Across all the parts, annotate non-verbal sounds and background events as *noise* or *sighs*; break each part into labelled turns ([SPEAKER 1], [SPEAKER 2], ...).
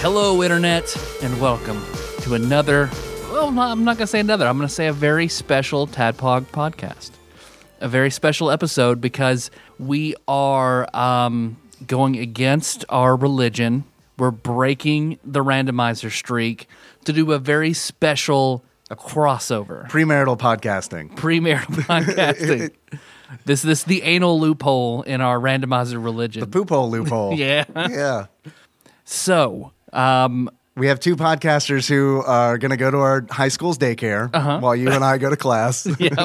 [SPEAKER 1] Hello, Internet, and welcome to another. Well, no, I'm not going to say another. I'm going to say a very special Tadpog podcast. A very special episode because we are um, going against our religion. We're breaking the randomizer streak to do a very special crossover.
[SPEAKER 2] premarital podcasting.
[SPEAKER 1] Premarital *laughs* podcasting. this this the anal loophole in our randomizer religion.
[SPEAKER 2] Poop hole
[SPEAKER 1] *laughs*
[SPEAKER 2] loophole.
[SPEAKER 1] yeah.
[SPEAKER 2] Yeah.
[SPEAKER 1] So, um,
[SPEAKER 2] We have two podcasters who are going to go to our high school's daycare
[SPEAKER 1] Uh-huh.
[SPEAKER 2] while you and I go
[SPEAKER 1] *laughs*
[SPEAKER 2] to class.
[SPEAKER 1] yep.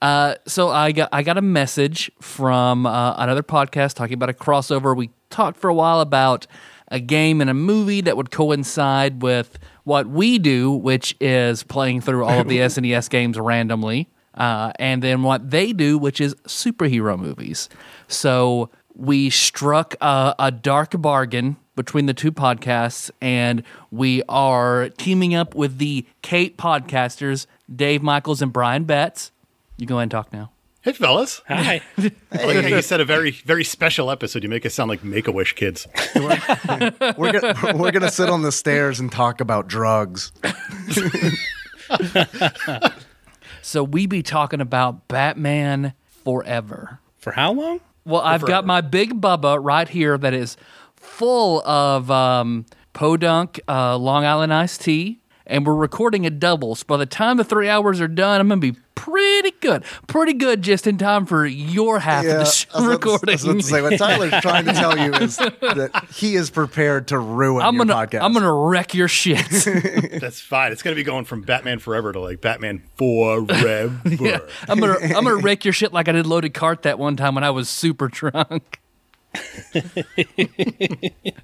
[SPEAKER 1] Uh, so I got I got a message from uh, another podcast talking about a crossover. We talked for a while about a game and a movie that would coincide with what we do, which is playing through all of the SNES games randomly, uh, and then what they do, which is superhero movies. So we struck a, a dark bargain between the two podcasts, and we are teaming up with the Kate podcasters, Dave Michaels and Brian Betts. You go ahead and talk now.
[SPEAKER 3] Hey, fellas. Hi. I *laughs* like how you said a very, very special episode. You make us sound like Make a Wish kids.
[SPEAKER 2] we're gonna, we're going to sit on the stairs and talk
[SPEAKER 1] *laughs*
[SPEAKER 2] about drugs.
[SPEAKER 1] So we be talking about Batman forever.
[SPEAKER 4] For how long?
[SPEAKER 1] Well, I've got my big Bubba right here that is full of um, podunk uh, Long Island iced tea, and we're recording a double. So by the time the three hours are done, I'm gonna be pretty good, pretty good, just in time for your half
[SPEAKER 2] I
[SPEAKER 1] of the
[SPEAKER 2] was
[SPEAKER 1] show
[SPEAKER 2] about to- I
[SPEAKER 1] recording.
[SPEAKER 2] was about to say, what Tyler's trying to tell
[SPEAKER 1] *laughs*
[SPEAKER 2] you is that he is prepared to ruin
[SPEAKER 1] I'm
[SPEAKER 2] your
[SPEAKER 1] gonna,
[SPEAKER 2] podcast.
[SPEAKER 1] I'm gonna wreck your shit. *laughs*
[SPEAKER 3] That's fine. It's going to be going from Batman Forever to like Batman *laughs* Forever.
[SPEAKER 1] *laughs* I'm gonna, I'm gonna wreck your shit like I did loaded cart that one time when I was super drunk. they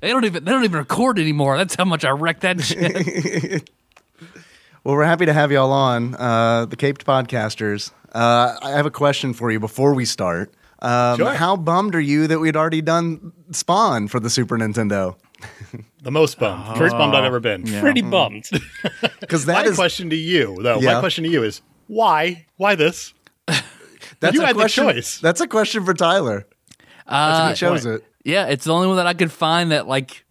[SPEAKER 1] don't even, they don't even record anymore. That's how much I wrecked that shit.
[SPEAKER 2] Well, we're happy to have y'all on, uh, the Caped Podcasters. Uh, I have a question for you before we start. Um,
[SPEAKER 3] Sure.
[SPEAKER 2] How bummed are you that we'd already done Spawn for the Super Nintendo?
[SPEAKER 3] The most bummed. Uh-huh. First bummed I've ever been.
[SPEAKER 4] Pretty bummed.
[SPEAKER 2] Because
[SPEAKER 3] My
[SPEAKER 2] that is
[SPEAKER 3] question to you, though,
[SPEAKER 2] Yeah.
[SPEAKER 3] my question to you is why? Why this?
[SPEAKER 2] that's
[SPEAKER 3] you
[SPEAKER 2] a
[SPEAKER 3] had the
[SPEAKER 2] question,
[SPEAKER 3] choice.
[SPEAKER 2] That's a question for Tyler. Uh, he chose
[SPEAKER 3] point.
[SPEAKER 2] it.
[SPEAKER 1] Yeah, it's the only one that I could find that like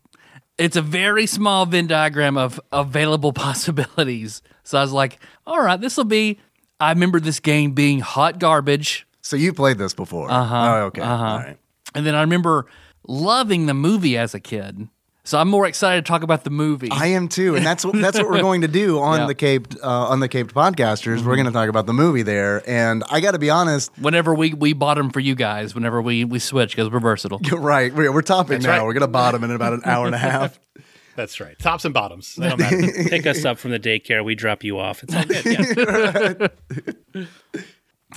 [SPEAKER 1] it's a very small Venn diagram of available *laughs* possibilities. So I was like, all right, this will be I remember this game being hot garbage.
[SPEAKER 2] So you played this before. Uh-huh. Oh, okay. All right.
[SPEAKER 1] And then I remember loving the movie as a kid. So I'm more excited to talk about the movie.
[SPEAKER 2] I am too, and that's what that's what we're going to do on
[SPEAKER 1] Yeah.
[SPEAKER 2] the caped uh, on the caped podcasters. We're going to talk about the movie there, and I got to be honest. *laughs*
[SPEAKER 1] whenever we, we bought them for you guys, whenever we, we switch, because we're
[SPEAKER 2] *laughs*
[SPEAKER 1] versatile.
[SPEAKER 2] You're right. We're, we're topping now.
[SPEAKER 3] right.
[SPEAKER 2] We're going to bottom in about an hour and a half.
[SPEAKER 3] That's right. Tops and bottoms. They don't matter.
[SPEAKER 4] Pick us up from the daycare. We drop you off. It's all good. Yeah.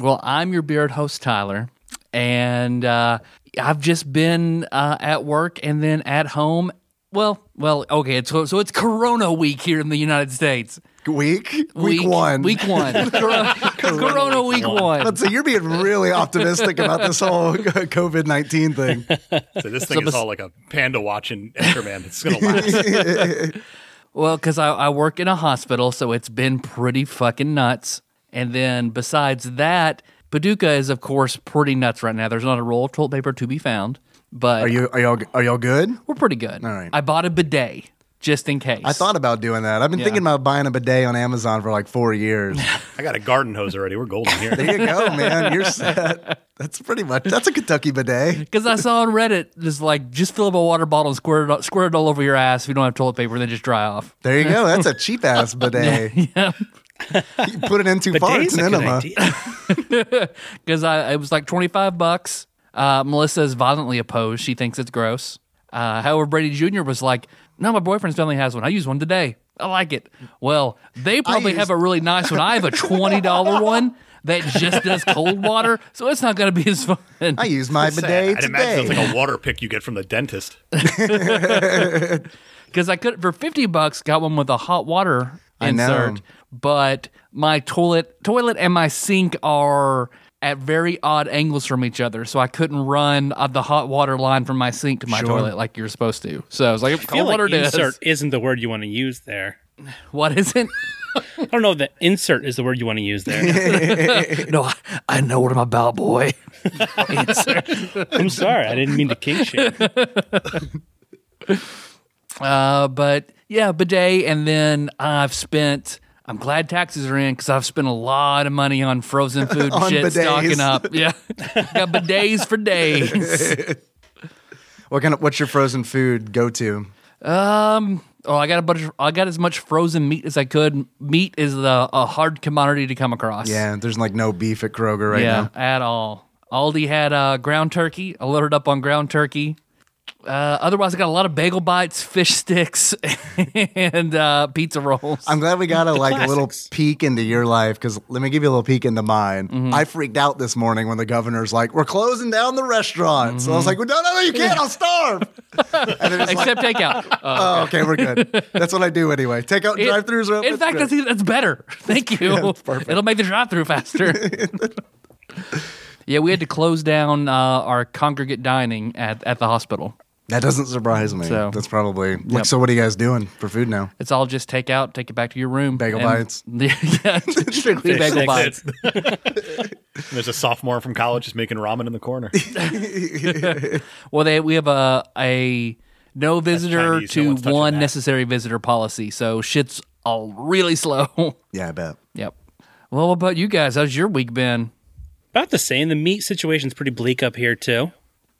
[SPEAKER 1] Well, I'm your beard host, Tyler, and uh, I've just been uh, at work and then at home. Well, well, okay. It's, so it's Corona week here in the United States.
[SPEAKER 2] Week week, one.
[SPEAKER 1] Week
[SPEAKER 2] *laughs*
[SPEAKER 1] one. Corona, Corona week one.
[SPEAKER 2] But so you're being really optimistic about this whole *laughs* COVID nineteen thing.
[SPEAKER 3] *laughs* so this thing is all like a panda watching Anchorman. It's going to last. *laughs*
[SPEAKER 1] Well, because I, I work in a hospital, so it's been pretty fucking nuts. And then besides that, Paducah is of course pretty nuts right now. There's not a roll of toilet paper to be found, but
[SPEAKER 2] Are you are y'all are y'all good?
[SPEAKER 1] we're pretty good. All
[SPEAKER 2] right.
[SPEAKER 1] I bought a bidet just in case.
[SPEAKER 2] I thought about doing that. I've been thinking about buying a bidet on Amazon for like four years.
[SPEAKER 3] I got a garden hose already. We're golden here.
[SPEAKER 2] There you go, man. You're set. That's pretty much. That's a Kentucky bidet.
[SPEAKER 1] Because I saw on Reddit, just like just fill up a water bottle and squirt it, squirt it all over your ass if you don't have toilet paper, and then just dry off.
[SPEAKER 2] There you go. That's a cheap ass bidet. *laughs* You put it in too far,
[SPEAKER 4] Days
[SPEAKER 2] it's
[SPEAKER 4] a
[SPEAKER 2] an
[SPEAKER 4] good
[SPEAKER 2] enema.
[SPEAKER 4] idea.
[SPEAKER 1] Because I it was like twenty five bucks. Uh, Melissa is violently opposed. She thinks it's gross. Uh, however, Brady Jr. was like, "No, my boyfriend's family has one. I used one today. I like it. Well, they probably have
[SPEAKER 2] used-
[SPEAKER 1] a really nice one. I have a twenty dollar one that just does cold water, so it's not going to be as fun.
[SPEAKER 2] I use my bidet
[SPEAKER 3] I'd imagine it's
[SPEAKER 2] today.
[SPEAKER 3] like a water pick you get from the dentist.
[SPEAKER 1] because I could for fifty bucks got one with a hot water
[SPEAKER 2] I know.
[SPEAKER 1] insert, but my toilet toilet and my sink are at very odd angles from each other, so I couldn't run uh, the hot water line from my sink to my
[SPEAKER 2] Sure.
[SPEAKER 1] toilet like you're supposed to. So I was like,
[SPEAKER 4] I feel
[SPEAKER 1] cold
[SPEAKER 4] like
[SPEAKER 1] water does.
[SPEAKER 4] insert isn't the word you want to use there.
[SPEAKER 1] *laughs* What is it?
[SPEAKER 4] I don't know that insert is the word you want to use
[SPEAKER 1] *laughs*
[SPEAKER 4] there.
[SPEAKER 3] *laughs*
[SPEAKER 1] no, I, I know what I'm about, boy. Insert.
[SPEAKER 4] I'm sorry, I didn't mean to kink shame.
[SPEAKER 1] *laughs* Uh, but yeah, bidet, and then I've spent. I'm glad taxes are in because I've spent a lot of money on frozen *laughs* food and
[SPEAKER 2] On
[SPEAKER 1] shit,
[SPEAKER 2] bidets.
[SPEAKER 1] stocking *laughs* up. Yeah, got bidets for *laughs* days.
[SPEAKER 2] What kind of what's your frozen food go to?
[SPEAKER 1] Oh, I got a bunch. Of, I got as much frozen meat as I could. Meat is the a hard commodity to come across.
[SPEAKER 2] Yeah, there's like no beef at Kroger right
[SPEAKER 1] yeah,
[SPEAKER 2] now.
[SPEAKER 1] at all. Aldi had uh, ground turkey. I loaded up on ground turkey. Uh, otherwise, I got a lot of bagel bites, fish sticks, *laughs* and uh, pizza rolls. *laughs*
[SPEAKER 2] I'm glad we got a like a little
[SPEAKER 4] classics.
[SPEAKER 2] peek into your life because let me give you a little peek into mine.
[SPEAKER 1] Mm-hmm.
[SPEAKER 2] I freaked out this morning when the governor's like, "We're closing down the restaurant." So I
[SPEAKER 1] Mm-hmm.
[SPEAKER 2] was like, well, "No, no, no, you can't!
[SPEAKER 1] *laughs*
[SPEAKER 2] I'll starve." and then it's like,
[SPEAKER 1] Except
[SPEAKER 2] *laughs*
[SPEAKER 1] takeout. Uh,
[SPEAKER 2] "Oh, okay, we're good." That's what I do anyway. Take out
[SPEAKER 1] it-
[SPEAKER 2] drive-throughs. are
[SPEAKER 1] in
[SPEAKER 2] open.
[SPEAKER 1] fact,
[SPEAKER 2] Great.
[SPEAKER 1] that's, that's better. *laughs* Thank
[SPEAKER 2] *laughs*
[SPEAKER 1] you.
[SPEAKER 2] perfect.
[SPEAKER 1] It'll make the drive-through
[SPEAKER 2] *laughs*
[SPEAKER 1] faster. yeah, we had to close down uh, our congregate dining at, at the hospital.
[SPEAKER 2] that doesn't surprise me.
[SPEAKER 1] So-
[SPEAKER 2] that's probably like. So, what are you guys doing for food now?
[SPEAKER 1] It's all just take out, take it back to your room.
[SPEAKER 2] Bagel
[SPEAKER 1] and-
[SPEAKER 2] bites.
[SPEAKER 1] *laughs*
[SPEAKER 2] *laughs*
[SPEAKER 1] Yeah, *laughs* strictly
[SPEAKER 4] Fish
[SPEAKER 1] bagel
[SPEAKER 4] sticks.
[SPEAKER 1] bites.
[SPEAKER 3] And there's a sophomore from college just making ramen in the *laughs* corner.
[SPEAKER 1] Well, they, we have a a no visitor
[SPEAKER 3] Chinese, no
[SPEAKER 1] to
[SPEAKER 3] one's touching
[SPEAKER 1] one
[SPEAKER 3] that.
[SPEAKER 1] necessary visitor policy, so shit's all really *laughs* slow.
[SPEAKER 2] Yeah, I bet.
[SPEAKER 1] yep. Well, what about you guys? How's your week been?
[SPEAKER 4] About the same. The meat situation's pretty bleak up here too.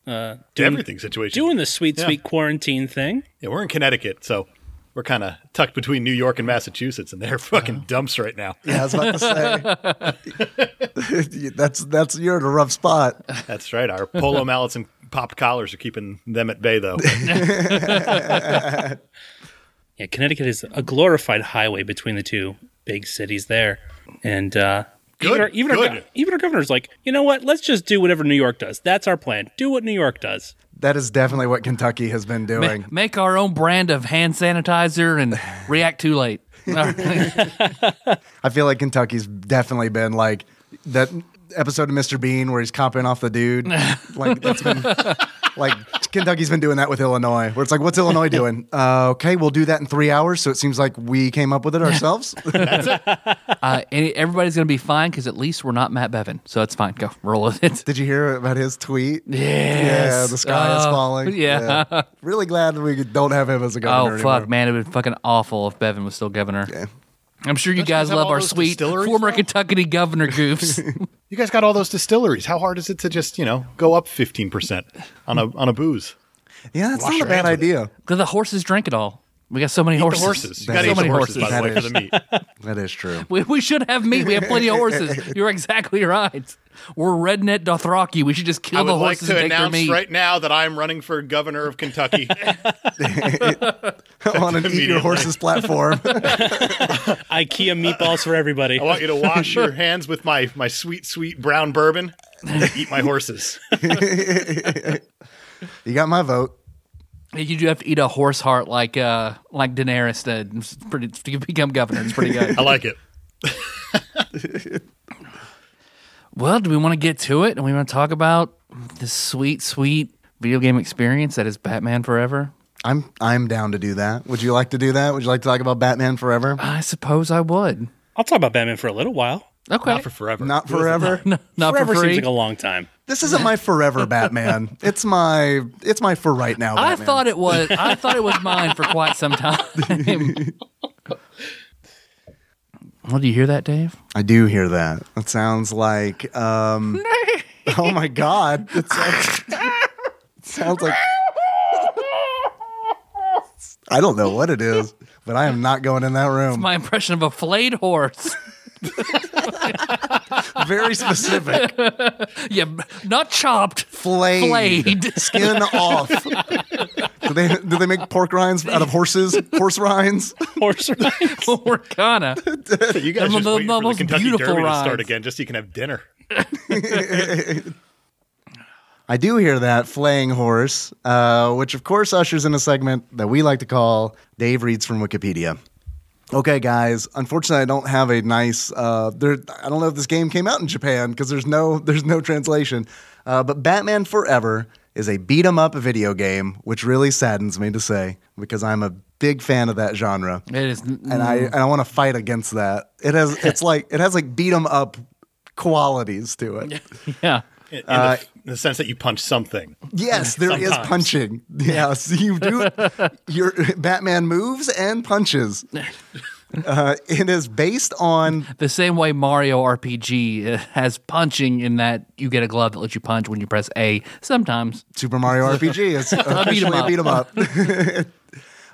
[SPEAKER 3] Everything situation.
[SPEAKER 4] Doing the sweet, sweet quarantine thing.
[SPEAKER 3] Yeah, we're in Connecticut, so we're kind of tucked between New York and Massachusetts, and they're *laughs* fucking dumps right now.
[SPEAKER 2] Yeah, I was about to say. *laughs* that's that's you're in a rough spot.
[SPEAKER 3] That's right. Our *laughs* polo mallets and popped collars are keeping them at bay, though.
[SPEAKER 4] Yeah, Connecticut is a glorified highway between the two big cities there. And uh even
[SPEAKER 3] Good,
[SPEAKER 4] our, even, Our,
[SPEAKER 3] good.
[SPEAKER 4] gov- even our governor's like, you know what? Let's just do whatever New York does. That's our plan. Do what New York does.
[SPEAKER 2] That is definitely what Kentucky has been doing.
[SPEAKER 1] Make our own brand of hand sanitizer
[SPEAKER 2] *laughs*
[SPEAKER 1] and react too late. *laughs*
[SPEAKER 2] I feel like Kentucky's definitely been like that episode of Mr. Bean where he's copping off the dude. like that's been like Kentucky's been doing that with Illinois, where it's like, what's Illinois doing? Uh, okay, we'll do that in three hours. So it seems like we came up with it ourselves.
[SPEAKER 1] Uh, and everybody's gonna be fine because at least we're not Matt Bevin, so it's fine. Go roll it.
[SPEAKER 2] Did you hear about his tweet? Yeah,
[SPEAKER 1] Yes.
[SPEAKER 2] the sky is
[SPEAKER 1] Oh,
[SPEAKER 2] falling.
[SPEAKER 1] yeah.
[SPEAKER 2] Really glad we don't have him as a governor.
[SPEAKER 1] Oh fuck,
[SPEAKER 2] anymore.
[SPEAKER 1] man! It would be fucking awful if Bevin was still governor. I'm sure you guys
[SPEAKER 3] have
[SPEAKER 1] love
[SPEAKER 3] all
[SPEAKER 1] our
[SPEAKER 3] those
[SPEAKER 1] sweet
[SPEAKER 3] distilleries
[SPEAKER 1] former
[SPEAKER 3] now?
[SPEAKER 1] Kentucky governor *laughs* goofs.
[SPEAKER 3] you guys got all those distilleries. How hard is it to just you know go up fifteen percent on a on a booze?
[SPEAKER 2] Yeah, that's
[SPEAKER 3] Wash
[SPEAKER 2] not a
[SPEAKER 3] your
[SPEAKER 2] bad
[SPEAKER 3] hands with
[SPEAKER 2] idea.
[SPEAKER 1] Do the horses drink it all? We got so many
[SPEAKER 3] Eat
[SPEAKER 1] horses.
[SPEAKER 3] The horses. You
[SPEAKER 2] That's
[SPEAKER 3] got to eat
[SPEAKER 1] so
[SPEAKER 3] the
[SPEAKER 1] many
[SPEAKER 3] horses,
[SPEAKER 1] horses.
[SPEAKER 3] by the way, for the *laughs* meat.
[SPEAKER 2] That is true.
[SPEAKER 1] *laughs* We, we should have meat. We have plenty of horses. *laughs* You're exactly right. We're redneck Dothraki. We should just kill
[SPEAKER 3] I would
[SPEAKER 1] the
[SPEAKER 3] like
[SPEAKER 1] horses
[SPEAKER 3] to
[SPEAKER 1] and take their
[SPEAKER 3] announce
[SPEAKER 1] meat.
[SPEAKER 3] right now that I'm running for governor of *laughs* Kentucky.
[SPEAKER 2] *laughs* On an eat your
[SPEAKER 3] Immediately.
[SPEAKER 2] horses platform.
[SPEAKER 4] IKEA meatballs for everybody.
[SPEAKER 3] I want you to wash your hands with my my sweet sweet brown bourbon. and Eat my *laughs* horses.
[SPEAKER 2] you got my vote.
[SPEAKER 1] You do have to eat a horse heart like uh like Daenerys did. It's pretty to become governor. It's pretty *laughs* good.
[SPEAKER 3] I like it.
[SPEAKER 1] well, do we want to get to it? And we want to talk about this sweet, sweet video game experience that is Batman Forever?
[SPEAKER 2] I'm I'm down to do that. Would you like to do that? Would you like to talk about Batman
[SPEAKER 1] *laughs*
[SPEAKER 2] Forever?
[SPEAKER 1] I suppose I would.
[SPEAKER 4] I'll talk about Batman for a little while.
[SPEAKER 1] Okay.
[SPEAKER 3] Not for
[SPEAKER 2] *laughs*
[SPEAKER 3] forever.
[SPEAKER 2] Not forever.
[SPEAKER 1] Not
[SPEAKER 4] Forever
[SPEAKER 1] for free.
[SPEAKER 4] seems like a long time.
[SPEAKER 2] This isn't my forever
[SPEAKER 1] *laughs*
[SPEAKER 2] Batman. It's my it's my for right now.
[SPEAKER 1] I
[SPEAKER 2] Batman.
[SPEAKER 1] thought it was.
[SPEAKER 3] *laughs*
[SPEAKER 1] I thought it was mine for quite some time. *laughs* well, do you hear that, Dave?
[SPEAKER 2] I do hear that. That sounds like
[SPEAKER 1] *laughs*
[SPEAKER 2] um *laughs* Oh my god. It sounds, it
[SPEAKER 1] *laughs*
[SPEAKER 2] sounds like I don't know what it is, but I am not going in that room.
[SPEAKER 1] My impression of a flayed horse. *laughs*
[SPEAKER 2] Very specific.
[SPEAKER 1] *laughs* yeah, not chopped,
[SPEAKER 2] Flayed.
[SPEAKER 3] *laughs*
[SPEAKER 1] flayed. *laughs*
[SPEAKER 2] Skin off. Do they do they make pork rinds out of horses? Horse rinds?
[SPEAKER 4] Horse rides.
[SPEAKER 1] We're gonna.
[SPEAKER 3] So you guys
[SPEAKER 1] Some of
[SPEAKER 3] just
[SPEAKER 1] the
[SPEAKER 3] wait for the
[SPEAKER 1] most
[SPEAKER 3] Kentucky
[SPEAKER 1] beautiful
[SPEAKER 3] Derby to
[SPEAKER 1] rides.
[SPEAKER 3] start again, just so you can have dinner.
[SPEAKER 2] I do hear that flaying horse, uh, which of course ushers in a segment that we like to call Dave reads from Wikipedia. Okay, guys. Unfortunately, I don't have a nice. Uh, there, I don't know if this game came out in Japan because there's no there's no translation. Uh, but Batman Forever is a beat 'em up video game, which really saddens me to say because I'm a big fan of that genre
[SPEAKER 1] It is.
[SPEAKER 2] and I and I want to fight against that. It has *laughs* it's like it has like beat 'em up qualities to it.
[SPEAKER 1] Yeah.
[SPEAKER 3] In, in the-
[SPEAKER 2] Uh,
[SPEAKER 3] in the sense that you punch something.
[SPEAKER 2] Yes, there is
[SPEAKER 4] Sometimes.
[SPEAKER 2] punching. Yes, you *laughs* do. Your Batman moves and punches. *laughs* Uh, it is based on
[SPEAKER 1] The same way Mario RPG uh, has punching in that you get a glove that lets you punch when you press A. Sometimes.
[SPEAKER 2] Super *laughs* Mario RPG. It's officially a beat 'em *laughs* up.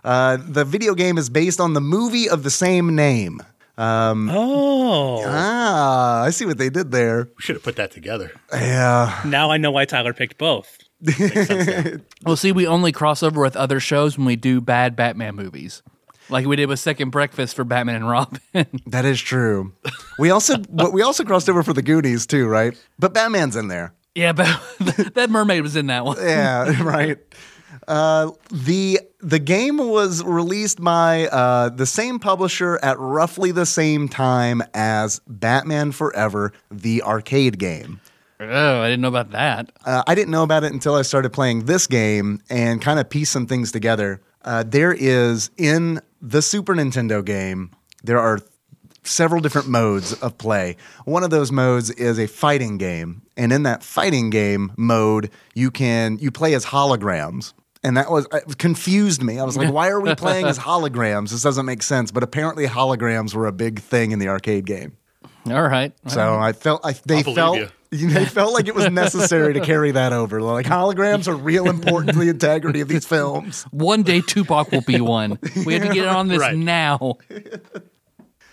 [SPEAKER 2] uh, the video game is based on the movie of the same name.
[SPEAKER 4] Oh,
[SPEAKER 2] Ah, I see what they did there.
[SPEAKER 3] We should have put that together.
[SPEAKER 2] Yeah,
[SPEAKER 4] now I know why Tyler picked both.
[SPEAKER 1] Well, see, we only cross over with other shows when we do bad Batman movies, like we did with Second Breakfast for Batman and Robin.
[SPEAKER 2] that is true. We also we also crossed over for the Goonies too, right? But Batman's in there.
[SPEAKER 1] yeah, but *laughs* that mermaid was in that one.
[SPEAKER 2] yeah, *laughs* right. Uh, the the game was released by uh, the same publisher at roughly the same time as Batman Forever, the arcade game.
[SPEAKER 1] Oh, I didn't know about that.
[SPEAKER 2] Uh, I didn't know about it until I started playing this game and kind of piece some things together. Uh, there is in the Super Nintendo game, there are several different modes of play. One of those modes is a fighting game, and in that fighting game mode, you can you play as holograms. And that was it confused me. I was like, "Why are we playing as holograms? This doesn't make sense." But apparently, holograms were a big thing in the arcade game.
[SPEAKER 1] All right.
[SPEAKER 2] So I felt I, they
[SPEAKER 3] believe
[SPEAKER 2] felt *laughs* they felt like it was necessary to carry that over. Like holograms are real important to the integrity of these films.
[SPEAKER 1] One day Tupac will be one. We have to get on this
[SPEAKER 3] Right.
[SPEAKER 1] now.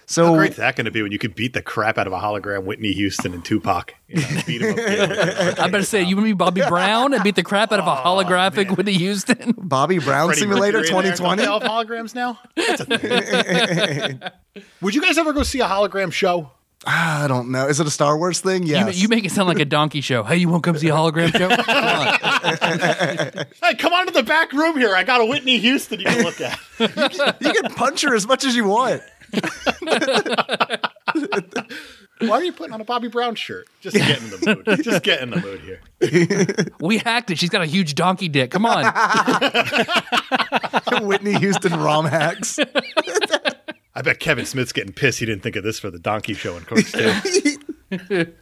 [SPEAKER 2] So
[SPEAKER 1] Oh,
[SPEAKER 3] How great's that going to be when you could beat the crap out of a hologram Whitney Houston and Tupac? You know, beat
[SPEAKER 2] *laughs*
[SPEAKER 3] 'em up, you know,
[SPEAKER 1] I better say, you want to be Bobby Brown and beat the crap
[SPEAKER 3] Oh,
[SPEAKER 1] out of a holographic Whitney Houston?
[SPEAKER 2] Bobby Brown
[SPEAKER 3] Freddie
[SPEAKER 2] Simulator
[SPEAKER 3] Mercury in there. Don't
[SPEAKER 2] 2020.
[SPEAKER 3] They all have holograms now. That's a thing. Would you guys ever go see a hologram show?
[SPEAKER 2] I don't know. Is it a Star Wars thing?
[SPEAKER 1] You-
[SPEAKER 2] Yes.
[SPEAKER 1] You, make it sound like a donkey show. Hey, you won't come see a hologram show? Come on.
[SPEAKER 3] Hey, come on to the back room here. I got a Whitney Houston you can look at.
[SPEAKER 2] you can punch her as much as you want. *laughs*
[SPEAKER 3] Why are you putting on a Bobby Brown shirt? Just to get in the mood. Just get in the mood here.
[SPEAKER 1] We hacked it. She's got a huge donkey dick. Come on.
[SPEAKER 2] Whitney Houston ROM hacks.
[SPEAKER 3] I bet Kevin Smith's getting pissed. He didn't think of this for the donkey show in
[SPEAKER 2] *laughs*
[SPEAKER 3] Cork too.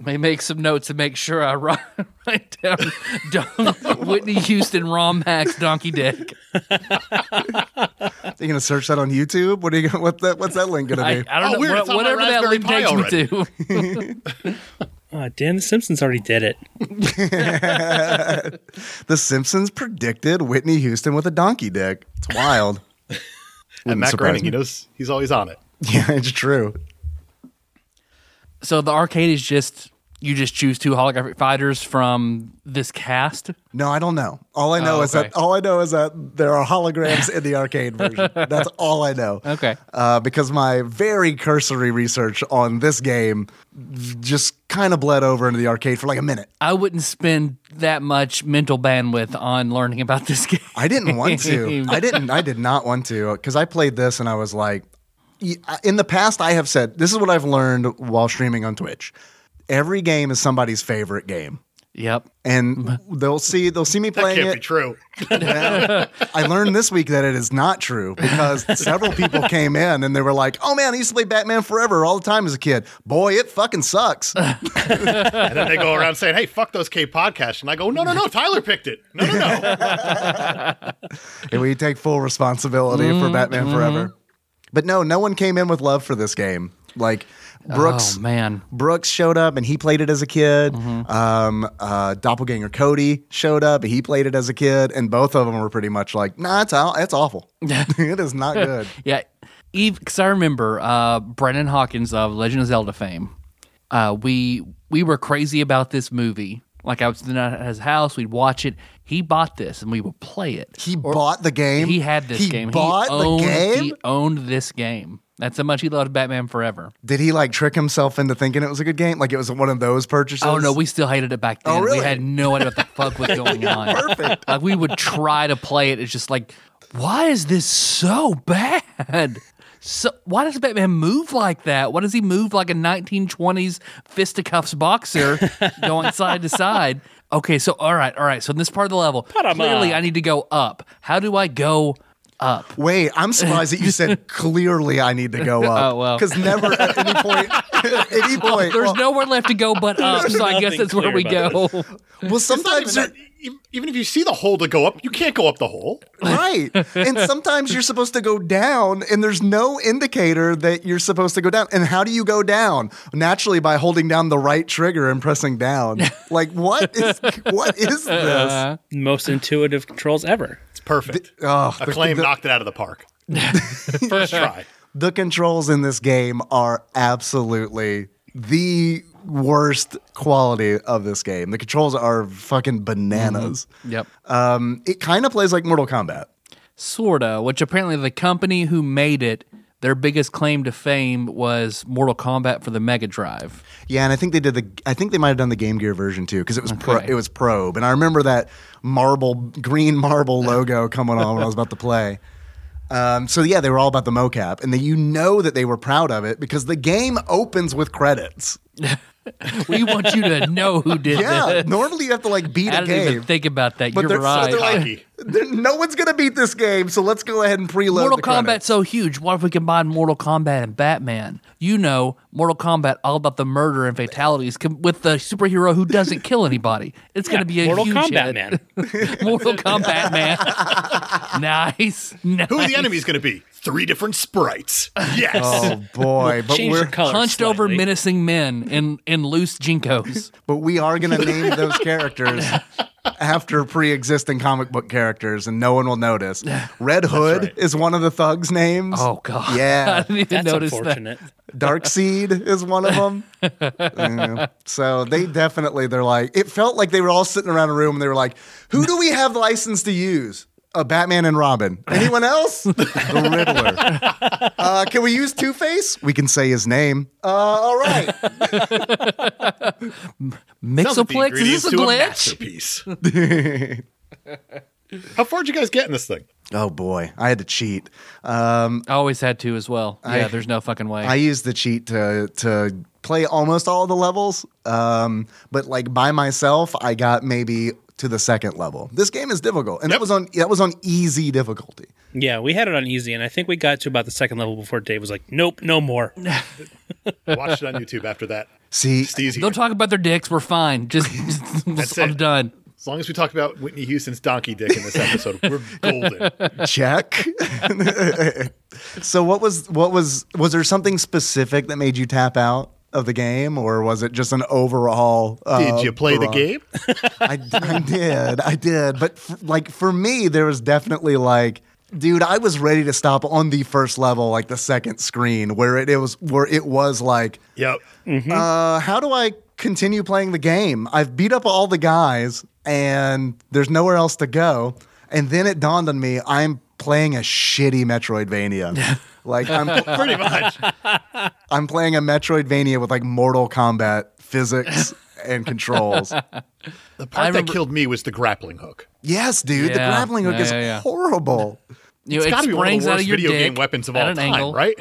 [SPEAKER 1] May make some notes and make sure I *laughs* write, write down Don- Whitney Houston ROM hacks donkey dick.
[SPEAKER 2] you gonna search that on YouTube? What are you? gonna- What that? What's that link
[SPEAKER 1] I,
[SPEAKER 2] gonna be?
[SPEAKER 1] I don't
[SPEAKER 3] Oh,
[SPEAKER 1] know.
[SPEAKER 3] weird,
[SPEAKER 1] wha-
[SPEAKER 3] it's on my
[SPEAKER 1] whatever that
[SPEAKER 3] Raspberry
[SPEAKER 1] link takes
[SPEAKER 3] Pi
[SPEAKER 1] me to.
[SPEAKER 4] Oh, damn, The Simpsons already did it.
[SPEAKER 2] the Simpsons predicted Whitney Houston with a donkey dick. It's
[SPEAKER 3] *laughs*
[SPEAKER 2] wild.
[SPEAKER 3] And Matt
[SPEAKER 2] surprise
[SPEAKER 3] Groening,
[SPEAKER 2] me.
[SPEAKER 3] he knows he's always on it.
[SPEAKER 2] *laughs* yeah, it's true.
[SPEAKER 1] So the arcade is just you just choose two holographic fighters from this cast.
[SPEAKER 2] No, I don't know. All I know
[SPEAKER 1] Oh,
[SPEAKER 2] is that
[SPEAKER 1] okay.
[SPEAKER 2] all I know is that there are holograms
[SPEAKER 1] *laughs*
[SPEAKER 2] in the arcade version. That's all I know.
[SPEAKER 1] Okay.
[SPEAKER 2] Uh, because my very cursory research on this game just kind of bled over into the arcade for like a minute.
[SPEAKER 1] I wouldn't spend that much mental bandwidth on learning *laughs* about this game.
[SPEAKER 2] I didn't want to. I didn't. I did not want to because I played this and I was like, in the past I have said this is what I've learned while streaming on Twitch. Every game is somebody's favorite game,
[SPEAKER 1] Yep. *laughs*
[SPEAKER 2] and they'll see they'll see me
[SPEAKER 3] That
[SPEAKER 2] playing
[SPEAKER 3] can't
[SPEAKER 2] it.
[SPEAKER 3] be true.
[SPEAKER 2] I learned this week that it is not true
[SPEAKER 1] *laughs*
[SPEAKER 2] because several people came in and they were like, "Oh man, I used to play Batman Forever all the time as a kid. Boy, it fucking
[SPEAKER 1] *laughs*
[SPEAKER 2] sucks."
[SPEAKER 3] And then they go around saying, "Hey, fuck those K podcasts," and I go, "No, no, no, Tyler picked it. No, no,
[SPEAKER 2] *laughs*
[SPEAKER 3] no."
[SPEAKER 2] and we take full responsibility for Batman
[SPEAKER 1] Mm-hmm.
[SPEAKER 2] Forever. But no, no one came in with love for this game. Like Brooks,
[SPEAKER 1] Oh man. Mm-hmm.
[SPEAKER 2] Brooks showed up and he played it as a kid. Um, uh, Doppelganger Cody showed up and he played it as a kid, and both of them were pretty much like, "Nah, it's all,
[SPEAKER 1] *laughs*
[SPEAKER 2] it's awful. *laughs* it is not good."
[SPEAKER 1] Yeah. Eve, because I remember uh, Brennan Hawkins of Legend of Zelda fame. Uh, we we were crazy about this movie. Like I was at his house, we'd watch it, He bought this and we would play it.
[SPEAKER 2] He bought the game.
[SPEAKER 1] He had this
[SPEAKER 2] He
[SPEAKER 1] game.
[SPEAKER 2] Bought
[SPEAKER 1] he owned,
[SPEAKER 2] the game.
[SPEAKER 1] He owned this game. That's how much he loved Batman Forever.
[SPEAKER 2] Did he like trick himself into thinking it was a good game? Like it was one of those purchases?
[SPEAKER 1] Oh no,
[SPEAKER 2] *laughs*
[SPEAKER 1] we still hated it back then.
[SPEAKER 2] Oh, really?
[SPEAKER 1] We had no idea what
[SPEAKER 2] *laughs*
[SPEAKER 1] the fuck was going on. Perfect. Like we would try to play it. It's just like, why is this so bad? So why does Batman move like that? Why does he move like a 1920s fisticuffs boxer going side to side? Okay, so all right, all right. So in this part of the level,
[SPEAKER 4] Parama.
[SPEAKER 1] clearly I need to go up. How do I go up?
[SPEAKER 2] Wait, I'm surprised that
[SPEAKER 1] *laughs*
[SPEAKER 2] you said clearly I need to go up.
[SPEAKER 1] Oh, well.
[SPEAKER 2] Because never at any point, *laughs* at any point.
[SPEAKER 1] There's
[SPEAKER 2] well,
[SPEAKER 1] nowhere left to go
[SPEAKER 2] *laughs*
[SPEAKER 1] but up, so I guess
[SPEAKER 4] nothing
[SPEAKER 1] that's where
[SPEAKER 4] clear
[SPEAKER 1] we
[SPEAKER 4] about
[SPEAKER 1] go.
[SPEAKER 2] well,
[SPEAKER 3] It's not even
[SPEAKER 2] sometimes you're,
[SPEAKER 3] that- e- even if you see the hole to go up, you can't go up the hole.
[SPEAKER 2] right, and sometimes you're supposed to go down, and there's no indicator that you're supposed to go down. And how do you go down? Naturally, by holding down the right trigger and pressing
[SPEAKER 1] *laughs*
[SPEAKER 2] down. Like what is what is this?
[SPEAKER 1] Uh-huh.
[SPEAKER 4] Most intuitive controls ever.
[SPEAKER 3] It's perfect.
[SPEAKER 2] oh, the-
[SPEAKER 3] Acclaim
[SPEAKER 2] the-
[SPEAKER 3] knocked it out of
[SPEAKER 2] *laughs*
[SPEAKER 3] the park. First try.
[SPEAKER 2] The controls in this game are absolutely the worst quality of this game. The controls are fucking bananas.
[SPEAKER 1] Yep.
[SPEAKER 2] Um, it kind of plays like Mortal Kombat.
[SPEAKER 1] sorta which apparently the company who made it their biggest claim to fame was mortal kombat for the mega drive
[SPEAKER 2] Yeah, and I think they did the. I think they might have done the Game Gear version too because it was pro, it was Probe, and I remember that marble green marble logo coming on when I was about to play. Um, so yeah, they were all about the mocap, and the, you know that they were proud of it because the game opens
[SPEAKER 1] *laughs*
[SPEAKER 2] with credits.
[SPEAKER 1] we want you to know who did
[SPEAKER 2] Yeah,
[SPEAKER 1] this
[SPEAKER 2] normally you have to like beat
[SPEAKER 1] i
[SPEAKER 2] a
[SPEAKER 1] didn't
[SPEAKER 2] game.
[SPEAKER 1] even think about that you're
[SPEAKER 2] they're- so
[SPEAKER 1] right
[SPEAKER 2] they're like-
[SPEAKER 3] Cocky.
[SPEAKER 2] There- no one's gonna beat this game, so let's go ahead and preload.
[SPEAKER 1] mortal
[SPEAKER 2] the
[SPEAKER 1] kombat's
[SPEAKER 2] credits.
[SPEAKER 1] so huge what if we combine mortal kombat and batman you know mortal kombat all about the murder and fatalities com- with the superhero who doesn't kill anybody it's going to be a
[SPEAKER 4] Mortal
[SPEAKER 1] huge
[SPEAKER 4] Kombat
[SPEAKER 1] hit.
[SPEAKER 4] Man.
[SPEAKER 1] *laughs* mortal kombat man
[SPEAKER 2] *laughs*
[SPEAKER 1] nice, nice
[SPEAKER 3] Who the enemy's going to be? Three different sprites. Yes.
[SPEAKER 2] Oh boy, but
[SPEAKER 4] Change
[SPEAKER 2] we're
[SPEAKER 4] the color.
[SPEAKER 1] hunched over
[SPEAKER 4] slightly.
[SPEAKER 1] menacing men in in loose jinkos
[SPEAKER 2] but we are gonna name those characters after pre-existing comic book characters, and no one will notice. Red Hood is one of the thugs' names.
[SPEAKER 1] Oh God! *laughs* I
[SPEAKER 2] Yeah,
[SPEAKER 1] didn't even
[SPEAKER 4] That's
[SPEAKER 1] notice that.
[SPEAKER 4] unfortunate.
[SPEAKER 2] *laughs* Dark Seed is one of them. Yeah. So they definitely they're like it felt like they were all sitting around a room and they were like, "Who do we have license to use?" Uh, Batman and Robin. Anyone else? *laughs* the Riddler. Uh, can we use Two Face? We can say his name. Uh, all right.
[SPEAKER 3] Sounds like the
[SPEAKER 1] Mixoplex? Is this
[SPEAKER 3] ingredients
[SPEAKER 1] a
[SPEAKER 3] to
[SPEAKER 1] glitch?
[SPEAKER 3] masterpiece. *laughs* How far did you guys get in this thing?
[SPEAKER 2] *laughs* Oh boy, I had to cheat. Um,
[SPEAKER 1] I always had to as well. yeah, there's no fucking way.
[SPEAKER 2] I used the cheat to to play almost all the levels, um, but like by myself, I got maybe to the second level. This game is difficult, and that
[SPEAKER 3] Yep.
[SPEAKER 2] was on that was on easy difficulty.
[SPEAKER 4] Yeah, we had it on easy, and I think we got to about the second level before Dave was like, "Nope, no more."
[SPEAKER 1] *laughs*
[SPEAKER 3] Watch it on YouTube after that.
[SPEAKER 2] See,
[SPEAKER 3] It's easy.
[SPEAKER 1] Don't talk about their dicks. We're fine.
[SPEAKER 3] *laughs*
[SPEAKER 1] Just,
[SPEAKER 3] That's
[SPEAKER 1] I'm
[SPEAKER 3] it.
[SPEAKER 1] done.
[SPEAKER 3] As long as we talk about Whitney Houston's donkey dick in this episode,
[SPEAKER 1] *laughs*
[SPEAKER 3] we're golden.
[SPEAKER 2] check. so what was what was was there something specific that made you tap out of the game, or was it just an overall? uh,
[SPEAKER 3] Did you play the
[SPEAKER 2] barrage?
[SPEAKER 3] game?
[SPEAKER 2] I, I did, I did, but f- like for me, there was definitely like. Dude, I was ready to stop on the first level, like the second screen, where it, it was where it was like,
[SPEAKER 3] Yep.
[SPEAKER 1] Mm. Hmm?
[SPEAKER 2] uh, how do I continue playing the game? I've beat up all the guys and there's nowhere else to go. And then it dawned on me I'm playing a
[SPEAKER 1] *laughs*
[SPEAKER 2] shitty Metroidvania. like I'm
[SPEAKER 3] Pretty much.
[SPEAKER 2] I'm playing a Metroidvania with like Mortal Kombat physics
[SPEAKER 1] *laughs*
[SPEAKER 2] and controls.
[SPEAKER 3] The part
[SPEAKER 1] remember-
[SPEAKER 3] that killed me was the grappling hook.
[SPEAKER 2] Yes, dude, the
[SPEAKER 1] Yeah.
[SPEAKER 2] grappling hook
[SPEAKER 1] Yeah,
[SPEAKER 2] is
[SPEAKER 1] yeah, yeah.
[SPEAKER 2] horrible.
[SPEAKER 1] You know,
[SPEAKER 3] It's
[SPEAKER 1] it
[SPEAKER 3] got to be one of
[SPEAKER 1] springs
[SPEAKER 3] the
[SPEAKER 1] out
[SPEAKER 3] worst
[SPEAKER 1] of your
[SPEAKER 3] video
[SPEAKER 1] dick
[SPEAKER 3] game weapons of
[SPEAKER 1] at
[SPEAKER 3] all
[SPEAKER 1] an
[SPEAKER 3] time,
[SPEAKER 1] angle. *laughs*
[SPEAKER 3] right?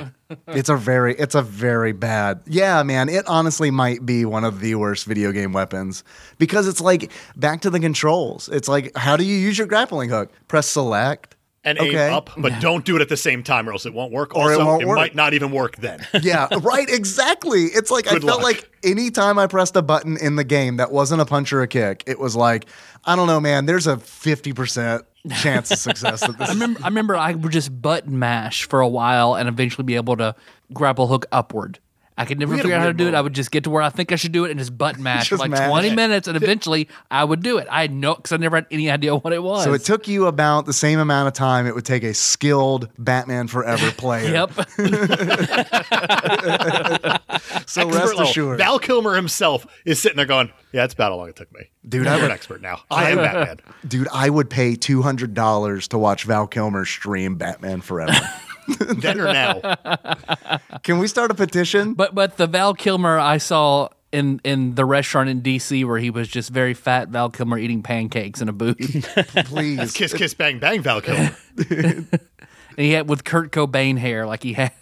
[SPEAKER 2] It's a very it's a very bad. Yeah, man, it honestly might be one of the worst video game weapons because it's like back to the controls. It's like how do you use your grappling hook? Press select.
[SPEAKER 3] And
[SPEAKER 2] Okay.
[SPEAKER 3] aim up, but don't do it at the same time, or else it won't work.
[SPEAKER 2] Or it
[SPEAKER 3] Also,
[SPEAKER 2] won't work.
[SPEAKER 3] might not even
[SPEAKER 1] *laughs*
[SPEAKER 3] work then.
[SPEAKER 2] Yeah, right, exactly. It's like I
[SPEAKER 3] Good
[SPEAKER 2] felt
[SPEAKER 3] luck.
[SPEAKER 2] like anytime I pressed a button in the game that wasn't a punch or a kick, it was like, I don't know, man, there's a 50% chance of success that this is
[SPEAKER 1] I remember I would just button mash for a while and eventually be able to grapple hook upward. I could never
[SPEAKER 2] had a
[SPEAKER 1] figure out how to
[SPEAKER 2] weird
[SPEAKER 1] do it. I
[SPEAKER 2] moment.
[SPEAKER 1] would just get to where I think I should do it and just
[SPEAKER 3] *laughs*
[SPEAKER 1] button mash for
[SPEAKER 2] Just
[SPEAKER 1] like
[SPEAKER 2] mash.
[SPEAKER 1] 20 minutes, and eventually I would do it. I had no, because I never had any idea what it was.
[SPEAKER 2] *laughs* So it took you about the same amount of time it would take a skilled Batman Forever player.
[SPEAKER 1] Yep.
[SPEAKER 3] *laughs*
[SPEAKER 2] So
[SPEAKER 3] Expert
[SPEAKER 2] rest
[SPEAKER 3] level.
[SPEAKER 2] assured,
[SPEAKER 3] Val Kilmer himself is sitting there going, "Yeah, that's about how long it took me,
[SPEAKER 2] Dude, I
[SPEAKER 3] I'm
[SPEAKER 2] would-
[SPEAKER 3] an expert now. I am Batman."
[SPEAKER 2] *laughs* dude, I would pay two hundred dollars to watch Val Kilmer stream Batman Forever.
[SPEAKER 3] then or now?
[SPEAKER 2] Can we start
[SPEAKER 1] *laughs*
[SPEAKER 2] a petition?
[SPEAKER 1] But but the Val Kilmer I saw in in the restaurant in DC where he was just very fat Val Kilmer eating pancakes in a booth.
[SPEAKER 2] Please,
[SPEAKER 3] Kiss, kiss, bang, bang,
[SPEAKER 2] *laughs*
[SPEAKER 3] Val Kilmer.
[SPEAKER 1] and he had with Kurt Cobain hair like he had.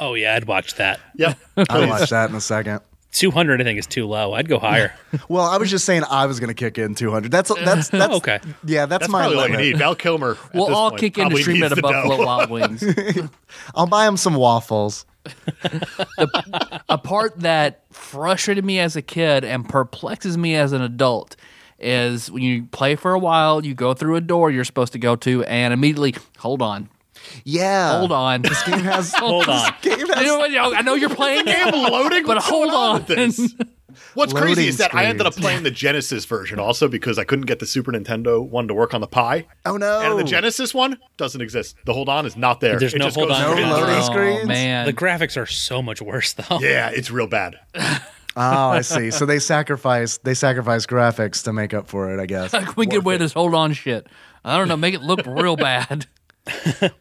[SPEAKER 4] Oh yeah, I'd watch that.
[SPEAKER 3] Yep.
[SPEAKER 2] I'll watch that in a second.
[SPEAKER 4] Two hundred, I think, is too low. I'd
[SPEAKER 1] *laughs*
[SPEAKER 4] go higher.
[SPEAKER 2] Well, I was just saying I was going to kick in two hundred. That's that's that's
[SPEAKER 4] Okay.
[SPEAKER 2] Yeah, that's,
[SPEAKER 3] That's
[SPEAKER 2] my
[SPEAKER 3] probably all you
[SPEAKER 2] limit.
[SPEAKER 3] need. Val Kilmer. at
[SPEAKER 1] we'll
[SPEAKER 3] this
[SPEAKER 1] all
[SPEAKER 3] point
[SPEAKER 1] kick in to
[SPEAKER 3] probably
[SPEAKER 1] stream
[SPEAKER 3] needs
[SPEAKER 1] at a
[SPEAKER 3] the dough.
[SPEAKER 1] Buffalo Wild Wings.
[SPEAKER 2] I'll buy him some waffles.
[SPEAKER 1] a part that frustrated me as a kid and perplexes me as an adult is when you play for a while, you go through a door you're supposed to go to, and immediately hold on,
[SPEAKER 2] Yeah,
[SPEAKER 1] hold on.
[SPEAKER 2] Game has
[SPEAKER 4] Hold on.
[SPEAKER 2] game
[SPEAKER 1] You
[SPEAKER 2] has
[SPEAKER 1] know what, y'all- I know you're playing
[SPEAKER 3] Damn loading,
[SPEAKER 1] But
[SPEAKER 3] What's
[SPEAKER 1] hold
[SPEAKER 3] going on.
[SPEAKER 1] on.
[SPEAKER 3] with this? What's crazy
[SPEAKER 2] Loading
[SPEAKER 3] is that I ended up
[SPEAKER 2] screens.
[SPEAKER 3] playing the Genesis version also because I couldn't get the Super Nintendo one to work on the Pi.
[SPEAKER 2] Oh, no.
[SPEAKER 3] And the Genesis one doesn't exist. The hold on is not there.
[SPEAKER 4] There's no
[SPEAKER 3] just
[SPEAKER 4] hold
[SPEAKER 3] goes
[SPEAKER 4] on.
[SPEAKER 3] straight
[SPEAKER 2] No
[SPEAKER 3] to the-
[SPEAKER 2] loading.
[SPEAKER 1] Oh,
[SPEAKER 2] screens?
[SPEAKER 1] man.
[SPEAKER 4] The graphics are so much worse though.
[SPEAKER 3] Yeah, it's real bad.
[SPEAKER 2] Oh, I see. So they sacrifice they sacrifice graphics to make up for it, I guess.
[SPEAKER 1] *laughs* we get away with this hold on shit. I don't know, make it look real bad.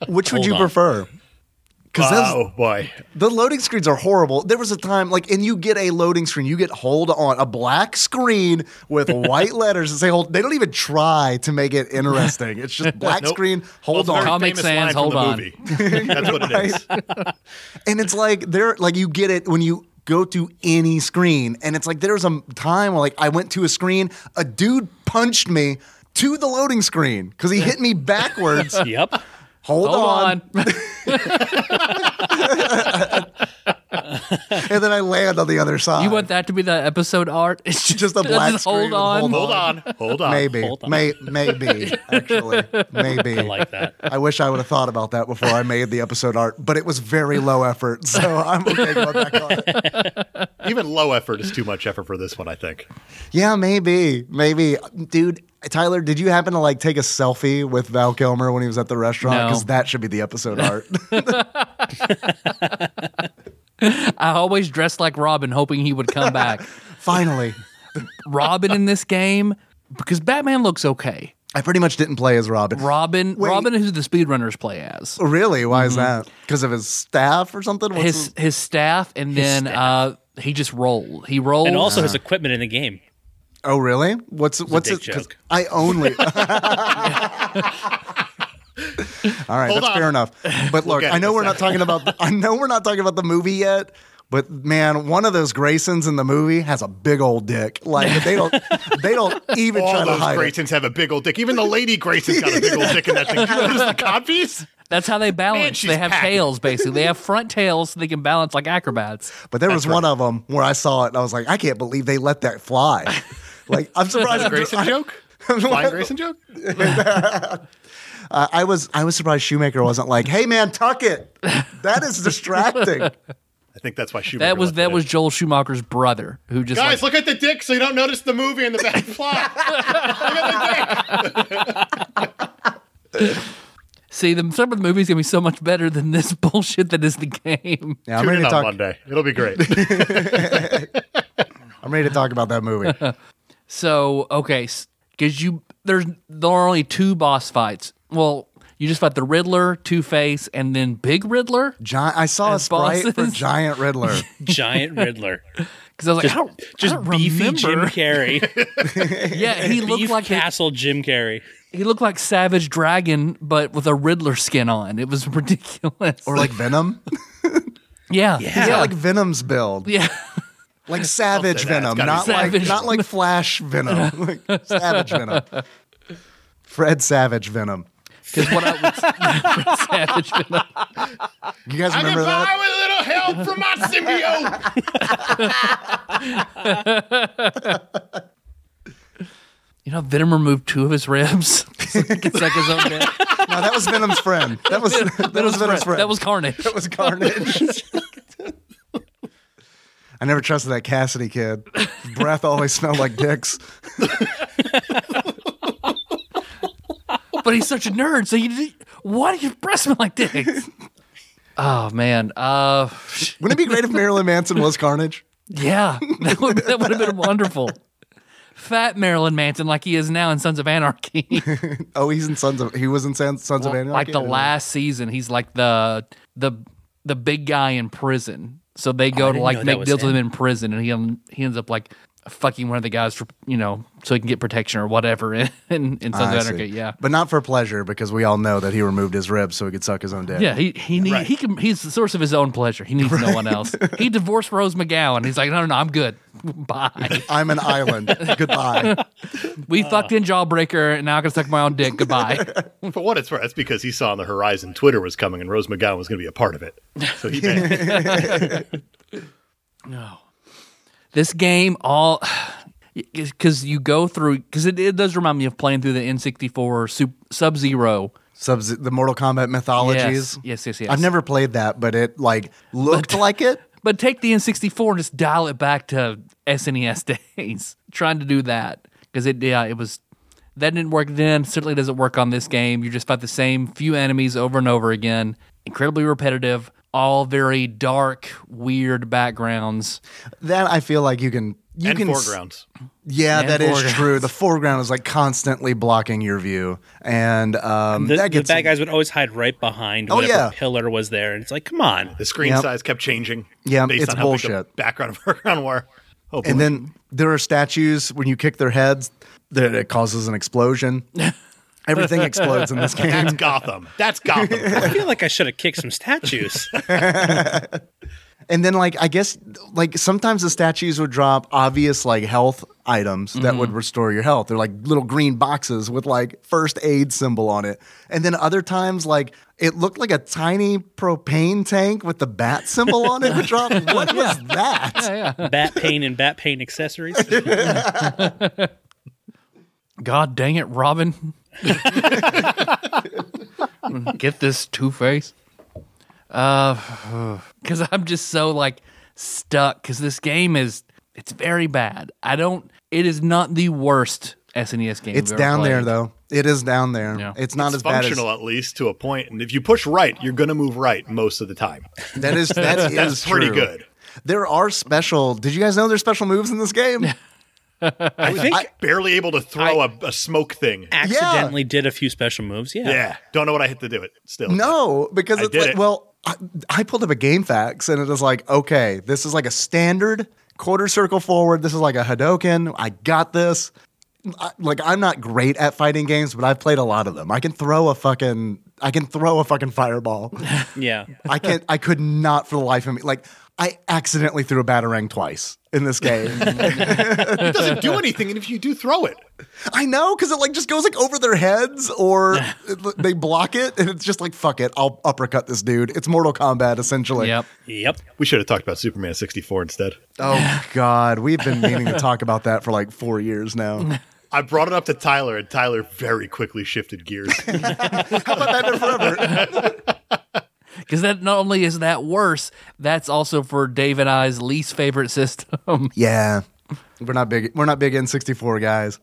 [SPEAKER 2] Which would you
[SPEAKER 4] on.
[SPEAKER 2] prefer? Because
[SPEAKER 3] Oh boy.
[SPEAKER 2] the loading screens are horrible. There was a time like, and you get a loading screen, you get hold on a black screen with white letters that say hold. They don't even try to make it interesting. It's just black
[SPEAKER 3] Nope.
[SPEAKER 2] screen, hold
[SPEAKER 3] Well, it's a very
[SPEAKER 2] on.
[SPEAKER 1] Comic
[SPEAKER 3] famous
[SPEAKER 1] Sans,
[SPEAKER 3] line from
[SPEAKER 1] hold
[SPEAKER 3] the
[SPEAKER 1] on.
[SPEAKER 3] movie. That's what it is.
[SPEAKER 2] And it's like there, like you get it when you go to any screen, and it's like there's a time where like I went to a screen, a dude punched me to the loading screen because he hit me
[SPEAKER 4] *laughs*
[SPEAKER 2] backwards.
[SPEAKER 4] Yep.
[SPEAKER 2] *laughs* Hold,
[SPEAKER 1] Hold
[SPEAKER 2] on.
[SPEAKER 1] on.
[SPEAKER 2] and then I land on the other side.
[SPEAKER 1] You *laughs* want that to be the episode art? It's just,
[SPEAKER 2] Just a black
[SPEAKER 1] just hold
[SPEAKER 2] screen with
[SPEAKER 1] on.
[SPEAKER 2] hold
[SPEAKER 3] Hold on. Hold on.
[SPEAKER 2] Maybe,
[SPEAKER 4] Hold on.
[SPEAKER 2] May, maybe, actually, maybe. I
[SPEAKER 4] Like that.
[SPEAKER 2] wish I would have thought about that before I made the episode art, but it was very low effort, so *laughs* I'm okay going back on it.
[SPEAKER 3] Even low effort is too much effort for this one, I think.
[SPEAKER 2] Yeah, maybe, maybe, dude. Tyler, did you happen to like take a selfie with Val Kilmer when he was at the restaurant?
[SPEAKER 1] No.
[SPEAKER 2] Because that should be the episode art. *laughs*
[SPEAKER 1] I always dressed like Robin, hoping he would come
[SPEAKER 2] *laughs*
[SPEAKER 1] back.
[SPEAKER 2] Finally,
[SPEAKER 1] Robin in this game, because Batman looks okay.
[SPEAKER 2] I pretty much didn't play as Robin.
[SPEAKER 1] Robin,
[SPEAKER 2] Wait.
[SPEAKER 1] Robin, who the speedrunners play as,
[SPEAKER 2] really? Why is that? Because of his staff or something? What's
[SPEAKER 1] his his staff, and then Uh, he just rolled. He rolled.
[SPEAKER 4] And also his equipment in the game.
[SPEAKER 2] Oh, really? What's what's
[SPEAKER 4] dick
[SPEAKER 2] it? 'cause
[SPEAKER 4] joke.
[SPEAKER 2] I
[SPEAKER 3] *laughs*
[SPEAKER 2] only. All right,
[SPEAKER 3] Hold
[SPEAKER 2] that's fair
[SPEAKER 3] on.
[SPEAKER 2] enough.
[SPEAKER 3] *laughs*
[SPEAKER 2] But look,
[SPEAKER 3] at
[SPEAKER 2] I
[SPEAKER 3] it
[SPEAKER 2] know
[SPEAKER 3] in a
[SPEAKER 2] we're not talking about. The, I know we're not talking about the movie yet. But man, one of those Graysons in the movie has a big old dick. Like they
[SPEAKER 3] *laughs*
[SPEAKER 2] don't, they don't even try
[SPEAKER 3] All
[SPEAKER 2] to
[SPEAKER 3] those
[SPEAKER 2] hide it.
[SPEAKER 3] Graysons have a big old dick. Even the lady Grayson's got a big old dick in that thing. What is the copies?
[SPEAKER 1] that's how they
[SPEAKER 3] Man,
[SPEAKER 1] balance.
[SPEAKER 3] she's
[SPEAKER 1] they have
[SPEAKER 3] packed.
[SPEAKER 1] tails, basically. They
[SPEAKER 3] *laughs*
[SPEAKER 1] have front tails, so they can balance like acrobats.
[SPEAKER 2] But there was one of them where I saw it and I was like, I can't believe they let that
[SPEAKER 3] *laughs*
[SPEAKER 2] fly. Like I'm *laughs* surprised.
[SPEAKER 3] The Grayson joke? Flying Grayson joke?
[SPEAKER 2] I was I was surprised Shoemaker wasn't like, hey man, tuck it. That
[SPEAKER 3] *laughs*
[SPEAKER 2] is distracting.
[SPEAKER 3] I think that's why she
[SPEAKER 1] That was that was Joel Schumacher's brother who just
[SPEAKER 3] Guys,
[SPEAKER 1] like,
[SPEAKER 3] look at the dick so you don't notice the movie and the *laughs* bad plot.
[SPEAKER 1] see the some of the movie's gonna be so much better than this *laughs* bullshit that is the game.
[SPEAKER 2] Yeah, I'm
[SPEAKER 3] Tune
[SPEAKER 2] ready
[SPEAKER 3] in
[SPEAKER 2] to
[SPEAKER 3] on
[SPEAKER 2] talk.
[SPEAKER 3] Monday. It'll be *laughs* great.
[SPEAKER 2] I'm ready to talk about that movie.
[SPEAKER 1] So okay, because you there's there are only two boss fights. Well, you just fight the Riddler, Two Face, and then Big Riddler.
[SPEAKER 2] Giant. I saw
[SPEAKER 1] As
[SPEAKER 2] a sprite for
[SPEAKER 1] bosses?
[SPEAKER 2] Giant Riddler.
[SPEAKER 1] *laughs*
[SPEAKER 4] Giant Riddler.
[SPEAKER 1] Because I was like, I don't, I
[SPEAKER 4] Just
[SPEAKER 1] don't
[SPEAKER 4] beefy Jim
[SPEAKER 1] remember.
[SPEAKER 4] Carrey.
[SPEAKER 1] *laughs* Yeah, he looked
[SPEAKER 4] Beef
[SPEAKER 1] like he,
[SPEAKER 4] Castle Jim Carrey.
[SPEAKER 1] he looked like Savage Dragon, but with a Riddler skin on. It was *laughs* ridiculous.
[SPEAKER 2] or like Venom.
[SPEAKER 1] yeah,
[SPEAKER 2] He's
[SPEAKER 4] Yeah.
[SPEAKER 2] got like Venom's build.
[SPEAKER 1] yeah. *laughs*
[SPEAKER 2] Like Savage
[SPEAKER 3] that.
[SPEAKER 2] Venom.
[SPEAKER 3] It's gotta be
[SPEAKER 2] Not
[SPEAKER 1] Savage.
[SPEAKER 2] like not like Flash Venom. like Savage Venom. Fred Savage Venom.
[SPEAKER 1] Because *laughs* what I was Savage.
[SPEAKER 2] You guys
[SPEAKER 3] I can
[SPEAKER 2] remember
[SPEAKER 3] buy
[SPEAKER 2] that?
[SPEAKER 3] with a little help from my symbiote.
[SPEAKER 1] You know, Venom removed two of his ribs. *laughs* So he could
[SPEAKER 4] *laughs*
[SPEAKER 1] suck his own dick.
[SPEAKER 2] *laughs* No, *laughs* that was Venom's friend. That was that, was Venom's friend.
[SPEAKER 1] That was Carnage.
[SPEAKER 2] that was Carnage. I never trusted that Cassidy kid. Breath always smelled like dicks.
[SPEAKER 1] but he's such a nerd. So you, why do your breath smell like dicks? Oh man, uh,
[SPEAKER 2] Wouldn't it be great if Marilyn Manson was Carnage?
[SPEAKER 1] yeah, *laughs* that would that would have been wonderful. Fat Marilyn Manson, like he is now in Sons of Anarchy, *laughs*
[SPEAKER 2] Oh, he's in Sons of he was in Sons, Sons of Anarchy.
[SPEAKER 1] like the last season, he's like the the the big guy in prison. So they go to
[SPEAKER 4] didn't
[SPEAKER 1] like
[SPEAKER 4] know that
[SPEAKER 1] make
[SPEAKER 4] was
[SPEAKER 1] deals with him
[SPEAKER 4] him.
[SPEAKER 1] in prison, and he he ends up like fucking one of the guys for you know so he can get protection or whatever *laughs* in in, in Sons
[SPEAKER 2] Ah, I
[SPEAKER 1] of
[SPEAKER 2] see.
[SPEAKER 1] Anarchy. Yeah,
[SPEAKER 2] but not for pleasure because we all know that he removed his ribs so he could suck his own dick.
[SPEAKER 1] Yeah, he he need,
[SPEAKER 3] Right.
[SPEAKER 1] he can he's the source of his own pleasure. He needs no one else. He divorced Rose McGowan. He's like, no, no, no, I'm good. Bye.
[SPEAKER 2] I'm an
[SPEAKER 1] *laughs*
[SPEAKER 2] island. Goodbye.
[SPEAKER 1] We fucked in Jawbreaker, and now I can suck my own dick. Goodbye.
[SPEAKER 3] *laughs* For what it's worth, that's because he saw on the horizon Twitter was coming and Rose McGowan was going to be a part of it. So *laughs* he banned.
[SPEAKER 1] this game all *sighs* because you go through because it, it does remind me of playing through the N64 Sub Zero.
[SPEAKER 2] Sub the Mortal Kombat mythologies.
[SPEAKER 1] Yes, yes, yes, yes.
[SPEAKER 2] I've never played that, but it like looked like it.
[SPEAKER 1] But take the N64 and just dial it back to SNES *laughs* days. Trying to do that because it yeah it was that didn't work then. Certainly doesn't work on this game. You just fight the same few enemies over and over again. Incredibly repetitive. All very dark, weird backgrounds.
[SPEAKER 2] That I feel like you can you
[SPEAKER 3] and
[SPEAKER 2] can s-
[SPEAKER 3] foregrounds.
[SPEAKER 2] Yeah,
[SPEAKER 1] And
[SPEAKER 2] that is
[SPEAKER 1] foregrounds.
[SPEAKER 2] true. The foreground is like constantly blocking your view, and um,
[SPEAKER 4] The,
[SPEAKER 2] that
[SPEAKER 4] the
[SPEAKER 2] gets
[SPEAKER 4] bad guys would always hide right behind
[SPEAKER 2] Oh,
[SPEAKER 4] whatever
[SPEAKER 2] yeah.
[SPEAKER 4] pillar was there, and it's like, come on.
[SPEAKER 3] The screen
[SPEAKER 2] Yep.
[SPEAKER 3] size kept changing.
[SPEAKER 2] Yeah,
[SPEAKER 3] based
[SPEAKER 2] it's
[SPEAKER 3] on how big the
[SPEAKER 2] bullshit.
[SPEAKER 3] background *laughs* and foreground were. Oh, boy.
[SPEAKER 2] And then there are statues when you kick their heads that it causes
[SPEAKER 1] *laughs*
[SPEAKER 2] an explosion. Everything explodes in this
[SPEAKER 3] that's
[SPEAKER 2] game.
[SPEAKER 3] Gotham. That's *laughs* Gotham.
[SPEAKER 4] I feel like I should have kicked some statues.
[SPEAKER 2] And then like I guess like sometimes the statues would drop obvious like health items that would restore your health. They're like little green boxes with like first aid symbol on it. And then other times like it looked like a tiny propane tank with the bat symbol on it would drop. What was that?
[SPEAKER 4] bat pain and bat pain accessories.
[SPEAKER 1] God dang it, Robin! Get this Two Face. Uh, *sighs* because I'm just so like stuck. Because this game is it's very bad. I don't. It is not the worst SNES game.
[SPEAKER 2] It's
[SPEAKER 1] I've ever
[SPEAKER 2] down there
[SPEAKER 1] played.
[SPEAKER 2] though. It is down there.
[SPEAKER 1] Yeah.
[SPEAKER 2] It's not
[SPEAKER 3] it's
[SPEAKER 2] as bad as
[SPEAKER 3] functional at least to a point. And if you push right, you're going to move right most of the time.
[SPEAKER 2] that is that
[SPEAKER 3] *laughs* That's
[SPEAKER 2] is
[SPEAKER 3] pretty
[SPEAKER 2] true.
[SPEAKER 3] good.
[SPEAKER 2] There are special. Did you guys know there's special moves in this game?
[SPEAKER 4] I think
[SPEAKER 3] I, barely able to throw a a smoke thing.
[SPEAKER 4] accidentally did a few special moves. Yeah.
[SPEAKER 3] Yeah, don't know what I hit to do it. Still,
[SPEAKER 2] no, because
[SPEAKER 3] I
[SPEAKER 2] it's
[SPEAKER 3] did
[SPEAKER 2] like,
[SPEAKER 3] it.
[SPEAKER 2] well, I, I pulled up a game facts and it is like, okay, this is like a standard quarter circle forward. This is like a Hadoken. I got this. I, like I'm not great at fighting games, but I've played a lot of them. I can throw a fucking I can throw a fucking fireball.
[SPEAKER 4] Yeah.
[SPEAKER 2] I can't. I could not for the life of me. Like I accidentally threw a batarang twice in this
[SPEAKER 3] *laughs*
[SPEAKER 2] game.
[SPEAKER 3] it doesn't do anything. And if you do throw it,
[SPEAKER 2] I know because it like just goes like over their heads or
[SPEAKER 3] *laughs*
[SPEAKER 2] it- they block it, and it's just like fuck it. I'll uppercut this dude. It's Mortal Kombat essentially.
[SPEAKER 1] Yep.
[SPEAKER 4] Yep.
[SPEAKER 3] we should have talked about Superman 64 instead.
[SPEAKER 2] Oh God, we've been meaning to talk about that for like four years
[SPEAKER 3] *laughs*
[SPEAKER 2] now.
[SPEAKER 3] I brought it up to Tyler, and Tyler very quickly shifted *laughs* gears.
[SPEAKER 1] Because that not only is that worse, that's also for Dave and I's least favorite system.
[SPEAKER 2] Yeah, we're not big. We're not big N64 guys.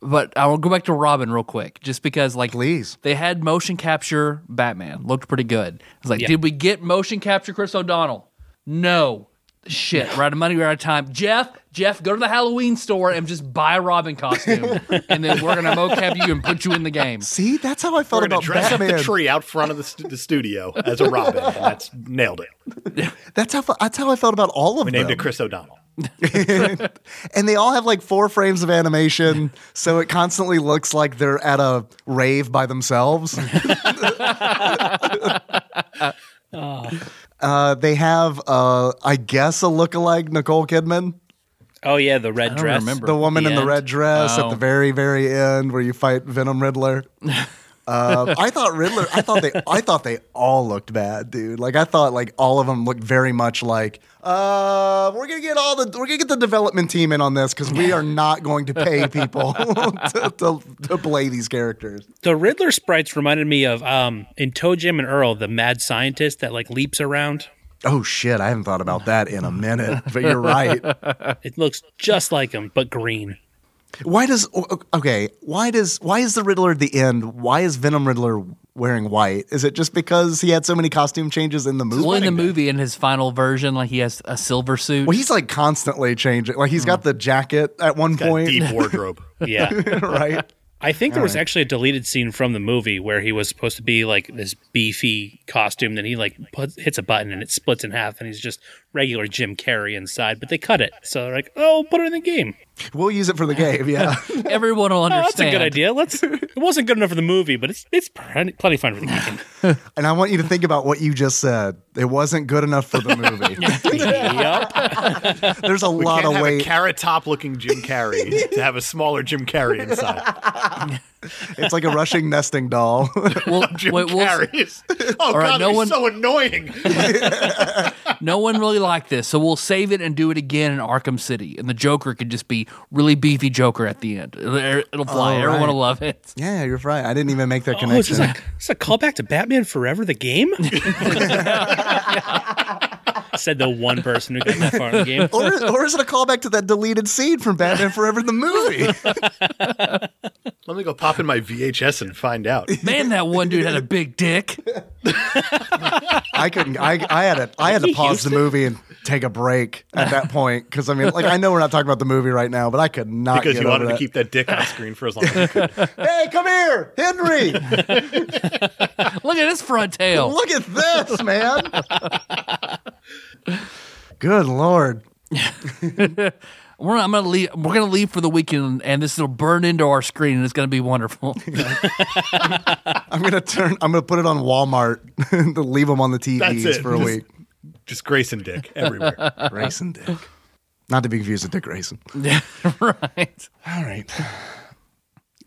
[SPEAKER 1] but I will go back to Robin real quick, just because like
[SPEAKER 2] Please.
[SPEAKER 1] they had motion capture Batman looked pretty good. I was like,
[SPEAKER 4] Yeah.
[SPEAKER 1] did we get motion capture Chris O'Donnell? No. Shit, we're out of money, we're out of time. Jeff, Jeff, go to the Halloween store and just buy a Robin
[SPEAKER 4] *laughs*
[SPEAKER 1] costume, and then we're gonna mocap you and put you in the game.
[SPEAKER 2] See, that's how I felt
[SPEAKER 3] We're going
[SPEAKER 2] about
[SPEAKER 3] to dress
[SPEAKER 2] Batman.
[SPEAKER 3] up the tree out front of the, st- the studio as a Robin. and that's nailed it.
[SPEAKER 2] That's how that's how I felt about all of
[SPEAKER 3] We
[SPEAKER 2] them.
[SPEAKER 3] named it Chris O'Donnell.
[SPEAKER 2] and they all have like four frames of animation, so it constantly looks like they're at a rave by
[SPEAKER 3] *laughs*
[SPEAKER 2] themselves. uh, they have, uh, I guess, a lookalike Nicole Kidman,
[SPEAKER 4] Oh yeah, the red
[SPEAKER 1] don't
[SPEAKER 4] dress.
[SPEAKER 1] remember.
[SPEAKER 2] the woman
[SPEAKER 4] The
[SPEAKER 2] in the
[SPEAKER 4] end.
[SPEAKER 2] red dress at
[SPEAKER 1] Oh.
[SPEAKER 2] the very, very end where you fight Venom
[SPEAKER 4] *laughs*
[SPEAKER 2] Riddler. Uh, I thought Riddler. I thought they. I thought they all looked bad, dude. Like I thought, like all of them looked very much like. Uh, we're gonna get all the. We're gonna get the development team in on this because we are not going to pay people *laughs* to, to, to play these characters.
[SPEAKER 4] The Riddler sprites reminded me of um in Toe Jam and Earl, the mad scientist that like leaps around.
[SPEAKER 2] Oh shit, I haven't thought about that in a minute. But you're right.
[SPEAKER 4] It looks just like him, but green.
[SPEAKER 2] Why does o- okay? Why does why is the Riddler the end? Why is Venom Riddler wearing white? Is it just because he had so many costume changes in the movie?
[SPEAKER 1] Well, in the movie, in his final version, like he has a silver suit.
[SPEAKER 2] Well, he's like constantly changing. Like he's got the jacket at one
[SPEAKER 3] Mm. Got
[SPEAKER 2] point,
[SPEAKER 3] deep *laughs* wardrobe.
[SPEAKER 4] Yeah.
[SPEAKER 2] *laughs* right?
[SPEAKER 3] *laughs*
[SPEAKER 4] I think there was actually a deleted scene from the movie where he was supposed to be like this beefy costume. Then he like puts, hits a button and it splits in half, and he's just regular Jim Carrey inside. But they cut it, so they're like, "Oh, put it in the game."
[SPEAKER 2] We'll use it for the game.
[SPEAKER 3] *laughs*
[SPEAKER 2] Yeah.
[SPEAKER 1] Everyone will
[SPEAKER 4] Oh,
[SPEAKER 1] understand.
[SPEAKER 4] that's a good idea. Let's. It wasn't good enough for the movie, but it's it's plenty, plenty fun for the game.
[SPEAKER 2] and I want you to think about what you just said. It wasn't good enough for the
[SPEAKER 3] *laughs*
[SPEAKER 2] movie. *laughs*
[SPEAKER 4] yep.
[SPEAKER 2] There's a
[SPEAKER 3] We
[SPEAKER 2] lot
[SPEAKER 3] can't
[SPEAKER 2] of
[SPEAKER 3] have a
[SPEAKER 2] weight.
[SPEAKER 3] carrot top looking Jim Carrey to have a smaller Jim Carrey inside.
[SPEAKER 1] *laughs*
[SPEAKER 2] it's like a
[SPEAKER 3] *laughs*
[SPEAKER 2] rushing nesting doll. *laughs*
[SPEAKER 1] Well,
[SPEAKER 4] *laughs*
[SPEAKER 3] Jim
[SPEAKER 1] wait, we'll-
[SPEAKER 3] Carrey is. Oh god,
[SPEAKER 1] right, no
[SPEAKER 3] he's
[SPEAKER 1] one-
[SPEAKER 3] so annoying.
[SPEAKER 1] no one really liked this, so we'll save it and do it again in Arkham City, and the Joker could just be really beefy Joker at the end. It'll it'll fly.
[SPEAKER 2] All
[SPEAKER 1] Everyone
[SPEAKER 2] right.
[SPEAKER 1] will love it.
[SPEAKER 2] yeah, you're right. I didn't even make that
[SPEAKER 4] Oh, is
[SPEAKER 2] connection.
[SPEAKER 4] this, a, is this a callback to Batman Forever, the
[SPEAKER 2] *laughs*
[SPEAKER 4] game? Said the one person who got that far in the game.
[SPEAKER 2] or, or is it a callback to that deleted scene from Batman Forever the movie?
[SPEAKER 3] Let me go pop in my VHS and find out.
[SPEAKER 1] Man, that one dude had a big dick.
[SPEAKER 2] I couldn't. I, I had to. I had to pause the movie and take a break at that point because I mean, like, I know we're not talking about the movie right now, but I could not
[SPEAKER 3] Because
[SPEAKER 2] get
[SPEAKER 3] you wanted
[SPEAKER 2] over
[SPEAKER 3] to
[SPEAKER 2] that.
[SPEAKER 3] keep that dick on screen for as long as
[SPEAKER 2] *laughs*
[SPEAKER 3] you could.
[SPEAKER 2] Hey, come here,
[SPEAKER 3] *laughs*
[SPEAKER 2] Henry!
[SPEAKER 1] Look at his front tail.
[SPEAKER 2] Look at this, man! Good lord!
[SPEAKER 1] We're, I'm gonna leave. We're gonna leave for the weekend, and this will burn into our screen, and it's gonna be wonderful. *laughs*
[SPEAKER 2] I'm gonna turn. I'm gonna put it on Walmart *laughs* to leave them on the TVs
[SPEAKER 3] That's it.
[SPEAKER 2] for a
[SPEAKER 3] Just-
[SPEAKER 2] week.
[SPEAKER 3] Just Grace and Dick everywhere.
[SPEAKER 2] Grayson Dick. Not to be confused with Dick Grayson.
[SPEAKER 1] right.
[SPEAKER 2] All right.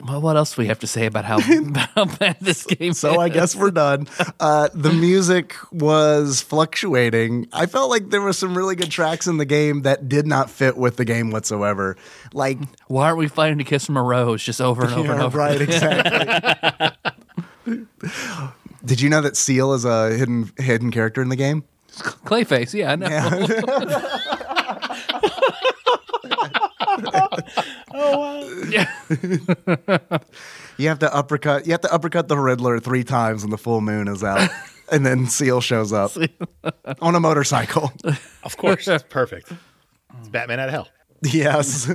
[SPEAKER 1] Well, what else do we have to say about how, *laughs* about how bad this game?
[SPEAKER 2] So I
[SPEAKER 1] is?
[SPEAKER 2] guess we're done. Uh, the music was fluctuating. I felt like there were some really good tracks in the game that did not fit with the game whatsoever. Like,
[SPEAKER 1] Why aren't we fighting to kiss from a rose just over and *laughs* over and
[SPEAKER 2] Yeah,
[SPEAKER 1] over?
[SPEAKER 2] right, exactly.
[SPEAKER 1] *laughs*
[SPEAKER 2] did you know that Seal is a hidden hidden character in the game?
[SPEAKER 1] Clayface, yeah, I know. *laughs* Yeah.
[SPEAKER 2] You have to uppercut. You have to uppercut the Riddler three times when the full moon is out, and then Seal
[SPEAKER 1] *laughs*
[SPEAKER 2] shows up on a motorcycle. *laughs*
[SPEAKER 4] Of course.
[SPEAKER 3] That's perfect. It's Batman out of hell.
[SPEAKER 2] yes.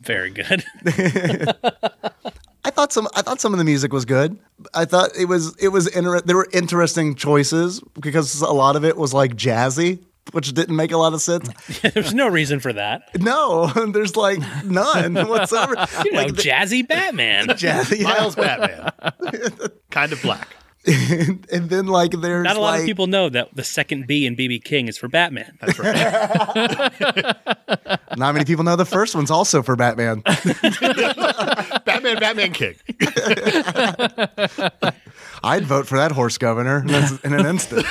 [SPEAKER 4] Very good. *laughs*
[SPEAKER 2] I thought some I thought some of the music was good. I thought it was it was inter- there were interesting choices because a lot of it was like jazzy, which didn't make a lot of
[SPEAKER 4] *laughs*
[SPEAKER 2] sense.
[SPEAKER 4] There's no reason
[SPEAKER 2] *laughs*
[SPEAKER 4] for that.
[SPEAKER 2] No, there's like
[SPEAKER 4] *laughs*
[SPEAKER 2] none whatsoever.
[SPEAKER 4] You know,
[SPEAKER 2] like the-
[SPEAKER 4] jazzy Batman.
[SPEAKER 2] jazzy, *laughs* yeah.
[SPEAKER 3] Miles Batman. kind of black.
[SPEAKER 2] and then like there's
[SPEAKER 4] Not a lot
[SPEAKER 2] like,
[SPEAKER 4] of people know that the second B in BB King is for
[SPEAKER 2] *laughs*
[SPEAKER 4] Batman.
[SPEAKER 3] That's right.
[SPEAKER 2] Not many people know the first one's also for
[SPEAKER 4] *laughs*
[SPEAKER 2] Batman.
[SPEAKER 3] Batman, Batman King.
[SPEAKER 2] I'd vote for that horse governor in an- in an instant.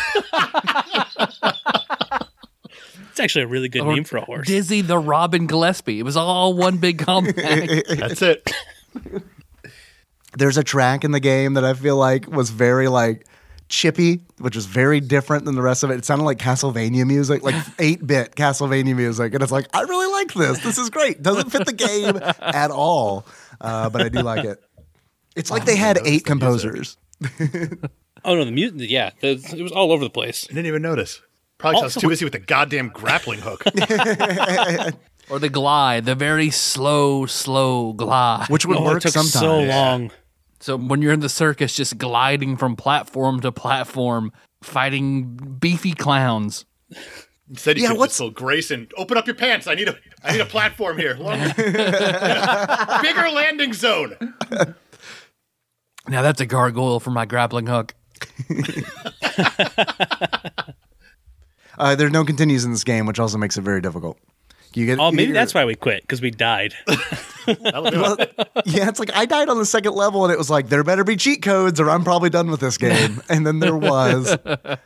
[SPEAKER 4] It's actually a really good name for a horse.
[SPEAKER 1] Dizzy the Robin Gillespie. It was all one big compact.
[SPEAKER 3] That's it.
[SPEAKER 2] There's a track in the game that I feel like was very like chippy, which is very different than the rest of it. It sounded like Castlevania music,
[SPEAKER 4] *laughs*
[SPEAKER 2] like 8-bit Castlevania music, and it's like I really like this. This is great. Doesn't fit the game
[SPEAKER 4] *laughs*
[SPEAKER 2] at all, uh, but I do like it. It's like they had eight composers.
[SPEAKER 4] Oh no, the music. Yeah, the, it was all over the place.
[SPEAKER 3] I didn't even notice. Probably 'cause I was
[SPEAKER 1] Also-
[SPEAKER 3] too busy with the goddamn grappling
[SPEAKER 2] *laughs*
[SPEAKER 3] hook.
[SPEAKER 1] or the glide, the very slow, slow glide.
[SPEAKER 2] Which would
[SPEAKER 4] Oh,
[SPEAKER 2] work
[SPEAKER 4] it took
[SPEAKER 2] sometimes.
[SPEAKER 4] so long.
[SPEAKER 1] So when you're in the circus, just gliding from platform to platform, fighting beefy clowns.
[SPEAKER 3] Instead, you
[SPEAKER 2] Yeah,
[SPEAKER 3] yeah, could
[SPEAKER 2] what's-
[SPEAKER 3] just tell Grayson, open up your pants. I need a, I need a platform here.
[SPEAKER 2] *laughs*
[SPEAKER 3] Longer. Bigger landing zone.
[SPEAKER 1] Now that's a gargoyle for my grappling hook.
[SPEAKER 2] Uh, there's no continues in this game, which also makes it very difficult. You get
[SPEAKER 4] Oh,
[SPEAKER 2] you get
[SPEAKER 4] maybe
[SPEAKER 2] your-
[SPEAKER 4] that's why we quit because we died. *laughs*
[SPEAKER 3] That'll do it.
[SPEAKER 2] *laughs* yeah, it's like I died on the second level, and it was like there better be cheat codes, or I'm probably done with
[SPEAKER 4] *laughs*
[SPEAKER 2] this game. And then there was.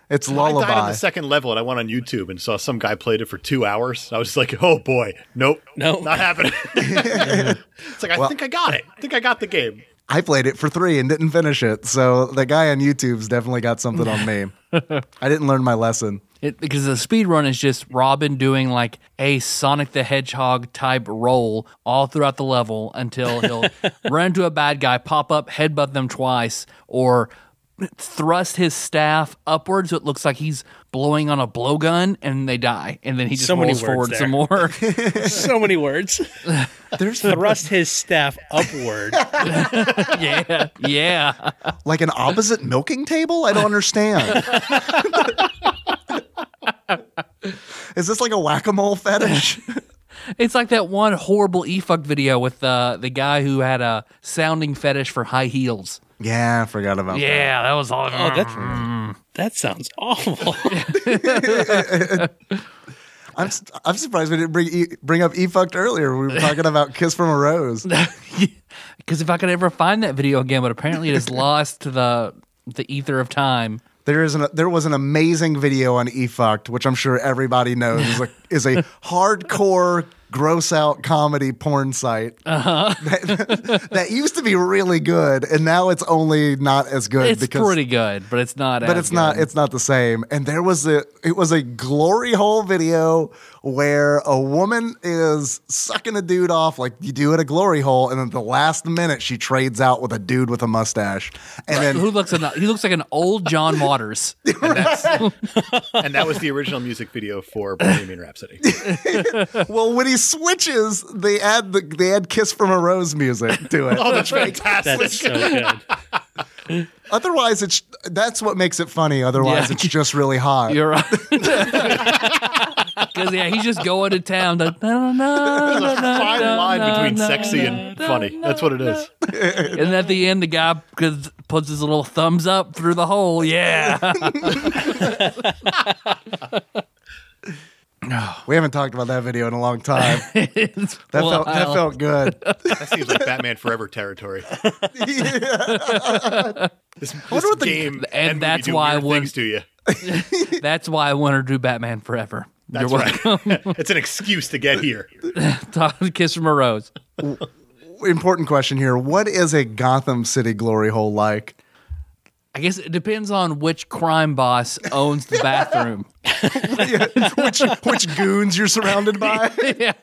[SPEAKER 2] It's
[SPEAKER 3] I died on
[SPEAKER 2] lullaby.
[SPEAKER 3] the second level, and I went on YouTube and saw some guy played it for two hours. I was just like, "Oh boy, nope,
[SPEAKER 4] No.
[SPEAKER 1] *laughs*
[SPEAKER 3] not happening." it's like I think I got it. I think I got the game.
[SPEAKER 2] I played it for three and didn't finish it, so the guy on YouTube's definitely got something on me. I didn't learn my lesson.
[SPEAKER 1] It, because the speed run is just Robin doing like a Sonic the Hedgehog type roll all throughout the level until
[SPEAKER 4] *laughs*
[SPEAKER 1] he'll run into a bad guy, pop up, headbutt them twice, or thrust his staff upward so it looks like he's blowing on a blowgun and they die and then he just
[SPEAKER 4] So many
[SPEAKER 1] rolls
[SPEAKER 4] words
[SPEAKER 1] forward
[SPEAKER 4] there.
[SPEAKER 1] some
[SPEAKER 4] *laughs*
[SPEAKER 1] more *laughs*
[SPEAKER 4] so many words.
[SPEAKER 2] *laughs* There's
[SPEAKER 4] *laughs* Thrust his staff upward.
[SPEAKER 2] *laughs*
[SPEAKER 1] yeah yeah
[SPEAKER 2] like an opposite milking table? I don't understand. *laughs* Is this like a whack a mole fetish?
[SPEAKER 1] It's like that one horrible e fuck video with uh, the guy who had a sounding fetish for high heels.
[SPEAKER 2] yeah, I forgot about that.
[SPEAKER 1] Yeah, that was all.
[SPEAKER 4] Oh, that that sounds
[SPEAKER 2] *laughs*
[SPEAKER 4] awful.
[SPEAKER 2] I'm, s- I'm surprised we didn't bring e- bring up E fucked earlier. We were talking about Kiss from a Rose.
[SPEAKER 1] Because if I could ever find that video again, but apparently
[SPEAKER 2] *laughs*
[SPEAKER 1] it is lost to the the ether of time.
[SPEAKER 2] There is an there was an amazing video on E fucked, which I'm sure everybody
[SPEAKER 1] *laughs*
[SPEAKER 2] knows is a, is a hardcore gross out comedy porn site
[SPEAKER 1] Uh-huh.
[SPEAKER 2] that, *laughs* that used to be really good and now it's only not as good
[SPEAKER 1] It's
[SPEAKER 2] because
[SPEAKER 1] pretty good, but it's not. as
[SPEAKER 2] but it's not
[SPEAKER 1] good.
[SPEAKER 2] it's not the same and there was a it was a glory hole video where a woman is sucking a dude off like you do at a glory hole and then the last minute she trades out with a dude with a mustache and
[SPEAKER 1] Who
[SPEAKER 2] then
[SPEAKER 1] looks like he looks like an old John
[SPEAKER 2] *laughs*
[SPEAKER 1] Waters?
[SPEAKER 3] and that was the original music video for Bohemian *laughs* Rhapsody.
[SPEAKER 2] well when he switches they add the they add kiss from a rose music to
[SPEAKER 3] *laughs*
[SPEAKER 2] it
[SPEAKER 3] Oh, that's fantastic.
[SPEAKER 4] That's so good.
[SPEAKER 2] otherwise it's that's what makes it funny otherwise
[SPEAKER 1] Yeah.
[SPEAKER 2] it's just really hot
[SPEAKER 1] You're right. *laughs* Because yeah, he's just going to town. Like, "Na, na, na,
[SPEAKER 3] *laughs* There's a
[SPEAKER 1] na,
[SPEAKER 3] fine
[SPEAKER 1] na,
[SPEAKER 3] line
[SPEAKER 1] na,
[SPEAKER 3] between
[SPEAKER 1] na,
[SPEAKER 3] sexy
[SPEAKER 1] na."
[SPEAKER 3] and funny. That's what it is.
[SPEAKER 1] And at the end, the guy puts puts his little thumbs up through the hole.
[SPEAKER 2] *laughs*
[SPEAKER 1] Yeah.
[SPEAKER 2] we haven't talked about that video in a long time that felt that felt
[SPEAKER 3] *laughs*
[SPEAKER 2] good *laughs*
[SPEAKER 3] That seems like Batman Forever territory. This,
[SPEAKER 2] wonder
[SPEAKER 3] this
[SPEAKER 2] what the-
[SPEAKER 3] game
[SPEAKER 1] and that's
[SPEAKER 3] movie do
[SPEAKER 1] why I
[SPEAKER 3] weird
[SPEAKER 1] wouldn't-
[SPEAKER 3] things to you.
[SPEAKER 1] *laughs* That's why I want to do Batman Forever.
[SPEAKER 3] That's
[SPEAKER 1] You're
[SPEAKER 3] right. *laughs* it's an excuse to get here.
[SPEAKER 1] welcome. *laughs* Kiss from a Rose.
[SPEAKER 2] important question here what is a gotham city glory hole like *laughs*
[SPEAKER 1] I guess it depends on which crime boss owns the bathroom.
[SPEAKER 2] which which goons you're surrounded
[SPEAKER 3] *laughs*
[SPEAKER 2] by.
[SPEAKER 1] yeah.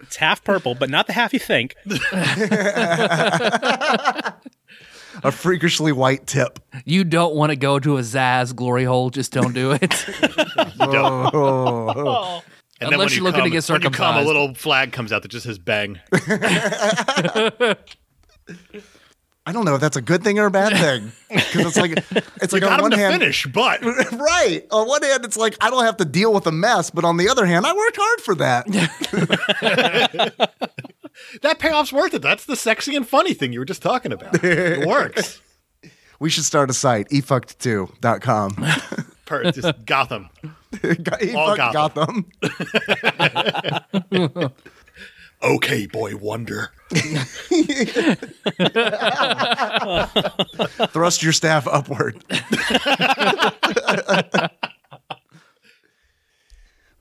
[SPEAKER 4] It's half purple, but not the half you think.
[SPEAKER 2] A freakishly white tip.
[SPEAKER 1] You don't want to go to a Zaz glory hole. Just don't do
[SPEAKER 2] *laughs*
[SPEAKER 1] it.
[SPEAKER 3] And
[SPEAKER 1] Unless
[SPEAKER 3] when
[SPEAKER 1] you're looking to get
[SPEAKER 3] come- when you come,
[SPEAKER 1] circumcised.
[SPEAKER 3] a little flag comes out that just says bang.
[SPEAKER 2] I don't know if that's a good thing or a bad thing. Because it's like it's
[SPEAKER 3] You
[SPEAKER 2] like on
[SPEAKER 3] got him
[SPEAKER 2] one
[SPEAKER 3] to
[SPEAKER 2] hand.
[SPEAKER 3] finish, but
[SPEAKER 2] *laughs* Right. On one hand, it's like I don't have to deal with the mess, but on the other hand, I worked hard for
[SPEAKER 3] *laughs*
[SPEAKER 2] that.
[SPEAKER 3] that payoff's worth it. That's the sexy and funny thing you were just talking about.
[SPEAKER 2] *laughs*
[SPEAKER 3] It works.
[SPEAKER 2] we should start a site,
[SPEAKER 1] *laughs*
[SPEAKER 2] e efucked2.com.
[SPEAKER 3] Per, just Gotham. All
[SPEAKER 2] Efucked Gotham.
[SPEAKER 3] Okay, boy wonder.
[SPEAKER 1] *laughs*
[SPEAKER 2] Thrust your staff upward.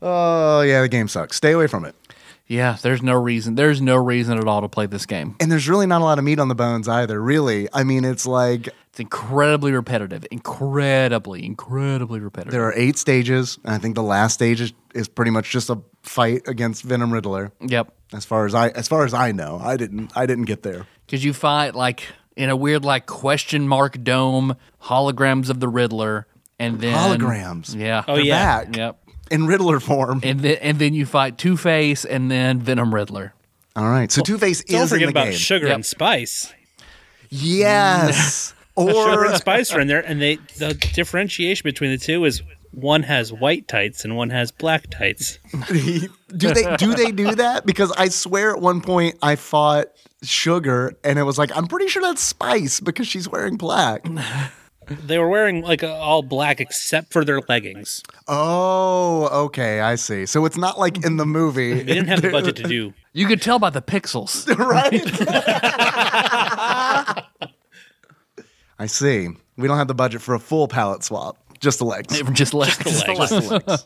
[SPEAKER 2] oh, yeah, the game sucks. Stay away from it.
[SPEAKER 1] yeah. There's no reason. There's no reason at all to play this game.
[SPEAKER 2] And there's really not a lot of meat on the bones either, really. I mean, it's like
[SPEAKER 1] It's incredibly repetitive. Incredibly, incredibly repetitive.
[SPEAKER 2] There are eight stages, and I think the last stage is, is pretty much just a fight against Venom Riddler.
[SPEAKER 1] yep.
[SPEAKER 2] As far as I as far as I know, I didn't I didn't get there.
[SPEAKER 1] Because you fight like in a weird like question mark dome holograms of the Riddler, and then
[SPEAKER 2] Holograms.
[SPEAKER 1] Yeah.
[SPEAKER 4] Oh yeah,
[SPEAKER 2] Back
[SPEAKER 1] Yep.
[SPEAKER 2] in Riddler form.
[SPEAKER 1] And then and then you fight Two Face and then Venom Riddler.
[SPEAKER 2] All right, so Two Face
[SPEAKER 4] don't
[SPEAKER 2] is in
[SPEAKER 4] forget
[SPEAKER 2] the
[SPEAKER 4] about
[SPEAKER 2] game.
[SPEAKER 4] sugar
[SPEAKER 1] Yep.
[SPEAKER 4] and spice.
[SPEAKER 2] yes,
[SPEAKER 4] *laughs* Sugar
[SPEAKER 2] or
[SPEAKER 4] and spice are in there, and they the differentiation between the two is one has white tights and one has black tights.
[SPEAKER 2] *laughs* do they do they do that? Because I swear at one point I fought Sugar, and it was like I'm pretty sure that's Spice because she's wearing black.
[SPEAKER 4] They were wearing like a, all black except for their leggings.
[SPEAKER 2] Oh, okay, I see. So it's not like in the movie.
[SPEAKER 4] *laughs* They didn't have the budget to do.
[SPEAKER 1] You could tell by the
[SPEAKER 2] *laughs*
[SPEAKER 1] pixels.
[SPEAKER 2] right? I see. We don't have the budget for a full palette swap, just the legs.
[SPEAKER 1] They were just like
[SPEAKER 4] legs.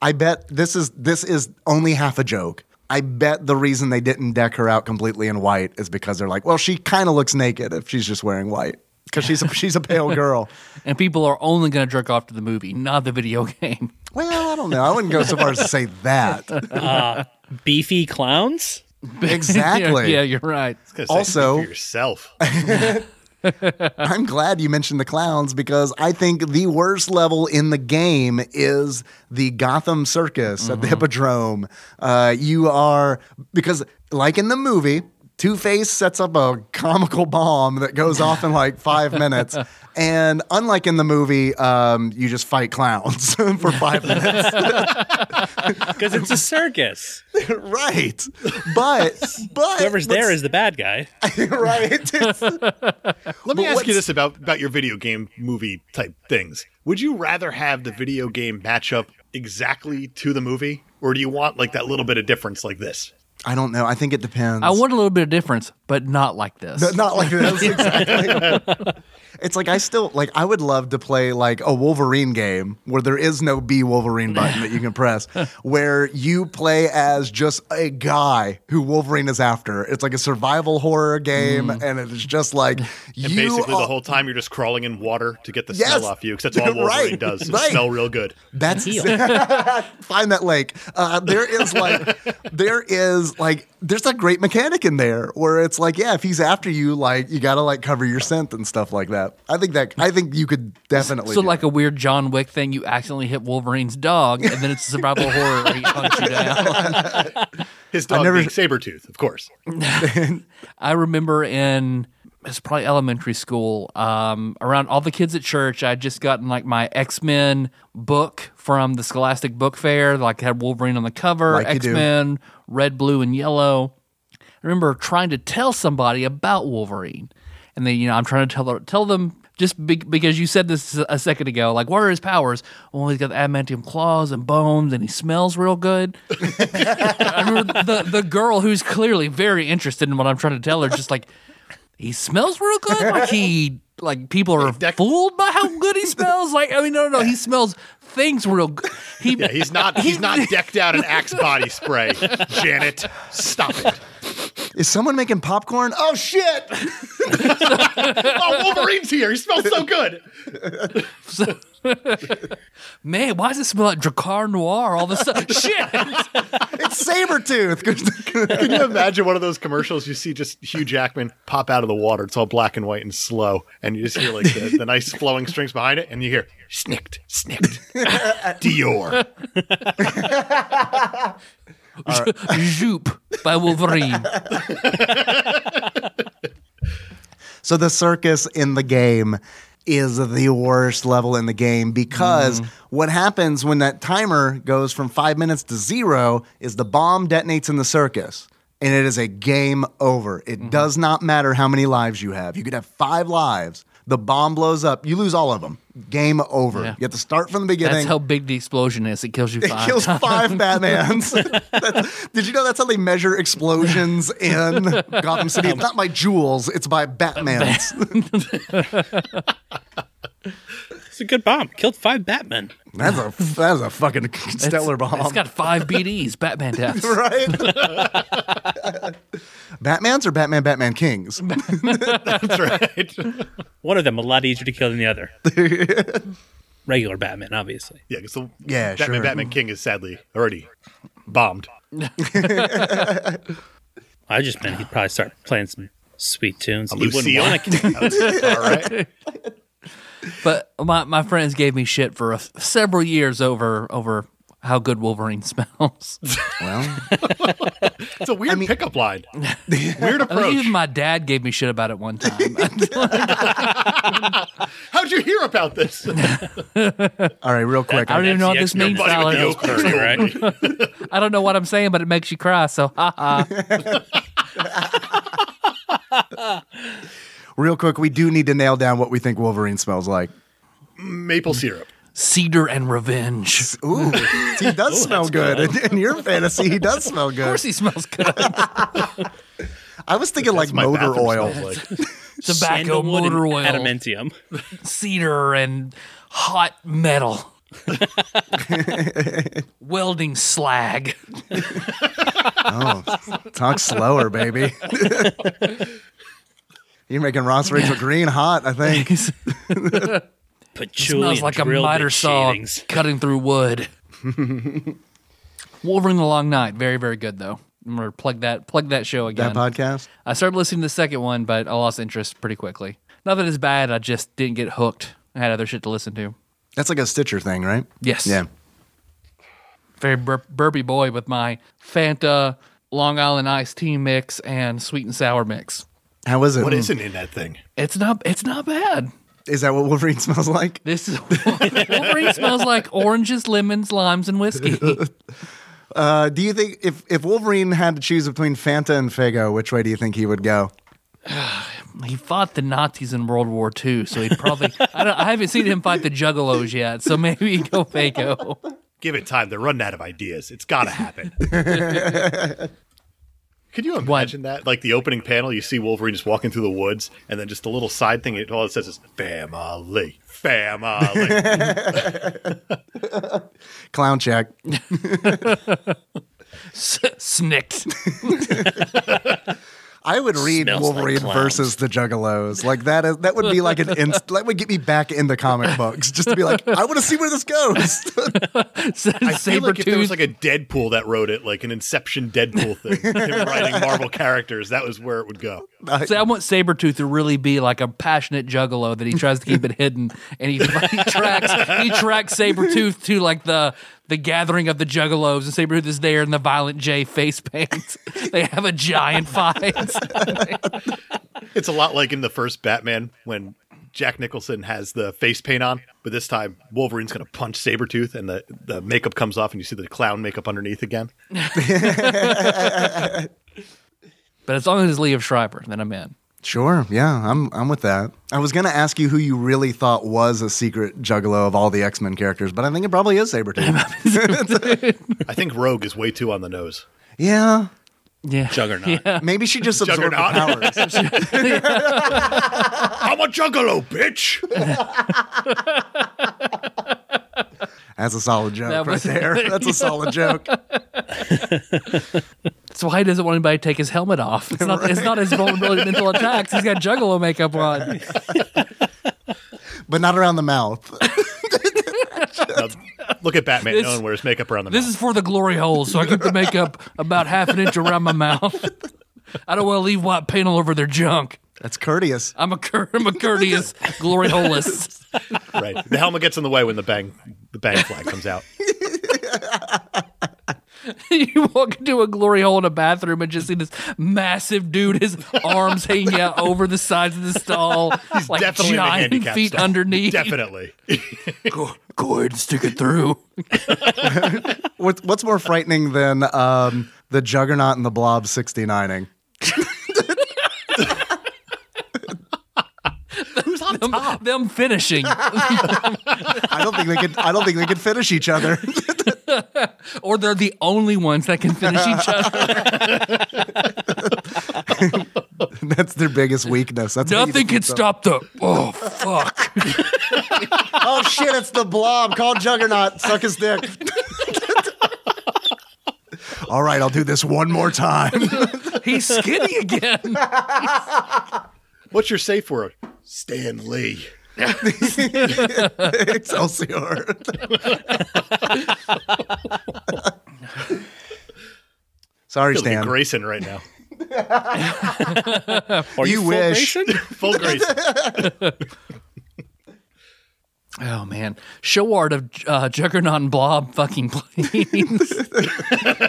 [SPEAKER 2] I bet this is this is only half a joke. I bet the reason they didn't deck her out completely in white is because they're like, well, she kind of looks naked if she's just wearing white. because she's a, she's a pale girl.
[SPEAKER 1] and people are only going to jerk off to the movie, not the video *laughs* game.
[SPEAKER 2] Well, I don't know. I wouldn't go so far as to say that.
[SPEAKER 4] Beefy clowns?
[SPEAKER 1] *laughs*
[SPEAKER 2] Exactly.
[SPEAKER 1] yeah, you're right.
[SPEAKER 3] Gonna say,
[SPEAKER 2] Also-
[SPEAKER 3] speak
[SPEAKER 2] *laughs*
[SPEAKER 3] for yourself.
[SPEAKER 2] I'm glad you mentioned the clowns because I think the worst level in the game is the Gotham Circus at
[SPEAKER 4] Mm-hmm.
[SPEAKER 2] the Hippodrome. Uh, you are, because like in the movie, Two Face sets up a comical bomb that goes off in like five
[SPEAKER 4] *laughs*
[SPEAKER 2] minutes. And unlike in the movie, um, you just fight clowns *laughs* for five
[SPEAKER 4] *laughs*
[SPEAKER 2] minutes.
[SPEAKER 4] Because it's a circus.
[SPEAKER 2] right. But,
[SPEAKER 4] *laughs*
[SPEAKER 1] *laughs*
[SPEAKER 2] but.
[SPEAKER 4] Whoever's there is the bad guy.
[SPEAKER 2] *laughs* right.
[SPEAKER 4] *laughs*
[SPEAKER 3] Let me
[SPEAKER 2] But
[SPEAKER 3] ask you
[SPEAKER 2] what's-
[SPEAKER 3] this about about your video game movie type things. Would you rather have the video game match up exactly to the movie, or do you want like that little bit of difference like this?
[SPEAKER 2] I don't know. I think it depends.
[SPEAKER 1] I want a little bit of difference, but not like this.
[SPEAKER 2] But not like
[SPEAKER 3] *laughs*
[SPEAKER 2] this exactly. *laughs* it's like I still like I would love to play like a Wolverine game where there is no B Wolverine button that you can
[SPEAKER 3] *laughs*
[SPEAKER 2] press, where you play as just a guy who Wolverine is after. It's like a survival horror game, and it's just like you
[SPEAKER 3] Mm. *laughs* And basically,
[SPEAKER 2] are-
[SPEAKER 3] the whole time you're just crawling in water to get the
[SPEAKER 2] Yes.
[SPEAKER 3] smell off
[SPEAKER 2] *laughs*
[SPEAKER 3] you, because that's all Wolverine
[SPEAKER 2] Right.
[SPEAKER 3] does. is
[SPEAKER 2] Right.
[SPEAKER 3] Smell real good.
[SPEAKER 2] That's *laughs* find that lake. Uh, there
[SPEAKER 1] *laughs*
[SPEAKER 2] is like there is like there's a great mechanic in there where it's like yeah, if he's after you, like you gotta like cover your scent and stuff like that. I think that I think you could definitely
[SPEAKER 1] so
[SPEAKER 2] do
[SPEAKER 1] like a weird John Wick thing, you accidentally hit Wolverine's dog, and then it's a survival horror where he hunts you
[SPEAKER 2] *laughs*
[SPEAKER 1] down.
[SPEAKER 3] His dog
[SPEAKER 2] never-
[SPEAKER 3] being Sabretooth, of course.
[SPEAKER 1] I remember in it's probably elementary school. Um, around all the kids at church, I'd just gotten like my X Men book from the Scholastic Book Fair. Like had Wolverine on the cover,
[SPEAKER 2] Like you
[SPEAKER 1] X
[SPEAKER 2] do.
[SPEAKER 1] Men, red, blue, and yellow. I remember trying to tell somebody about Wolverine, and then you know I'm trying to tell tell them just be, because you said this a second ago. Like, what are his powers? Well, he's got adamantium claws and bones, and he smells real good. I remember the, the girl who's clearly very interested in what I'm trying to tell her, just like he smells real good. Like he like people are fooled by how good he smells. Like I mean, no, no, no, he smells things real good. He
[SPEAKER 3] Yeah, he's
[SPEAKER 1] *laughs*
[SPEAKER 3] not. He's not decked out in Axe body spray. Janet, stop it.
[SPEAKER 2] Is someone making popcorn? Oh shit!
[SPEAKER 3] Oh, Wolverine's here. He smells so good.
[SPEAKER 1] man, why does it smell like Dracar Noir all this stuff? Shit. *laughs*
[SPEAKER 2] It's Sabretooth.
[SPEAKER 3] Can you imagine one of those commercials you see just Hugh Jackman pop out of the water? It's all black and white and slow, and you just hear like the, the nice flowing strings behind it, and you hear snicked, snicked, Dior.
[SPEAKER 1] Zoop by Wolverine.
[SPEAKER 2] so the circus in the game is the worst level in the game because
[SPEAKER 1] Mm.
[SPEAKER 2] what happens when that timer goes from five minutes to zero is the bomb detonates in the circus. And it is a game over. It
[SPEAKER 1] Mm-hmm.
[SPEAKER 2] does not matter how many lives you have. You could have five lives. The bomb blows up. You lose all of them. Game over.
[SPEAKER 1] Yeah.
[SPEAKER 2] You have to start from the beginning.
[SPEAKER 1] That's how big the explosion is. It kills you
[SPEAKER 2] *laughs* It
[SPEAKER 1] five.
[SPEAKER 2] kills
[SPEAKER 1] times. *laughs*
[SPEAKER 2] five Batmans. *laughs* That's- did you know that's how they measure explosions
[SPEAKER 1] *laughs*
[SPEAKER 2] in Gotham City? It's not by joules, it's by Batmans.
[SPEAKER 4] It's a good bomb. Killed five Batmen.
[SPEAKER 2] That's a that's a fucking stellar bomb,
[SPEAKER 1] It's
[SPEAKER 2] *laughs*
[SPEAKER 1] got five BDs, Batman deaths.
[SPEAKER 2] right? Batmans or Batman, Batman Kings.
[SPEAKER 3] That's right.
[SPEAKER 4] One of them a lot easier to kill than
[SPEAKER 1] *laughs*
[SPEAKER 4] the other. Regular Batman, obviously.
[SPEAKER 3] Yeah, 'cause the
[SPEAKER 2] Yeah,
[SPEAKER 3] Batman,
[SPEAKER 2] sure.
[SPEAKER 3] Batman King is sadly already bombed.
[SPEAKER 4] I just meant he'd probably start playing some sweet tunes. He wouldn't
[SPEAKER 3] Lucille.
[SPEAKER 4] want to.
[SPEAKER 1] *laughs*
[SPEAKER 3] *laughs* all right.
[SPEAKER 1] But my, my friends gave me shit for a, several years over over how good Wolverine *laughs* smells.
[SPEAKER 2] Well,
[SPEAKER 3] It's a weird pickup line. Weird
[SPEAKER 1] I think
[SPEAKER 3] approach.
[SPEAKER 1] even my dad gave me shit about it one time.
[SPEAKER 3] How'd you hear about this?
[SPEAKER 2] all right, real quick.
[SPEAKER 1] I don't even know what this
[SPEAKER 4] That's the
[SPEAKER 1] means,
[SPEAKER 3] Buddy with the
[SPEAKER 1] Tyler.
[SPEAKER 3] oak tree.
[SPEAKER 4] right?
[SPEAKER 1] I don't know what I'm saying, but it makes you cry. So, ah. ha ha.
[SPEAKER 2] Real quick, we do need to nail down what we think Wolverine smells like.
[SPEAKER 3] Maple syrup.
[SPEAKER 1] Cedar and revenge. Of
[SPEAKER 2] Ooh, he does smell good. *laughs* In, in your fantasy, he does smell good.
[SPEAKER 1] course, he smells good.
[SPEAKER 2] I was thinking like
[SPEAKER 3] That's my
[SPEAKER 2] motor
[SPEAKER 3] bathroom
[SPEAKER 2] oil.
[SPEAKER 3] smells like.
[SPEAKER 1] Tobacco,
[SPEAKER 4] Sandalwood and
[SPEAKER 1] motor oil,
[SPEAKER 4] adamantium.
[SPEAKER 1] cedar, and hot metal. Welding slag.
[SPEAKER 2] Talk slower, baby. You're making Ross Rachel Green hot, I think.
[SPEAKER 4] Patchouli
[SPEAKER 1] Smells like a
[SPEAKER 4] drilled
[SPEAKER 1] miter
[SPEAKER 4] with
[SPEAKER 1] saw
[SPEAKER 4] shavings.
[SPEAKER 1] cutting through wood. Wolverine: The Long Night, very very good though. I'm gonna plug that plug that show again.
[SPEAKER 2] That podcast.
[SPEAKER 1] I started listening to the second one, but I lost interest pretty quickly. Not that it's bad, I just didn't get hooked. I had other shit to listen to.
[SPEAKER 2] That's like a Stitcher thing, right?
[SPEAKER 1] Yes.
[SPEAKER 2] Yeah.
[SPEAKER 1] Very bur- burpy boy with my Fanta Long Island iced tea mix and sweet and sour mix.
[SPEAKER 2] How is it?
[SPEAKER 3] What isn't in that thing?
[SPEAKER 1] It's not it's not bad.
[SPEAKER 2] Is that what Wolverine *laughs* smells like?
[SPEAKER 1] This is *laughs* Wolverine smells like oranges, lemons, limes, and whiskey.
[SPEAKER 2] Uh, do you think if, if Wolverine had to choose between Fanta and Fago, which way do you think he would go?
[SPEAKER 1] He fought the Nazis in World War II, so he'd probably. I, don't, I haven't seen him fight the Juggalos yet, so maybe he'd go *laughs* Fago.
[SPEAKER 3] Give it time. They're running out of ideas. It's got
[SPEAKER 2] *laughs*
[SPEAKER 3] to happen. Could you imagine that? Like the opening panel, you see Wolverine just walking through the woods, and then just a little side thing. It all it says is "family, *laughs* family."
[SPEAKER 2] Clown check.
[SPEAKER 1] S- Snicked. *laughs*
[SPEAKER 2] I would read
[SPEAKER 4] Smells like
[SPEAKER 2] Wolverine
[SPEAKER 4] clowns.
[SPEAKER 2] versus the Juggalos. Like that is that would be like an inst- that would get me back into comic books just to be like I want to see where this goes.
[SPEAKER 3] I feel like if there
[SPEAKER 1] Sabretooth.
[SPEAKER 3] was like a Deadpool that wrote it, like an Inception Deadpool thing, him writing Marvel characters, that was where it would go.
[SPEAKER 1] See, I want Sabretooth to really be like a passionate juggalo that he tries to keep it hidden and he, *laughs* he tracks he tracks Sabretooth to like the the gathering of the juggalos and Sabretooth is there in the violent J face paint. *laughs* they have a giant fight.
[SPEAKER 3] It's a lot like in the first Batman when Jack Nicholson has the face paint on, but this time Wolverine's going to punch Sabretooth and the, the makeup comes off and you see the clown makeup underneath again.
[SPEAKER 1] but as long as it's Leo Schreiber, then I'm in.
[SPEAKER 2] sure, yeah, I'm I'm with that. I was gonna ask you who you really thought was a secret Juggalo of all the X Men characters, but I think it probably is Sabretooth.
[SPEAKER 3] I think Rogue is way too on the nose.
[SPEAKER 2] yeah,
[SPEAKER 1] *laughs* Yeah.
[SPEAKER 4] Juggernaut.
[SPEAKER 2] maybe she just absorbed the
[SPEAKER 3] Juggernaut.
[SPEAKER 2] powers.
[SPEAKER 3] I'm a juggalo, bitch!
[SPEAKER 2] That's a solid joke
[SPEAKER 1] That
[SPEAKER 2] right
[SPEAKER 1] was-
[SPEAKER 2] there. That's a solid joke.
[SPEAKER 1] That's why he doesn't want anybody to take his helmet off. It's not it's not his vulnerability to mental attacks. He's got juggalo makeup on.
[SPEAKER 2] but not around the mouth.
[SPEAKER 3] Now, *laughs* look at Batman.
[SPEAKER 1] This-
[SPEAKER 3] no one wears makeup around the
[SPEAKER 1] This
[SPEAKER 3] mouth.
[SPEAKER 1] is for the glory hole, so I keep the makeup about half an inch around my mouth. I don't want to leave white paint all over their junk.
[SPEAKER 2] That's courteous.
[SPEAKER 1] I'm a cur- I'm a courteous glory holist.
[SPEAKER 3] right. The helmet gets in the way when the bang the bang flag comes out.
[SPEAKER 1] *laughs* you walk into a glory hole in a bathroom and just see this massive dude, his arms hanging out over the sides of the
[SPEAKER 3] *laughs*
[SPEAKER 1] stall, He's *laughs* like
[SPEAKER 3] Definitely in a
[SPEAKER 1] giant
[SPEAKER 3] handicap
[SPEAKER 1] feet
[SPEAKER 3] stall.
[SPEAKER 1] underneath.
[SPEAKER 3] Definitely.
[SPEAKER 1] Go, go ahead and stick it through.
[SPEAKER 2] *laughs* What's, what's more frightening than um, the Juggernaut and the Blob 69ing?
[SPEAKER 3] Who's on
[SPEAKER 1] Them, them
[SPEAKER 3] *laughs*
[SPEAKER 1] finishing,
[SPEAKER 2] I don't think they could. I don't think they could finish each other. *laughs*
[SPEAKER 1] or they're the only ones that can finish each
[SPEAKER 3] *laughs*
[SPEAKER 1] other.
[SPEAKER 2] That's their biggest weakness. That's how you
[SPEAKER 1] Nothing can
[SPEAKER 2] defeat them.
[SPEAKER 1] stop the. Oh fuck!
[SPEAKER 2] Oh shit! It's the Blob. Call Juggernaut. Suck his dick. *laughs* All right, I'll do this one more time. *laughs*
[SPEAKER 1] He's skinny again.
[SPEAKER 3] What's your safe word? Stan Lee.
[SPEAKER 2] Excelsior.
[SPEAKER 1] *laughs*
[SPEAKER 2] Sorry,
[SPEAKER 3] Feels like
[SPEAKER 2] Stan.
[SPEAKER 3] Grayson right now.
[SPEAKER 4] Are
[SPEAKER 2] You
[SPEAKER 4] full
[SPEAKER 2] wish. *laughs*
[SPEAKER 4] Grayson?
[SPEAKER 3] Full *laughs* Grayson.
[SPEAKER 1] Oh man, show art of uh, Juggernaut and Blob, fucking please.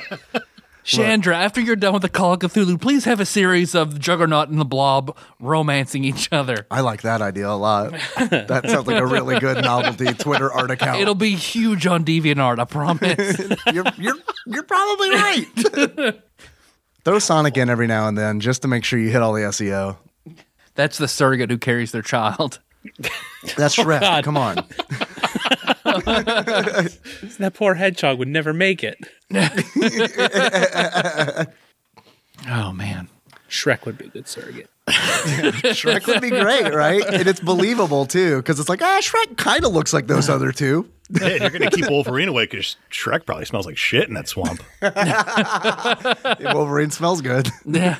[SPEAKER 3] *laughs*
[SPEAKER 1] Chandra, after you're done with the Call of Cthulhu, please have a series of Juggernaut and the Blob romancing each other.
[SPEAKER 2] I like that idea a lot. That sounds like a really good novelty Twitter art account.
[SPEAKER 1] It'll be huge on DeviantArt, I promise.
[SPEAKER 3] *laughs*
[SPEAKER 2] you're, you're, you're probably right. Throw Sonic in every now and then just to make sure you hit all the E SEO.
[SPEAKER 1] That's the surrogate who carries their child.
[SPEAKER 2] That's Shrek.
[SPEAKER 4] God.
[SPEAKER 2] Come on.
[SPEAKER 4] That poor hedgehog would never make it.
[SPEAKER 1] Oh man,
[SPEAKER 4] Shrek would be a good surrogate.
[SPEAKER 2] Shrek would be great, right? And it's believable too, because it's like, ah, Shrek kind of looks like those other two.
[SPEAKER 3] Man, you're going to keep Wolverine away because Shrek probably smells like shit in that swamp. *laughs*
[SPEAKER 2] Wolverine smells good.
[SPEAKER 1] Yeah.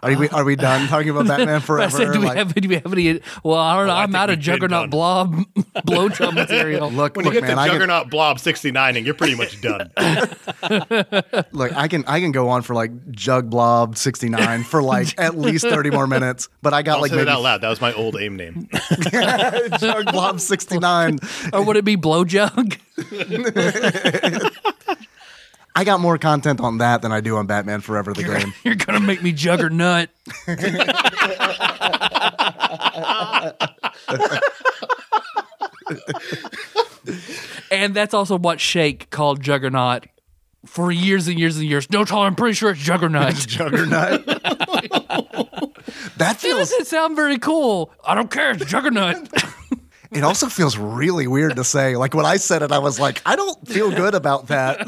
[SPEAKER 2] Are we are we done talking about
[SPEAKER 1] *laughs*
[SPEAKER 2] Batman
[SPEAKER 1] I
[SPEAKER 2] forever?
[SPEAKER 1] said, do we
[SPEAKER 2] Like,
[SPEAKER 1] have do we have any? Well, I don't know.
[SPEAKER 3] Oh, I
[SPEAKER 1] I'm
[SPEAKER 3] think
[SPEAKER 1] out of
[SPEAKER 3] we've been
[SPEAKER 1] Juggernaut
[SPEAKER 3] done.
[SPEAKER 1] Blob *laughs*
[SPEAKER 3] *laughs*
[SPEAKER 1] blowjob material.
[SPEAKER 2] look,
[SPEAKER 3] When
[SPEAKER 2] look,
[SPEAKER 3] you get
[SPEAKER 2] man,
[SPEAKER 3] to
[SPEAKER 2] I can,
[SPEAKER 3] Juggernaut Blob 69 and you're pretty
[SPEAKER 2] *laughs*
[SPEAKER 3] much done.
[SPEAKER 2] look, I can I can go on for like Jug Blob sixty nine for like at least thirty more minutes, but I got
[SPEAKER 3] I'll
[SPEAKER 2] like
[SPEAKER 3] say that
[SPEAKER 2] maybe
[SPEAKER 3] out loud. That was my old AIM name.
[SPEAKER 2] Jug Blob sixty nine.
[SPEAKER 1] or would it be blowjug?
[SPEAKER 2] I got more content on that than I do on Batman Forever the game.
[SPEAKER 1] You're gonna make me juggernaut. and that's also what Shake called Juggernaut for years and years and years. No, Tyler, I'm pretty sure it's Juggernaut.
[SPEAKER 2] Juggernaut. that
[SPEAKER 1] It
[SPEAKER 2] feels.
[SPEAKER 1] doesn't sound very cool. I don't care. It's Juggernaut.
[SPEAKER 2] It also feels really weird to say. Like when I said it, I was like, I don't feel good about that.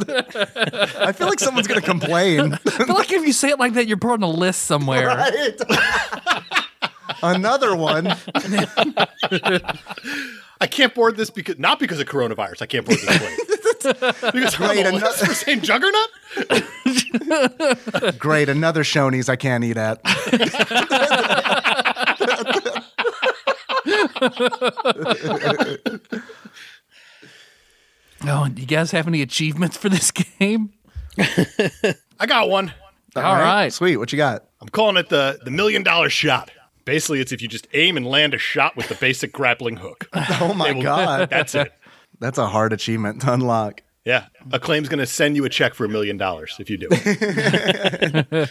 [SPEAKER 2] I feel like someone's gonna
[SPEAKER 4] *laughs*
[SPEAKER 2] complain.
[SPEAKER 1] I feel like if you say it like that, you're put on a list somewhere.
[SPEAKER 2] Another one.
[SPEAKER 3] I can't board this because not because of coronavirus. I can't board this plane.
[SPEAKER 2] *laughs*
[SPEAKER 3] because I'm
[SPEAKER 2] Wait,
[SPEAKER 3] on the
[SPEAKER 2] another-
[SPEAKER 3] list for saying Juggernaut?
[SPEAKER 2] Great, another Shoney's I can't eat at.
[SPEAKER 1] Oh, and you guys have any achievements for this *laughs* game?
[SPEAKER 3] I got one.
[SPEAKER 1] All right.
[SPEAKER 2] Sweet, what you got?
[SPEAKER 3] I'm calling it the, the million dollar shot. Basically, it's if you just aim and land a shot with the basic grappling hook.
[SPEAKER 2] Oh my
[SPEAKER 4] *laughs*
[SPEAKER 2] god.
[SPEAKER 3] That's it.
[SPEAKER 2] That's a hard achievement to unlock.
[SPEAKER 3] Yeah. Acclaim's going to send you a check for a million dollars if you do
[SPEAKER 2] *laughs*
[SPEAKER 3] it.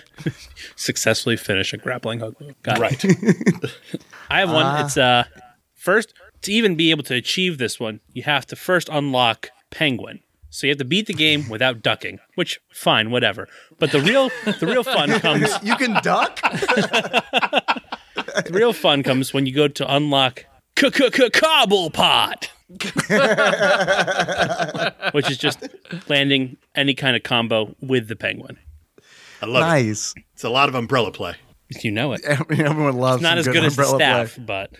[SPEAKER 4] Successfully finish a grappling hook. move. Got it.
[SPEAKER 3] right.
[SPEAKER 4] I have one.
[SPEAKER 2] Ah.
[SPEAKER 4] it's uh first to even be able to achieve this one, you have to first unlock Penguin. So you have to beat the game without ducking, which fine, whatever. But the real the
[SPEAKER 2] *laughs*
[SPEAKER 4] real fun comes
[SPEAKER 2] You can duck?
[SPEAKER 4] the real fun comes when you go to unlock Cobblepot.
[SPEAKER 2] *laughs*
[SPEAKER 4] which is just landing any kind of combo with the penguin.
[SPEAKER 3] I love it.
[SPEAKER 2] nice.
[SPEAKER 3] It's a lot of umbrella play.
[SPEAKER 4] You know it.
[SPEAKER 2] Everyone loves
[SPEAKER 4] Not
[SPEAKER 2] some
[SPEAKER 4] as good, as the
[SPEAKER 2] umbrella play.
[SPEAKER 4] staff, but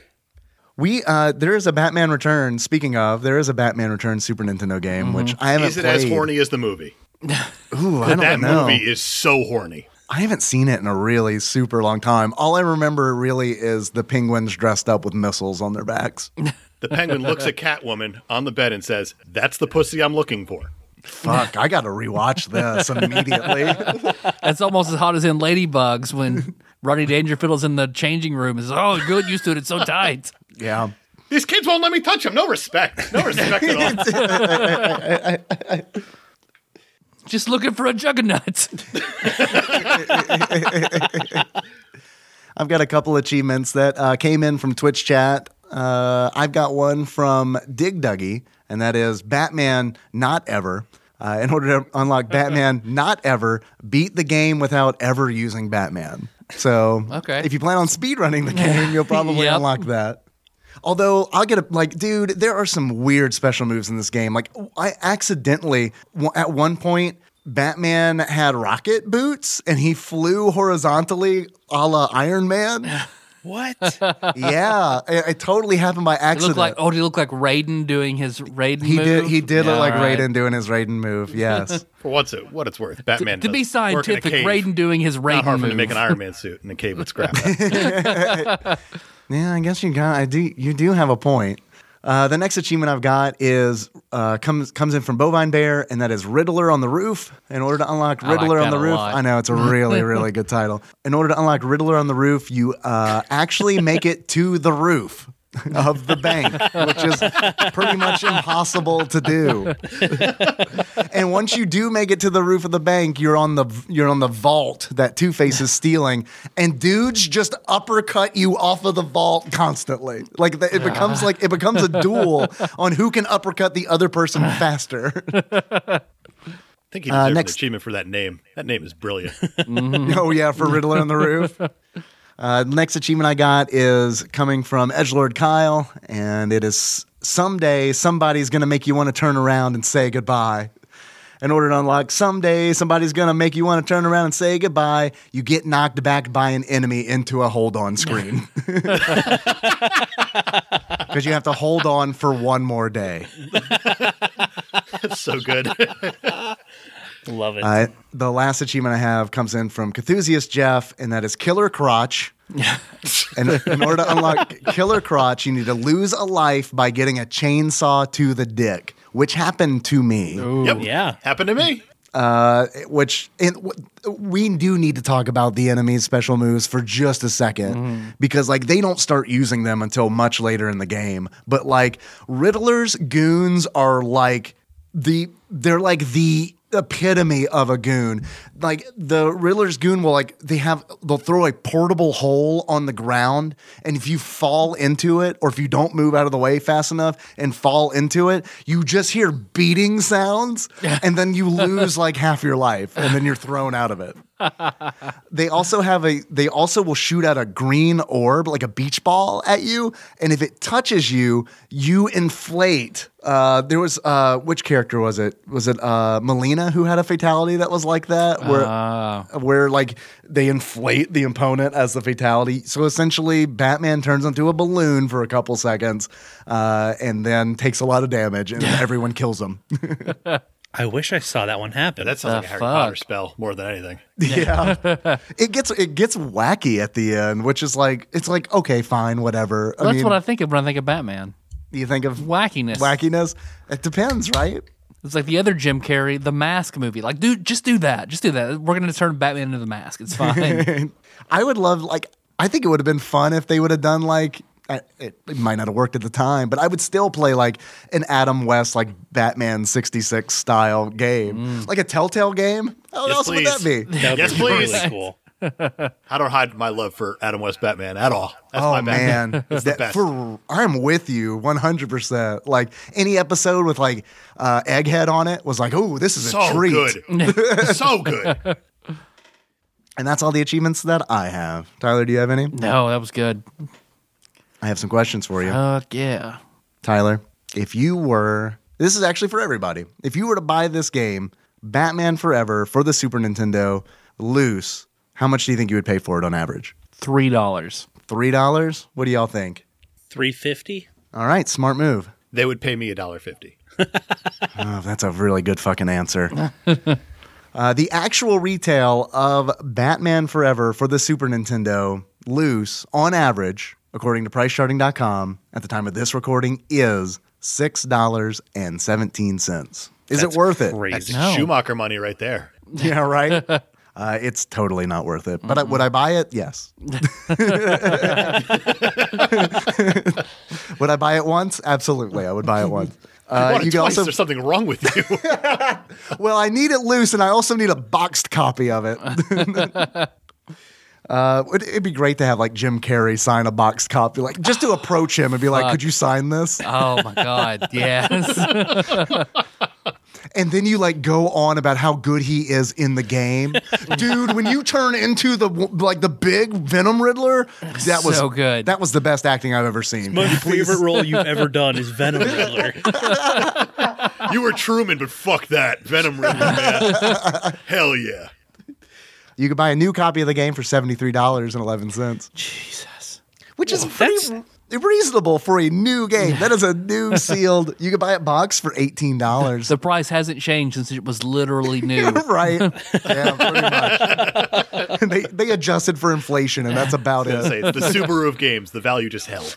[SPEAKER 2] We uh there is a Batman Return. Speaking of, there is a Batman Return Super Nintendo game, which I haven't
[SPEAKER 3] Mm-hmm. Is it
[SPEAKER 2] played.
[SPEAKER 3] as horny as the movie?
[SPEAKER 2] Ooh, I don't
[SPEAKER 3] that
[SPEAKER 2] know.
[SPEAKER 3] movie is so horny.
[SPEAKER 2] I haven't seen it in a really super long time. All I remember really is the penguins dressed up with missiles on their
[SPEAKER 3] *laughs*
[SPEAKER 2] backs.
[SPEAKER 3] The penguin looks at Catwoman on the bed and says, That's the pussy I'm looking for.
[SPEAKER 2] Fuck, I gotta rewatch
[SPEAKER 3] *laughs*
[SPEAKER 2] this immediately.
[SPEAKER 1] That's almost as hot as in Ladybugs when Rodney Dangerfield's in the changing room. Is oh, good used to it. It's so tight.
[SPEAKER 2] yeah.
[SPEAKER 3] These kids won't let me touch them. No respect. No respect at all.
[SPEAKER 2] *laughs*
[SPEAKER 1] Just looking for a
[SPEAKER 2] *laughs*
[SPEAKER 1] juggernaut.
[SPEAKER 2] I've got a couple achievements that uh, came in from Twitch chat. Uh, I've got one from Dig Duggy, and that is Batman Not Ever. Uh, in order to unlock Batman Not Ever, beat the game without ever using Batman. So,
[SPEAKER 1] Okay.
[SPEAKER 2] if you plan on speedrunning the game, you'll probably
[SPEAKER 1] Yep.
[SPEAKER 2] unlock that. Although I'll get a like, dude, there are some weird special moves in this game. Like, I accidentally w- at one point, Batman had rocket boots and he flew horizontally, a la
[SPEAKER 1] *laughs*
[SPEAKER 2] Iron Man.
[SPEAKER 4] what?
[SPEAKER 2] yeah, it, it totally happened by
[SPEAKER 1] It
[SPEAKER 2] accident.
[SPEAKER 1] looked like oh, did he look like Raiden doing his Raiden
[SPEAKER 2] he
[SPEAKER 1] move?
[SPEAKER 2] did. He did
[SPEAKER 1] Yeah,
[SPEAKER 2] look like
[SPEAKER 1] all right.
[SPEAKER 2] Raiden doing his Raiden move. Yes.
[SPEAKER 3] For what's it, what it's worth, Batman.
[SPEAKER 1] To be
[SPEAKER 3] does work in a
[SPEAKER 1] scientific,
[SPEAKER 3] cave.
[SPEAKER 1] Raiden doing his Raiden
[SPEAKER 3] Not hard for him
[SPEAKER 1] move.
[SPEAKER 3] to make an Iron Man suit in a cave with
[SPEAKER 2] *laughs*
[SPEAKER 3] scrap. metal.
[SPEAKER 2] Yeah, I guess you got. I do. You do have a point. Uh, the next achievement I've got is uh, comes comes in from Bovine Bear, and that is Riddler on the roof. In order to unlock
[SPEAKER 1] like
[SPEAKER 2] Riddler on
[SPEAKER 1] that
[SPEAKER 2] the
[SPEAKER 1] a
[SPEAKER 2] roof,
[SPEAKER 1] lot.
[SPEAKER 2] I know it's
[SPEAKER 1] *laughs*
[SPEAKER 2] a really really good title. In order to unlock Riddler on the roof, you uh, actually make it to the roof of the bank, which is pretty much impossible to do. And once you do make it to the roof of the bank, you're on the you're on the vault that Two Face is stealing, and dudes just uppercut you off of the vault constantly. Like the, it becomes like it becomes a duel on who can uppercut the other person faster.
[SPEAKER 3] I think he
[SPEAKER 2] Uh,
[SPEAKER 3] deserves
[SPEAKER 2] next-
[SPEAKER 3] an achievement for that name. That name is brilliant. *laughs*
[SPEAKER 2] *laughs* oh yeah, for Riddler on the roof. *laughs* Uh, next achievement I got is coming from Edgelord Kyle, and it is someday somebody's gonna make you want to turn around and say goodbye. In order to unlock someday somebody's gonna make you want to turn around and say goodbye, you get knocked back by an enemy into a hold on *laughs* screen. Because you have to hold on for one more day.
[SPEAKER 3] *laughs* That's so good.
[SPEAKER 4] Love it.
[SPEAKER 2] Uh, the last achievement I have comes in from Cthusiast Jeff, and that is Killer Crotch. and in order to unlock Killer Crotch, you need to lose a life by getting a chainsaw to the dick, which happened to me.
[SPEAKER 3] Yep.
[SPEAKER 4] Yeah.
[SPEAKER 3] Happened to me.
[SPEAKER 2] Uh, which and w- we do need to talk about the enemy's special moves for just a 2nd because like they don't start using them until much later in the game. But like Riddler's goons are like the they're like the epitome of a goon. Like the Riddler's goon will like they have they'll throw a portable hole on the ground and if you fall into it or if you don't move out of the way fast enough and fall into it, you just hear beating sounds and then you lose like half your life and then you're thrown out of it. They also have a they also will shoot out a green orb like a beach ball at you and if it touches you, you inflate. Uh, there was uh, which character was it? Was it uh, Melina who had a fatality that was like that where where like they inflate the opponent as the fatality. So essentially, Batman turns into a balloon for a couple seconds, uh, and then takes a lot of damage, and everyone kills him.
[SPEAKER 4] I wish I saw that one happen.
[SPEAKER 3] That sounds like a Harry Potter spell more than anything.
[SPEAKER 2] *laughs* yeah, it gets it gets wacky at the end, which is like it's like okay, fine, whatever. I
[SPEAKER 1] That's
[SPEAKER 2] mean,
[SPEAKER 1] what I think of when I think of Batman.
[SPEAKER 2] you think of
[SPEAKER 1] Wackiness.
[SPEAKER 2] wackiness. It depends, right? *laughs*
[SPEAKER 1] It's like the other Jim Carrey, the Mask movie. Like, dude, just do that. Just do that. We're gonna turn Batman into the Mask. It's
[SPEAKER 2] *laughs*
[SPEAKER 1] fine.
[SPEAKER 2] I would love like I think it would have been fun if they would have done like I- it it might not have worked at the time, but I would still play like an Adam West like Batman '66 style game,
[SPEAKER 1] Mm.
[SPEAKER 2] like a Telltale game. How
[SPEAKER 3] Yes,
[SPEAKER 2] else
[SPEAKER 3] please.
[SPEAKER 2] would that be?
[SPEAKER 4] That would
[SPEAKER 3] Yes,
[SPEAKER 4] be really
[SPEAKER 3] please.
[SPEAKER 4] cool.
[SPEAKER 3] I don't hide my love for Adam West Batman at all. *laughs* That's
[SPEAKER 2] oh
[SPEAKER 3] my Batman.
[SPEAKER 2] man,
[SPEAKER 3] It's the
[SPEAKER 2] That-
[SPEAKER 3] best.
[SPEAKER 2] for I'm with you 100. percent Like any episode with like uh, Egghead on it was like, oh, this is a
[SPEAKER 3] so
[SPEAKER 2] treat,
[SPEAKER 3] good. so good.
[SPEAKER 2] and that's all the achievements that I have. Tyler, do you have any?
[SPEAKER 1] no, that was good.
[SPEAKER 2] I have some questions for you.
[SPEAKER 1] Fuck yeah.
[SPEAKER 2] Tyler, if you were, this is actually for everybody. If you were to buy this game, Batman Forever for the Super Nintendo, loose, how much do you think you would pay for it on average?
[SPEAKER 1] Three dollars.
[SPEAKER 2] Three dollars? What do y'all think?
[SPEAKER 4] 350?
[SPEAKER 2] All right, smart move.
[SPEAKER 3] They would pay me a dollar fifty.
[SPEAKER 2] Oh, that's a really good fucking answer.
[SPEAKER 3] *laughs*
[SPEAKER 2] uh, the actual retail of Batman Forever for the Super Nintendo, loose, on average, according to PriceCharting.com, at the time of this recording, is six dollars and seventeen cents. Is it worth it?
[SPEAKER 4] Crazy.
[SPEAKER 3] Schumacher money right there.
[SPEAKER 2] Yeah,
[SPEAKER 3] *laughs*
[SPEAKER 2] right. Uh, it's totally not worth it. But I, would I buy it?
[SPEAKER 3] *laughs*
[SPEAKER 2] Yes. *laughs* would I buy it once? Absolutely, I would buy it once.
[SPEAKER 3] *laughs* You
[SPEAKER 2] Uh,
[SPEAKER 3] bought it
[SPEAKER 2] you can
[SPEAKER 3] twice.
[SPEAKER 2] also
[SPEAKER 3] There's something wrong with you.
[SPEAKER 2] well, I need it loose, and I also need a boxed
[SPEAKER 1] *laughs*
[SPEAKER 2] copy of it. Uh, would- it'd be great to have like Jim Carrey sign a boxed copy, like just to approach him and be like, "Could you sign this?"
[SPEAKER 1] Oh my god. *laughs* Yes.
[SPEAKER 2] And then you like go on about how good he is in the
[SPEAKER 1] *laughs*
[SPEAKER 2] game, dude. When you turn into the like the big Venom Riddler, that was
[SPEAKER 1] So good.
[SPEAKER 2] That was the best acting I've ever seen.
[SPEAKER 4] My favorite role you've ever done
[SPEAKER 2] *laughs*
[SPEAKER 4] is Venom Riddler.
[SPEAKER 3] you were Truman, but fuck that. Venom Riddler, man. Hell yeah.
[SPEAKER 2] You could buy a new copy of the game for seventy three dollars and eleven cents,
[SPEAKER 1] Jesus.
[SPEAKER 2] which is pretty reasonable for a new game. That is
[SPEAKER 1] *laughs*
[SPEAKER 2] a new sealed. You could buy it boxed for eighteen dollars. *laughs*
[SPEAKER 1] The price hasn't changed since it was literally new. *laughs*
[SPEAKER 2] right? Yeah, pretty much. *laughs* they they adjusted for inflation, and
[SPEAKER 1] *laughs*
[SPEAKER 2] that's about
[SPEAKER 3] I
[SPEAKER 2] it.
[SPEAKER 3] say it's the Subaru of games. The value just held.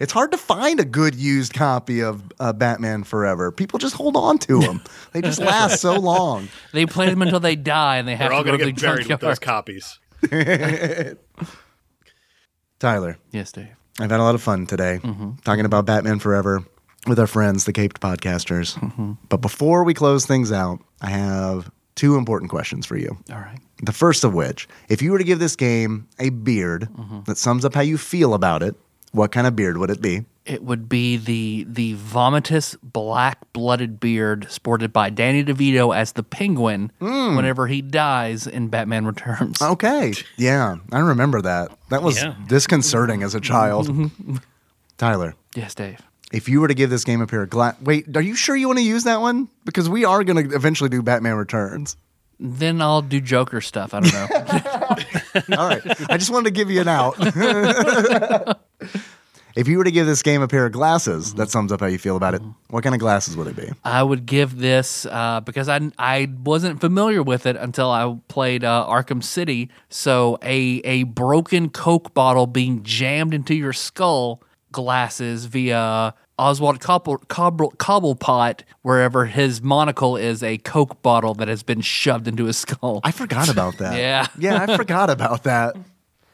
[SPEAKER 2] It's hard to find a good used copy of uh, Batman Forever. People just hold on to them. They just
[SPEAKER 1] *laughs*
[SPEAKER 2] last so long.
[SPEAKER 1] They play them until they die and they have
[SPEAKER 3] We're all
[SPEAKER 1] to go to the
[SPEAKER 3] gonna get buried with those
[SPEAKER 1] junkyard.
[SPEAKER 3] copies.
[SPEAKER 2] Tyler,
[SPEAKER 1] Yes, Dave.
[SPEAKER 2] I've had a lot of fun today
[SPEAKER 1] Mm-hmm.
[SPEAKER 2] talking about Batman Forever with our friends, the Caped Podcasters.
[SPEAKER 1] Mm-hmm.
[SPEAKER 2] But before we close things out, I have two important questions for you.
[SPEAKER 1] All right.
[SPEAKER 2] The first of which, if you were to give this game a beard
[SPEAKER 1] Mm-hmm.
[SPEAKER 2] that sums up how you feel about it, what kind of beard would it be?
[SPEAKER 1] It would be the the vomitous black blooded beard sported by Danny DeVito as the penguin whenever he dies in Batman Returns.
[SPEAKER 2] Okay.
[SPEAKER 1] *laughs*
[SPEAKER 2] Yeah, I remember that. That was
[SPEAKER 4] Yeah.
[SPEAKER 2] disconcerting as a child.
[SPEAKER 1] Mm-hmm.
[SPEAKER 2] Tyler,
[SPEAKER 1] Yes, Dave.
[SPEAKER 2] if you were to give this game a pair of glass. Wait, are you sure you want to use that one? Because we are going to eventually do Batman Returns.
[SPEAKER 1] Then I'll do Joker stuff. I don't know.
[SPEAKER 2] All right. I just wanted to give you an out. *laughs* If you were to give this game a pair of glasses, that sums up how you feel about it. What kind of glasses would it be?
[SPEAKER 1] I would give this uh, because I I wasn't familiar with it until I played uh, Arkham City. So a a broken Coke bottle being jammed into your skull glasses via Oswald Cobble, Cobble, Cobblepot, wherever his monocle is a Coke bottle that has been shoved into his skull.
[SPEAKER 2] I forgot about that.
[SPEAKER 1] Yeah.
[SPEAKER 2] Yeah, I forgot about that.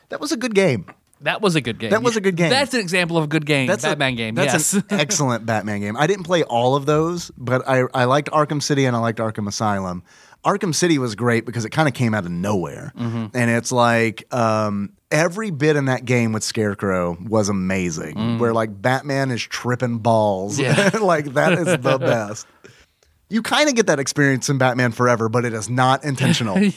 [SPEAKER 2] That was a good game.
[SPEAKER 1] that was a good game.
[SPEAKER 2] That was a good game.
[SPEAKER 1] That's an example of a good game.
[SPEAKER 2] That's a-
[SPEAKER 1] Batman game.
[SPEAKER 2] That's
[SPEAKER 1] yes.
[SPEAKER 2] an excellent Batman game. I didn't play all of those, but I, I liked Arkham City and I liked Arkham Asylum. Arkham City was great because it kind of came out of nowhere.
[SPEAKER 1] Mm-hmm.
[SPEAKER 2] And it's like um, every bit in that game with Scarecrow was amazing, where like Batman is tripping balls.
[SPEAKER 1] Mm. Yeah.
[SPEAKER 2] *laughs* like that is
[SPEAKER 1] *laughs*
[SPEAKER 2] the best. You kind of get that experience in Batman Forever, but it is not
[SPEAKER 1] *laughs*
[SPEAKER 2] intentional. it,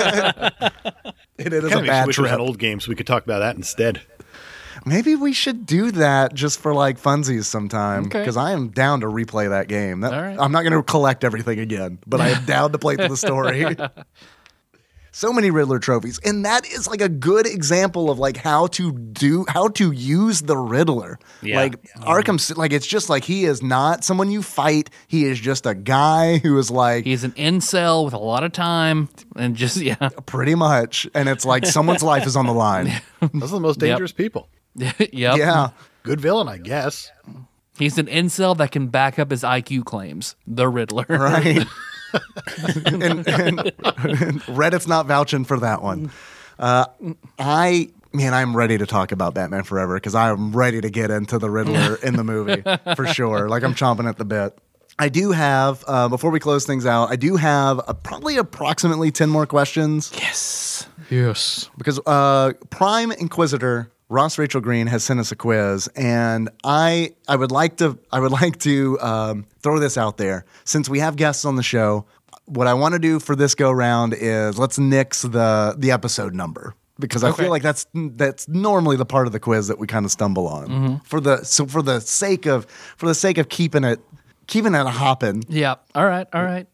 [SPEAKER 2] *laughs* it is a
[SPEAKER 3] Kind of
[SPEAKER 2] bad
[SPEAKER 3] wish it was
[SPEAKER 2] trip.
[SPEAKER 3] an old game so we could talk about that instead.
[SPEAKER 2] Maybe we should do that just for like funsies sometime
[SPEAKER 1] Okay.
[SPEAKER 2] because I am down to replay that game. That-
[SPEAKER 1] All right.
[SPEAKER 2] I'm not going to collect everything again, but
[SPEAKER 1] *laughs*
[SPEAKER 2] I am down to play through the story. so many Riddler trophies, and that is like a good example of like how to do how to use the Riddler.
[SPEAKER 4] Yeah.
[SPEAKER 2] Like Arkham, Ci- like it's just like he is not someone you fight. He is just a guy who is
[SPEAKER 1] *laughs*
[SPEAKER 2] like
[SPEAKER 1] He's an incel with a lot of time and just yeah. *laughs*
[SPEAKER 2] pretty much, and it's like someone's life is on the line.
[SPEAKER 3] Those are the most dangerous people.
[SPEAKER 1] yep.
[SPEAKER 2] Yeah.
[SPEAKER 3] Good villain, I *laughs* guess.
[SPEAKER 1] He's an incel that can back up his IQ claims. The Riddler.
[SPEAKER 2] right? *laughs* and, and, and Reddit's not vouching for that one. Uh, I man, I'm ready to talk about Batman Forever because I'm ready to get into the Riddler in the movie for sure. Like I'm chomping at the bit. I do have uh, before we close things out. I do have uh probably approximately ten more questions
[SPEAKER 1] Yes.
[SPEAKER 2] because uh, Prime Inquisitor Ross Rachel Green has sent us a quiz, and I I would like to I would *laughs* like to um, throw this out there since we have guests on the show. What I want to do for this go round is let's nix the the episode number because I
[SPEAKER 1] Okay.
[SPEAKER 2] feel like that's that's normally the part of the quiz that we kind of stumble on for the so for the sake of for the sake of keeping it keeping it hopping.
[SPEAKER 1] *laughs* Yeah. All right. All right.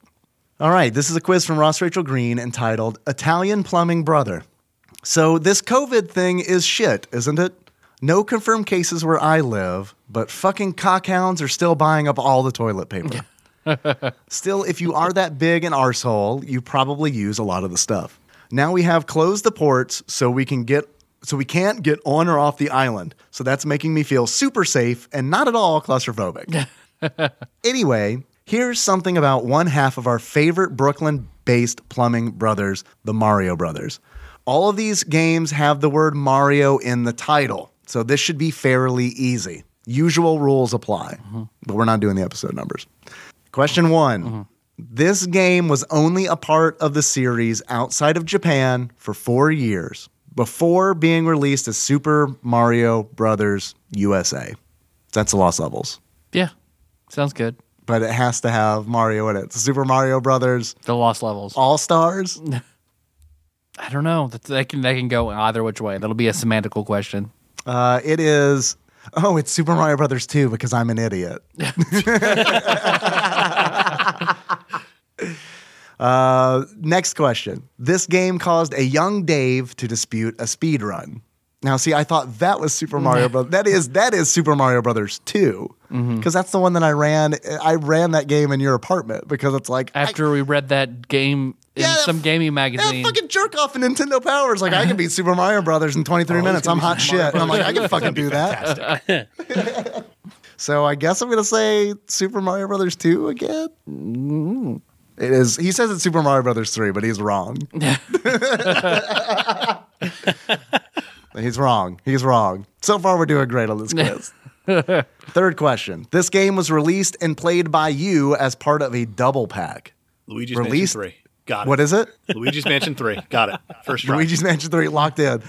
[SPEAKER 2] All right, this is a quiz from Ross Rachel Green entitled Italian Plumbing Brother. So, this COVID thing is shit, isn't it? No confirmed cases where I live, but fucking cockhounds are still buying up all the toilet paper. *laughs* still, if you are that big an arsehole, you probably use a lot of the stuff. Now we have closed the ports so we can get so we can't get on or off the island. So that's making me feel super safe and not at all claustrophobic. Anyway, here's something about one half of our favorite Brooklyn based plumbing brothers, the Mario Brothers. All of these games have the word Mario in the title, so this should be fairly easy. Usual rules apply, but we're not doing the episode numbers. Question one This game was only a part of the series outside of Japan for four years before being released as Super Mario Brothers USA. That's the Lost Levels
[SPEAKER 1] Yeah. Sounds good.
[SPEAKER 2] but it has to have Mario in it. It's Super Mario Brothers
[SPEAKER 1] The lost levels.
[SPEAKER 2] All Stars.
[SPEAKER 1] I don't know. That that can that can go either which way. That'll be a semantical question.
[SPEAKER 2] Uh, it is. Oh, it's Super Mario Brothers 2 because I'm an idiot. *laughs* uh, next question. This game caused a young Dave to dispute a speed run. Now, see, I thought that was Super Mario Brothers. That is that is Super Mario Brothers 2 because that's the one that I ran. I ran that game in your apartment because it's like I-
[SPEAKER 1] After we read that game in
[SPEAKER 2] Yeah, that
[SPEAKER 1] some
[SPEAKER 2] f-
[SPEAKER 1] gaming
[SPEAKER 2] Yeah,
[SPEAKER 1] magazine.
[SPEAKER 2] fucking jerk off in Nintendo Powers. Like I can beat Super Mario Brothers in 23 minutes. I'm hot shit. And I'm like, I can fucking do that. so I guess I'm gonna say Super Mario Brothers 2 again. Mm. It is. He says it's Super Mario Brothers 3, but he's wrong. he's wrong. He's wrong. So far, we're doing great on this quiz. Third question. This game was released and played by you as part of a double pack.
[SPEAKER 3] Luigi's
[SPEAKER 2] Released-
[SPEAKER 3] Mansion 3. Got it.
[SPEAKER 2] What is it?
[SPEAKER 3] Luigi's Mansion 3. Got it. First try.
[SPEAKER 2] Luigi's Mansion Three locked in.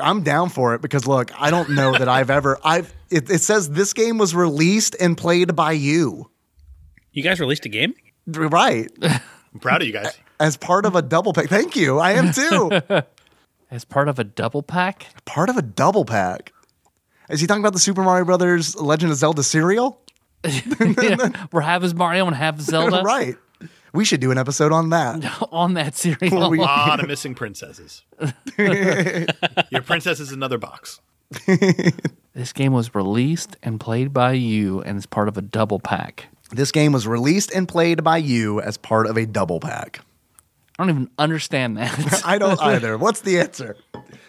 [SPEAKER 2] I'm down for it because look, I don't know that I've ever *laughs* I've it, it says this game was released and played by you.
[SPEAKER 4] You guys released a game?
[SPEAKER 2] Right.
[SPEAKER 3] I'm proud of you guys.
[SPEAKER 2] As part of a double pack. Thank you. I am too.
[SPEAKER 1] As part of a double
[SPEAKER 2] *laughs*
[SPEAKER 1] pack? *laughs*
[SPEAKER 2] part of a double pack. Is he talking about the Super Mario Brothers Legend of Zelda serial?
[SPEAKER 1] Where half is Mario and half is Zelda
[SPEAKER 2] *laughs* Right. We should do an episode on that.
[SPEAKER 1] *laughs* on that series.
[SPEAKER 2] Well, *laughs* we-
[SPEAKER 3] A lot
[SPEAKER 2] *laughs*
[SPEAKER 3] of missing princesses. Your princess is another box.
[SPEAKER 1] This game was released and played by you and is part of a double pack.
[SPEAKER 2] This game was released and played by you as part of a double pack.
[SPEAKER 1] I don't even understand
[SPEAKER 2] *laughs*
[SPEAKER 1] that.
[SPEAKER 2] I don't either. What's the answer?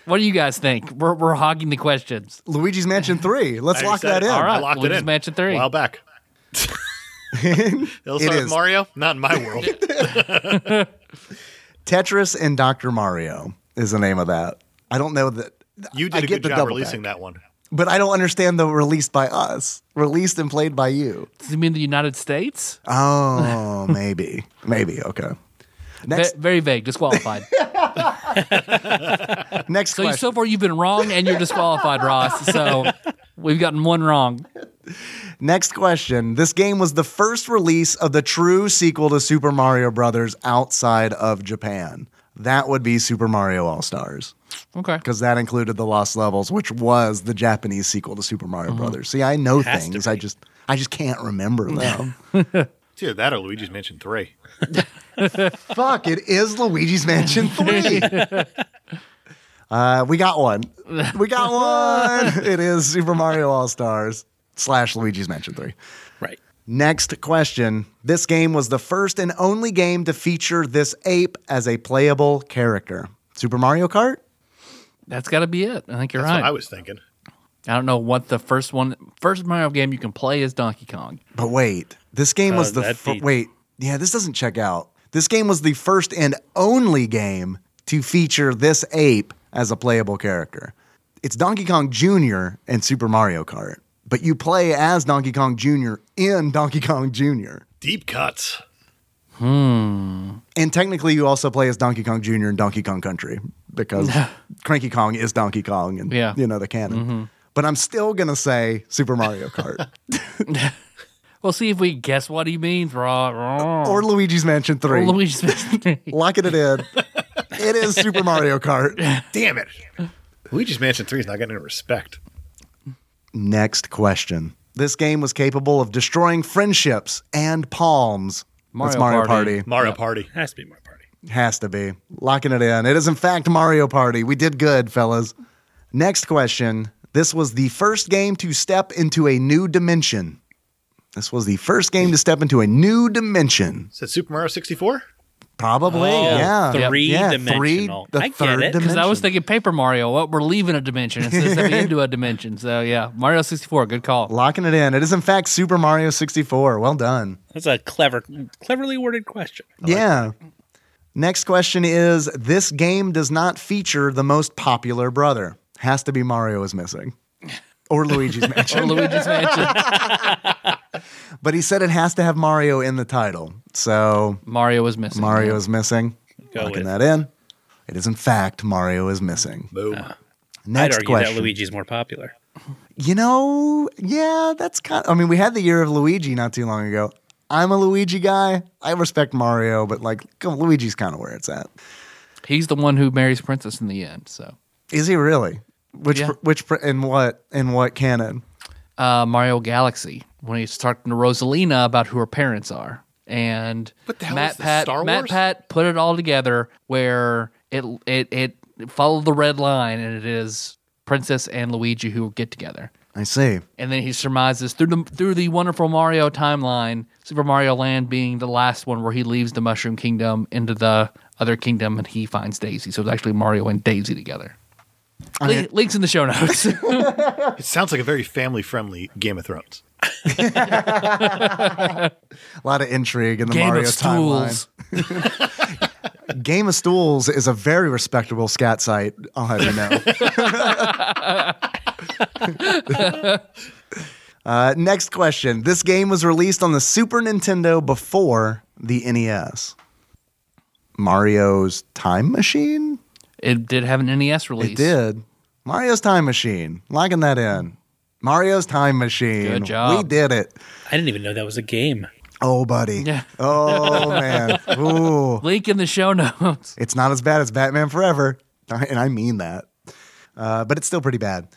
[SPEAKER 1] what do you guys think? We're, we're hogging the questions.
[SPEAKER 2] Luigi's Mansion 3. Let's
[SPEAKER 3] I
[SPEAKER 2] lock
[SPEAKER 3] said
[SPEAKER 2] that
[SPEAKER 3] it.
[SPEAKER 2] in.
[SPEAKER 3] All right,
[SPEAKER 1] right,
[SPEAKER 3] locked it
[SPEAKER 1] Luigi's
[SPEAKER 3] in.
[SPEAKER 1] Mansion 3.
[SPEAKER 3] While back.
[SPEAKER 2] *laughs*
[SPEAKER 3] They'll
[SPEAKER 2] It
[SPEAKER 3] start with
[SPEAKER 2] is.
[SPEAKER 3] Mario.
[SPEAKER 2] *laughs*
[SPEAKER 3] Not in my world.
[SPEAKER 2] Tetris and Dr. Mario is the name of that. I don't know that.
[SPEAKER 3] You
[SPEAKER 2] I
[SPEAKER 3] did a
[SPEAKER 2] get
[SPEAKER 3] good
[SPEAKER 2] the
[SPEAKER 3] job
[SPEAKER 2] double
[SPEAKER 3] releasing
[SPEAKER 2] pack.
[SPEAKER 3] that one.
[SPEAKER 2] But I don't understand the released by us, released and played by you.
[SPEAKER 1] Does it mean the United States?
[SPEAKER 2] Oh, maybe. Maybe. Okay.
[SPEAKER 1] Ve-
[SPEAKER 2] Next,
[SPEAKER 1] very vague,
[SPEAKER 2] *laughs*
[SPEAKER 1] disqualified.
[SPEAKER 2] next
[SPEAKER 1] so, you,
[SPEAKER 2] question.
[SPEAKER 1] so far, you've been wrong and you're disqualified, Ross. So we've gotten one wrong.
[SPEAKER 2] Next question. This game was the first release of the true sequel to Super Mario Brothers outside of Japan. That would be Super Mario All Stars
[SPEAKER 1] Okay.
[SPEAKER 2] because that included the Lost Levels, which was the Japanese sequel to Super Mario Brothers. See, I know
[SPEAKER 4] Has to
[SPEAKER 2] things. I just I just can't remember them.
[SPEAKER 3] Dude, that or Luigi's Mansion 3.
[SPEAKER 2] Fuck, it is Luigi's Mansion 3. uh, we got one. We got one. it is Super Mario All Stars slash Luigi's Mansion 3.
[SPEAKER 4] Right.
[SPEAKER 2] Next question. This game was the first and only game to feature this ape as a playable character. Super Mario Kart?
[SPEAKER 1] That's got to be it. I think you're
[SPEAKER 3] That's
[SPEAKER 1] right.
[SPEAKER 3] what I was thinking.
[SPEAKER 1] I don't know what the first one, first Mario game you can play is Donkey Kong.
[SPEAKER 2] But wait, this game was
[SPEAKER 4] Oh,
[SPEAKER 2] the
[SPEAKER 4] that'd
[SPEAKER 2] fir-
[SPEAKER 4] be-
[SPEAKER 2] wait. Yeah, this doesn't check out. This game was the first and only game to feature this ape as a playable character. It's Donkey Kong Jr. and Super Mario Kart, but you play as Donkey Kong Jr. in *laughs* Donkey Kong Jr.
[SPEAKER 3] Deep cuts.
[SPEAKER 2] And technically, you also play as Donkey Kong Jr. in Donkey Kong Country because Cranky Kong is Donkey Kong and,
[SPEAKER 1] Yeah.
[SPEAKER 2] you know, the canon.
[SPEAKER 4] Mm-hmm.
[SPEAKER 2] But I'm still going to say Super Mario Kart
[SPEAKER 1] We'll see if we guess what he means, Ross.
[SPEAKER 2] or Luigi's Mansion 3.
[SPEAKER 1] Luigi's Mansion *laughs* 3.
[SPEAKER 2] Locking it in. it is Super Mario Kart.
[SPEAKER 3] Damn it. Luigi's Mansion 3 is not getting any respect.
[SPEAKER 2] Next question. This game was capable of destroying friendships and palms. That's
[SPEAKER 1] Mario
[SPEAKER 2] Mario
[SPEAKER 1] Party.
[SPEAKER 2] Party.
[SPEAKER 3] Mario Party.
[SPEAKER 4] Has to be my party.
[SPEAKER 2] Has to be. Locking it in. It is, in fact, Mario Party. We did good, fellas. Next question. This was the first game to step into a new dimension. This was the first game to step into a new dimension.
[SPEAKER 3] Is it Super Mario 64?
[SPEAKER 2] Probably, yeah.
[SPEAKER 1] Yep.
[SPEAKER 4] Oh, Three
[SPEAKER 2] Yeah,
[SPEAKER 4] dimensional.
[SPEAKER 2] three- the
[SPEAKER 4] I get
[SPEAKER 2] third
[SPEAKER 4] it.
[SPEAKER 1] Because I was
[SPEAKER 2] dimension.
[SPEAKER 1] thinking Paper Mario. What we're leaving a dimension instead of stepping into a dimension. So yeah, Mario 64. Good
[SPEAKER 2] *laughs*
[SPEAKER 1] call.
[SPEAKER 2] Locking it in. It is, in fact, Super Mario 64. Well done.
[SPEAKER 4] That's a clever, cleverly worded question.
[SPEAKER 2] yeah. Next question is this game does not feature the most popular brother. Has to be Mario is
[SPEAKER 4] *laughs*
[SPEAKER 2] missing. Or Luigi's
[SPEAKER 1] Or
[SPEAKER 2] Mansion.
[SPEAKER 1] Luigi's Mansion.
[SPEAKER 4] Oh.
[SPEAKER 2] but he said it has to have Mario in the title. So
[SPEAKER 1] Mario was missing.
[SPEAKER 2] Mario is missing.
[SPEAKER 4] Go
[SPEAKER 2] Locking
[SPEAKER 4] with.
[SPEAKER 2] that in. It is in fact Mario is missing.
[SPEAKER 3] Boom.
[SPEAKER 4] I'd
[SPEAKER 2] Next
[SPEAKER 4] argue
[SPEAKER 2] question.
[SPEAKER 4] that Luigi's more popular.
[SPEAKER 2] You know, yeah, that's kind I mean, we had the year of Luigi not too long ago. I'm a Luigi guy. I respect Mario, but like come- Luigi's kind of where it's at.
[SPEAKER 1] He's the one who marries Princess in the end. So
[SPEAKER 2] Is he really? Which
[SPEAKER 1] Yeah.
[SPEAKER 2] pr- which pr- in what in what canon?
[SPEAKER 1] uh, Mario Galaxy when he's talking to Rosalina about who her parents are. And
[SPEAKER 3] What the hell
[SPEAKER 1] Matt
[SPEAKER 3] is this,
[SPEAKER 1] Pat
[SPEAKER 3] Star
[SPEAKER 1] Matt
[SPEAKER 3] Wars?
[SPEAKER 1] Pat put it all together where it it it followed the red line and it is Princess and Luigi who get together.
[SPEAKER 2] I see.
[SPEAKER 1] And then he surmises through the through the wonderful Mario timeline, Super Mario Land being the last one where he leaves the Mushroom Kingdom into the other kingdom and he finds Daisy. So it's actually Mario and Daisy together. Li- links in the show notes.
[SPEAKER 3] It sounds like a very family friendly Game of Thrones.
[SPEAKER 2] A lot of intrigue in the
[SPEAKER 1] Game
[SPEAKER 2] Mario
[SPEAKER 1] of Stools.
[SPEAKER 2] timeline. Game of Stools is a very respectable scat site. I'll have
[SPEAKER 1] *laughs*
[SPEAKER 2] you know. uh, next question. This game was released on the Super Nintendo before the NES. Mario's Time Machine.
[SPEAKER 1] It did have an NES release.
[SPEAKER 2] It did. Mario's Time Machine. Locking that in. Mario's Time Machine.
[SPEAKER 1] Good job.
[SPEAKER 2] We did it.
[SPEAKER 4] I didn't even know that was a game.
[SPEAKER 2] Oh, buddy.
[SPEAKER 1] Yeah. *laughs*
[SPEAKER 2] Oh, man. Ooh.
[SPEAKER 1] Link in the show notes.
[SPEAKER 2] It's not as bad as Batman Forever, *laughs* and I mean that. Uh, but it's still
[SPEAKER 1] *laughs*
[SPEAKER 2] pretty bad.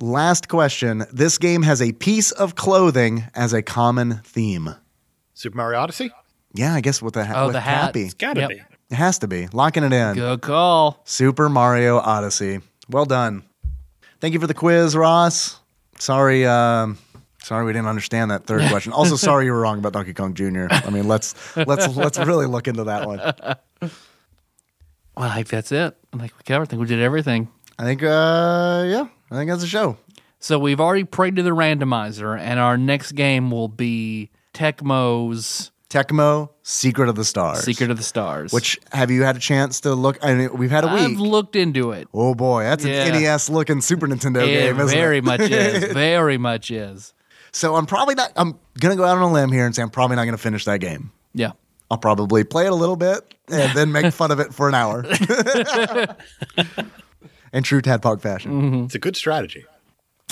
[SPEAKER 2] Last question. This game has a piece of clothing as a common theme.
[SPEAKER 3] Super Mario Odyssey?
[SPEAKER 2] Yeah, I guess with the ha-
[SPEAKER 1] Oh,
[SPEAKER 2] with
[SPEAKER 1] the hat.
[SPEAKER 2] happy.
[SPEAKER 4] It's gotta
[SPEAKER 1] Yep.
[SPEAKER 4] be.
[SPEAKER 2] It has to be. Locking it in.
[SPEAKER 1] Good call.
[SPEAKER 2] Super Mario Odyssey. Well done. Thank you for the quiz, Ross. Sorry, um, sorry we didn't understand
[SPEAKER 1] *laughs*
[SPEAKER 2] that third question. Also, sorry you were wrong about Donkey Kong Jr. I mean, let's let's let's really look into that one.
[SPEAKER 1] Well, I think that's it. I think we covered. I think we did everything.
[SPEAKER 2] I think, uh, yeah, I think that's a show.
[SPEAKER 1] So we've already prayed to the randomizer, and our next game will be Tecmo's
[SPEAKER 2] Tecmo, Secret of the Stars.
[SPEAKER 1] Secret of the Stars.
[SPEAKER 2] Which have you had a chance to look? I mean, we've had a
[SPEAKER 1] I've
[SPEAKER 2] week.
[SPEAKER 1] looked into it.
[SPEAKER 2] oh boy, that's
[SPEAKER 1] Yeah.
[SPEAKER 2] an NES looking Super Nintendo
[SPEAKER 1] It
[SPEAKER 2] game, isn't
[SPEAKER 1] very
[SPEAKER 2] it? *laughs*
[SPEAKER 1] much is. Very much is.
[SPEAKER 2] So I'm probably not. I'm gonna go out on a limb here and say I'm probably not gonna finish that game.
[SPEAKER 1] Yeah.
[SPEAKER 2] I'll probably play it a little bit and then make fun of it for
[SPEAKER 1] *laughs*
[SPEAKER 2] an hour. In true Tadpog fashion.
[SPEAKER 3] It's a good strategy.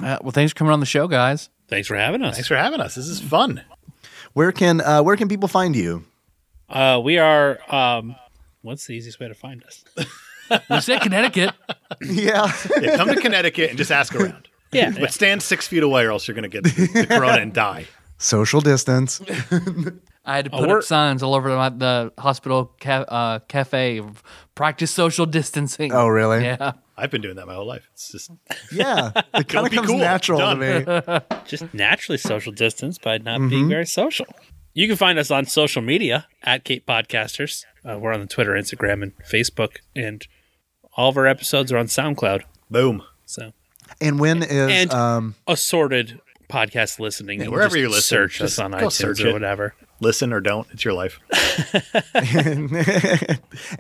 [SPEAKER 1] Uh, well, thanks for coming on the show, guys.
[SPEAKER 4] Thanks for having us.
[SPEAKER 3] Thanks for having us. This is fun.
[SPEAKER 2] Where can uh, where can people find you?
[SPEAKER 4] Uh, we are. Um, what's the easiest way to find us? *laughs*
[SPEAKER 1] We
[SPEAKER 2] *laughs*
[SPEAKER 1] said Connecticut.
[SPEAKER 2] Yeah,
[SPEAKER 3] Yeah, come to Connecticut and just ask around.
[SPEAKER 4] *laughs* Yeah.
[SPEAKER 3] But stand six feet away, or else you're going to get the corona and die.
[SPEAKER 2] *laughs*
[SPEAKER 1] *laughs*
[SPEAKER 2] social distance.
[SPEAKER 1] I had to
[SPEAKER 4] Oh,
[SPEAKER 1] put
[SPEAKER 4] we're-
[SPEAKER 1] up signs all over the, the hospital ca- uh, cafe. of Practice social distancing.
[SPEAKER 2] Oh, really?
[SPEAKER 1] Yeah.
[SPEAKER 3] I've been doing that my whole life. It's just
[SPEAKER 2] Yeah, it kind of
[SPEAKER 3] be
[SPEAKER 2] comes
[SPEAKER 3] cool.
[SPEAKER 2] natural to
[SPEAKER 3] Done.
[SPEAKER 2] me.
[SPEAKER 4] Just naturally social distance by not
[SPEAKER 3] Mm-hmm.
[SPEAKER 4] being very social. You can find us on social media at Cape Podcasters. Uh, we're on the Twitter, Instagram, and Facebook, and all of our episodes are on SoundCloud.
[SPEAKER 3] boom.
[SPEAKER 4] So
[SPEAKER 2] And when is
[SPEAKER 4] And-
[SPEAKER 2] um
[SPEAKER 4] assorted podcast listening. You can
[SPEAKER 3] wherever
[SPEAKER 4] just
[SPEAKER 3] you're listening,
[SPEAKER 4] search us
[SPEAKER 3] just
[SPEAKER 4] on
[SPEAKER 3] go
[SPEAKER 4] iTunes
[SPEAKER 3] search
[SPEAKER 4] or
[SPEAKER 3] it.
[SPEAKER 4] whatever.
[SPEAKER 3] Listen or don't. It's your life.
[SPEAKER 2] *laughs* and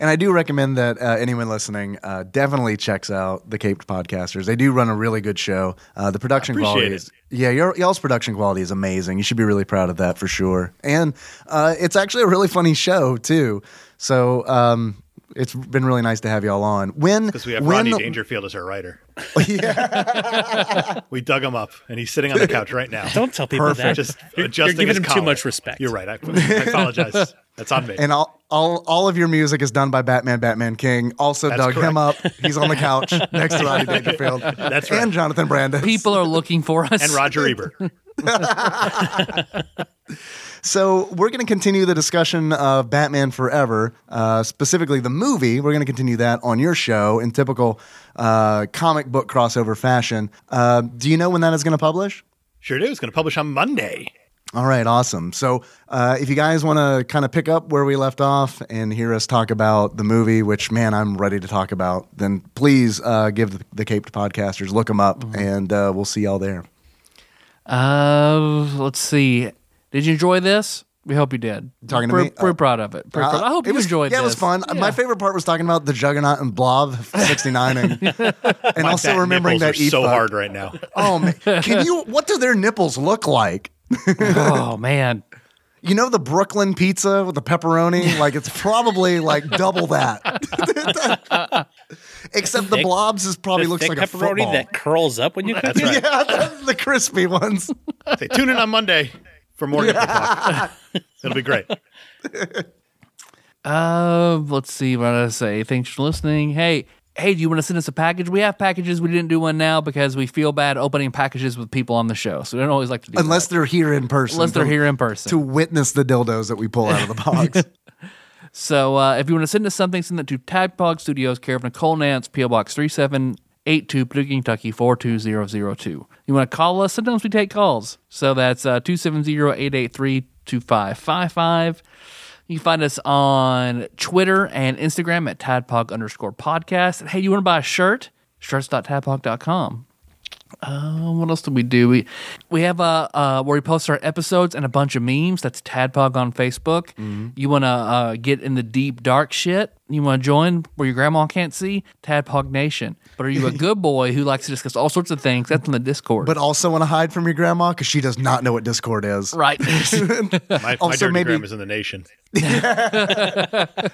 [SPEAKER 2] I do recommend that uh, anyone listening uh, definitely checks out the Caped Podcasters. They do run a really good show. Uh, the production
[SPEAKER 3] Appreciate
[SPEAKER 2] quality
[SPEAKER 3] it.
[SPEAKER 2] is yeah, your, y'all's production quality is amazing. You should be really proud of that for sure. And uh, it's actually a really funny show too. So um, it's been really nice to have y'all on. When
[SPEAKER 3] Because we have
[SPEAKER 2] when,
[SPEAKER 3] Rodney Dangerfield as
[SPEAKER 2] *laughs*
[SPEAKER 3] our writer. we dug him up, and he's sitting on the couch right now.
[SPEAKER 4] Don't tell people that.
[SPEAKER 3] Just
[SPEAKER 4] you're, you're
[SPEAKER 3] adjusting
[SPEAKER 4] giving
[SPEAKER 3] his
[SPEAKER 4] him too
[SPEAKER 3] collar.
[SPEAKER 4] much respect.
[SPEAKER 3] You're right. I, I apologize. That's on me.
[SPEAKER 2] And all, all all of your music is done by Batman, Batman King. Also
[SPEAKER 3] That's
[SPEAKER 2] dug him up. He's on the
[SPEAKER 3] *laughs*
[SPEAKER 2] couch next to Rodney Dangerfield.
[SPEAKER 3] That's right.
[SPEAKER 2] And Jonathan Brandis.
[SPEAKER 1] People are looking
[SPEAKER 2] *laughs*
[SPEAKER 1] for us.
[SPEAKER 3] and Roger Ebert.
[SPEAKER 2] So we're going to continue the discussion of Batman Forever, uh, specifically the movie. We're going to continue that on your show in typical uh, comic book crossover fashion. Uh, do you know when that is going to publish?
[SPEAKER 3] Sure do. It's going to publish on Monday.
[SPEAKER 2] All right, awesome. So, uh, if you guys want to kind of pick up where we left off and hear us talk about the movie, which man, I'm ready to talk about, then please uh, give the, the Caped Podcasters look them up, and uh, we'll see y'all there.
[SPEAKER 1] Uh, let's see. Did you enjoy this? We hope you did.
[SPEAKER 2] Talking to
[SPEAKER 1] we're,
[SPEAKER 2] me?
[SPEAKER 1] We're
[SPEAKER 2] Uh,
[SPEAKER 1] proud of it. Pretty proud. I hope
[SPEAKER 2] it
[SPEAKER 1] you
[SPEAKER 2] was,
[SPEAKER 1] enjoyed
[SPEAKER 2] Yeah,
[SPEAKER 1] this.
[SPEAKER 2] it was fun. My favorite part was talking about the Juggernaut and Blob
[SPEAKER 1] *laughs*
[SPEAKER 2] 69 and, and also
[SPEAKER 3] Fat
[SPEAKER 2] remembering
[SPEAKER 3] nipples
[SPEAKER 2] that
[SPEAKER 3] are so
[SPEAKER 2] E-fuck.
[SPEAKER 3] hard right now.
[SPEAKER 1] *laughs*
[SPEAKER 2] Oh man, can you? What do their nipples look like?
[SPEAKER 1] *laughs* oh, man.
[SPEAKER 2] You know the Brooklyn pizza with the pepperoni? Like it's
[SPEAKER 1] *laughs*
[SPEAKER 2] probably like double that. Except the
[SPEAKER 4] Thick-
[SPEAKER 2] blobs is probably
[SPEAKER 4] The
[SPEAKER 2] looks
[SPEAKER 4] thick
[SPEAKER 2] like a
[SPEAKER 4] pepperoni
[SPEAKER 2] football. *laughs*
[SPEAKER 4] that curls up when you cook
[SPEAKER 3] That's
[SPEAKER 4] it.
[SPEAKER 3] right.
[SPEAKER 2] Yeah, the, the crispy ones.
[SPEAKER 3] Say, tune in on Monday for more. nipple talk. It'll be great.
[SPEAKER 1] Uh, let's see what I say. Thanks for listening. Hey, hey, do you want to send us a package? We have packages. We didn't do one now because we feel bad opening packages with people on the show. So we don't always like to do
[SPEAKER 2] Unless
[SPEAKER 1] that.
[SPEAKER 2] they're here in person.
[SPEAKER 1] unless they're
[SPEAKER 2] to-
[SPEAKER 1] here in person.
[SPEAKER 2] to witness the dildos that we pull out of the
[SPEAKER 1] *laughs*
[SPEAKER 2] box.
[SPEAKER 1] So uh, if you want to send us something, send it to Tadpog Studios, care of Nicole Nance, P.O. Box 3782, Paducah, Kentucky 42002. You want to call us? Sometimes we take calls. So that's uh, 270 883 2555. You can find us on Twitter and Instagram at Tadpog underscore podcast. And hey, you want to buy a shirt? Shirts.tadpog.com. Um, what else do we do? We we have uh, uh, where we post our episodes and a bunch of memes. That's Tadpog on Facebook. You want to uh, get in the deep dark shit? You want to join where your grandma can't see? Tadpog Nation. But are you a good boy who likes to discuss all sorts of things? That's on the Discord.
[SPEAKER 2] but also want to hide from your grandma because she does not know what Discord is.
[SPEAKER 1] right.
[SPEAKER 3] My, my
[SPEAKER 2] Also,
[SPEAKER 3] dirty
[SPEAKER 2] maybe-
[SPEAKER 3] grandma's in the nation.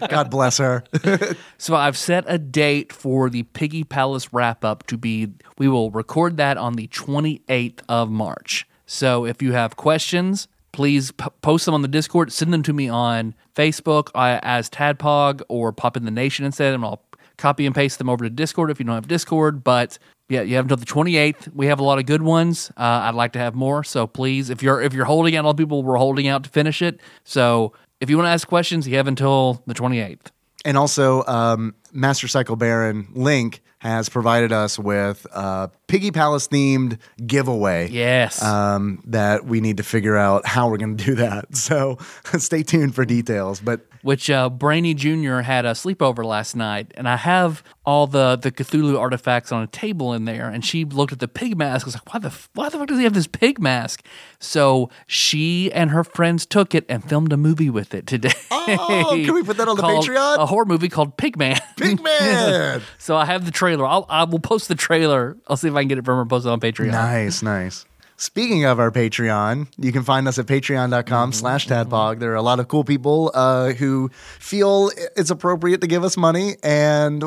[SPEAKER 2] God bless her. *laughs*
[SPEAKER 1] so I've set a date for the Piggy Palace wrap up to be. We will record that on the twenty eighth of March. So if you have questions. Please p- post them on the Discord. Send them to me on Facebook uh, as Tadpog or Pop in the Nation instead, and I'll copy and paste them over to Discord if you don't have Discord. But yeah, you have until the 28th. We have a lot of good ones. Uh, I'd like to have more, so please, if you're if you're holding out, a lot of people were holding out to finish it. So if you want to ask questions, you have until the 28th.
[SPEAKER 2] And also, um, Master Cycle Baron Link has provided us with a Piggy Palace themed giveaway.
[SPEAKER 1] Yes.
[SPEAKER 2] Um, that we need to figure out how we're going to do that. *laughs* So stay tuned for details. But
[SPEAKER 1] which uh, Brainy Jr. had a sleepover last night, and I have all the, the Cthulhu artifacts on a table in there. And she looked at the pig mask. and was like, "Why the f- why the fuck does he have this pig mask?" So she and her friends took it and filmed a movie with it today.
[SPEAKER 2] Oh, can we put that on the
[SPEAKER 1] Called-
[SPEAKER 2] Patreon?
[SPEAKER 1] A horror movie called Pigman.
[SPEAKER 2] Pigman!
[SPEAKER 1] *laughs* so I have the trailer. I'll I will post the trailer. I'll see if I can get it from her. and Post it on Patreon.
[SPEAKER 2] Nice, nice. Speaking of our Patreon, you can find us at patreon.com slash tadpog. There are a lot of cool people uh, who feel it's appropriate to give us money, and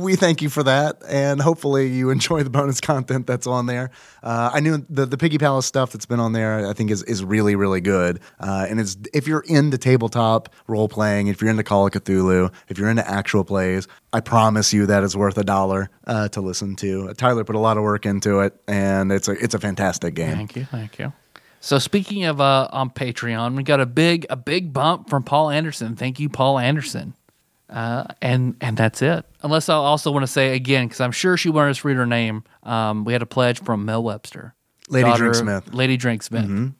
[SPEAKER 2] we thank you for that. And hopefully you enjoy the bonus content that's on there. Uh, I knew the, the Piggy Palace stuff that's been on there, I think, is, is really, really good. Uh, and it's if you're into tabletop role playing, if you're into Call of Cthulhu, if you're into actual plays, I promise you that is worth a dollar uh, to listen to. Tyler put a lot of work into it, and it's a it's a fantastic game.
[SPEAKER 1] Thank you, thank you. So speaking of uh, on Patreon, we got a big a big bump from Paul Anderson. Thank you, Paul Anderson. Uh, and and that's it. Unless I also want to say again, because I'm sure she wanted us to read her name. Um, we had a pledge from Mel Webster,
[SPEAKER 2] Lady
[SPEAKER 1] Daughter-
[SPEAKER 2] Drink Smith. Mm-hmm.
[SPEAKER 1] Lady Drink Smith.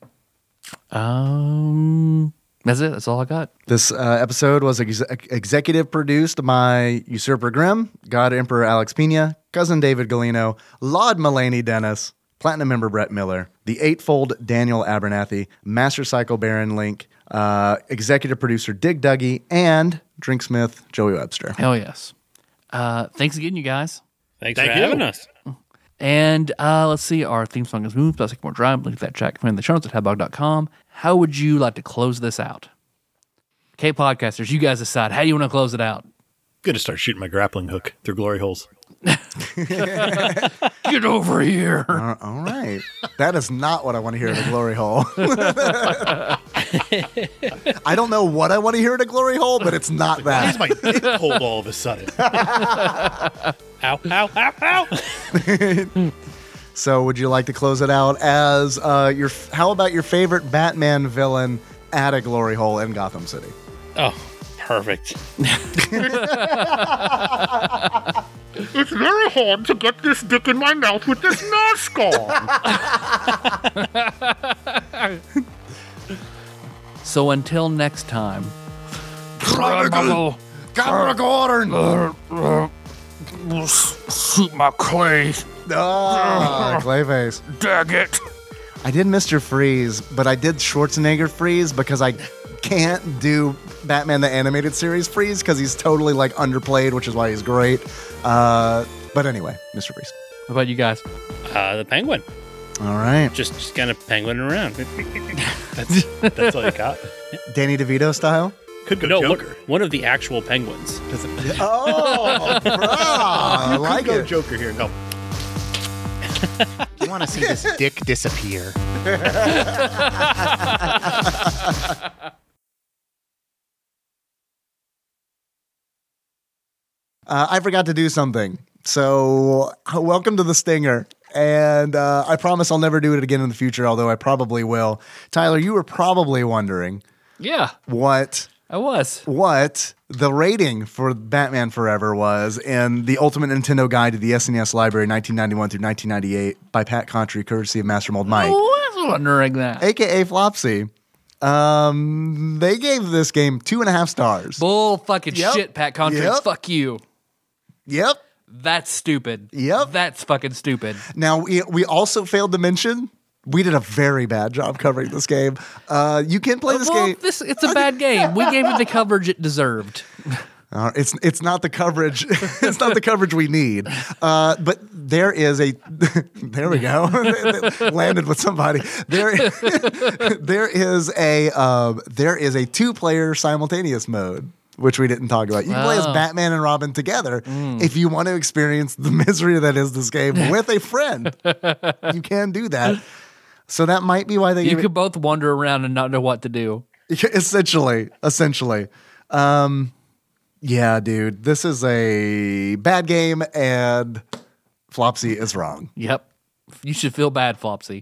[SPEAKER 1] Um, that's it. That's all I got.
[SPEAKER 2] This uh, episode was ex- executive produced by Usurper Grimm, God Emperor Alex Pena, Cousin David Galino, Laud Mulaney Dennis, Platinum member Brett Miller, The Eightfold Daniel Abernathy, Master Cycle Baron Link, uh, executive producer Dig Dougie, and Drinksmith Joey Webster.
[SPEAKER 1] Hell yes. Uh, thanks again, you guys.
[SPEAKER 4] Thanks
[SPEAKER 3] Thank
[SPEAKER 4] for
[SPEAKER 3] you.
[SPEAKER 4] having us.
[SPEAKER 1] And uh, let's see, our theme song is Moves by Sycamore Drive. Link to that track from the show notes at hadbog.com. How would you like to close this out? Okay, podcasters, you guys decide. How do you want to close it out?
[SPEAKER 3] Gonna start shooting my grappling hook through glory holes.
[SPEAKER 1] Get over here.
[SPEAKER 2] Uh, all right. That is not what I want to hear at a glory hole. *laughs* I don't know what I want to hear at a glory hole, but it's not
[SPEAKER 3] Why
[SPEAKER 2] that.
[SPEAKER 3] is my *laughs* dick cold all of a sudden?
[SPEAKER 4] Ow, ow, ow, ow.
[SPEAKER 3] *laughs*
[SPEAKER 2] So, would you like to close it out as uh, your? How about your favorite Batman villain at a glory hole in Gotham City?
[SPEAKER 4] Oh, perfect.
[SPEAKER 5] It's very hard to get this dick in my mouth with this mask on.
[SPEAKER 1] So until next time.
[SPEAKER 2] Chronicle,
[SPEAKER 5] Uh, Shoot uh, my clay,
[SPEAKER 2] Ah, Clayface.
[SPEAKER 5] dag it.
[SPEAKER 2] I did Mr. Freeze, but I did Schwarzenegger Freeze because I can't do Batman the Animated Series Freeze because he's totally like underplayed, which is why he's great. Uh, but anyway, Mr. Freeze.
[SPEAKER 1] What about you guys?
[SPEAKER 4] Uh, the penguin.
[SPEAKER 2] All right,
[SPEAKER 4] Just, just kind of penguin around.
[SPEAKER 3] That's, that's all you got.
[SPEAKER 2] Danny DeVito style.
[SPEAKER 3] Could go
[SPEAKER 4] No, one,
[SPEAKER 3] Joker.
[SPEAKER 4] one of the actual penguins.
[SPEAKER 3] Doesn't
[SPEAKER 2] Oh, bruh, *laughs* I like
[SPEAKER 3] go
[SPEAKER 2] it.
[SPEAKER 3] Joker here. No,
[SPEAKER 6] You want to see this dick disappear.
[SPEAKER 2] Uh, I forgot to do something, so uh, welcome to the stinger. And uh, I promise I'll never do it again in the future, although I probably will. Tyler, you were probably wondering
[SPEAKER 1] Yeah,
[SPEAKER 2] what
[SPEAKER 1] I was.
[SPEAKER 2] what the rating for Batman Forever was in the Ultimate Nintendo Guide to the SNES Library, 1991 through 1998, by Pat Contry, courtesy of Master Mold
[SPEAKER 1] I
[SPEAKER 2] Mike,
[SPEAKER 1] was wondering that.
[SPEAKER 2] aka Flopsy. Um, they gave this game two and a half stars.
[SPEAKER 1] Bull fucking
[SPEAKER 2] Yep.
[SPEAKER 1] shit, Pat Contry.
[SPEAKER 2] Yep.
[SPEAKER 1] Fuck you.
[SPEAKER 2] yep.
[SPEAKER 1] That's stupid.
[SPEAKER 2] Yep.
[SPEAKER 1] That's fucking stupid.
[SPEAKER 2] Now we we also failed to mention we did a very bad job covering this game. Uh, you can play this
[SPEAKER 1] well,
[SPEAKER 2] game.
[SPEAKER 1] this it's a bad game. We gave it the coverage it
[SPEAKER 2] *laughs*
[SPEAKER 1] deserved.
[SPEAKER 2] Uh, it's it's not the coverage. *laughs* it's not the coverage we need. Uh, but there is a. *laughs* there we go. *laughs* Landed with somebody. There, *laughs* there is a um, there is a two player simultaneous mode. Which we didn't talk about. You can play as
[SPEAKER 1] Oh. Mm.
[SPEAKER 2] Batman and Robin together if you want to experience the *laughs* misery that is this
[SPEAKER 1] *laughs*
[SPEAKER 2] game with a friend. you can do that. So that might be why they
[SPEAKER 1] You
[SPEAKER 2] gave it-
[SPEAKER 1] could both wander around and not know what to do.
[SPEAKER 2] *laughs* essentially essentially um yeah dude this is a bad game and flopsy is wrong
[SPEAKER 1] Yep. You should feel bad, Flopsy.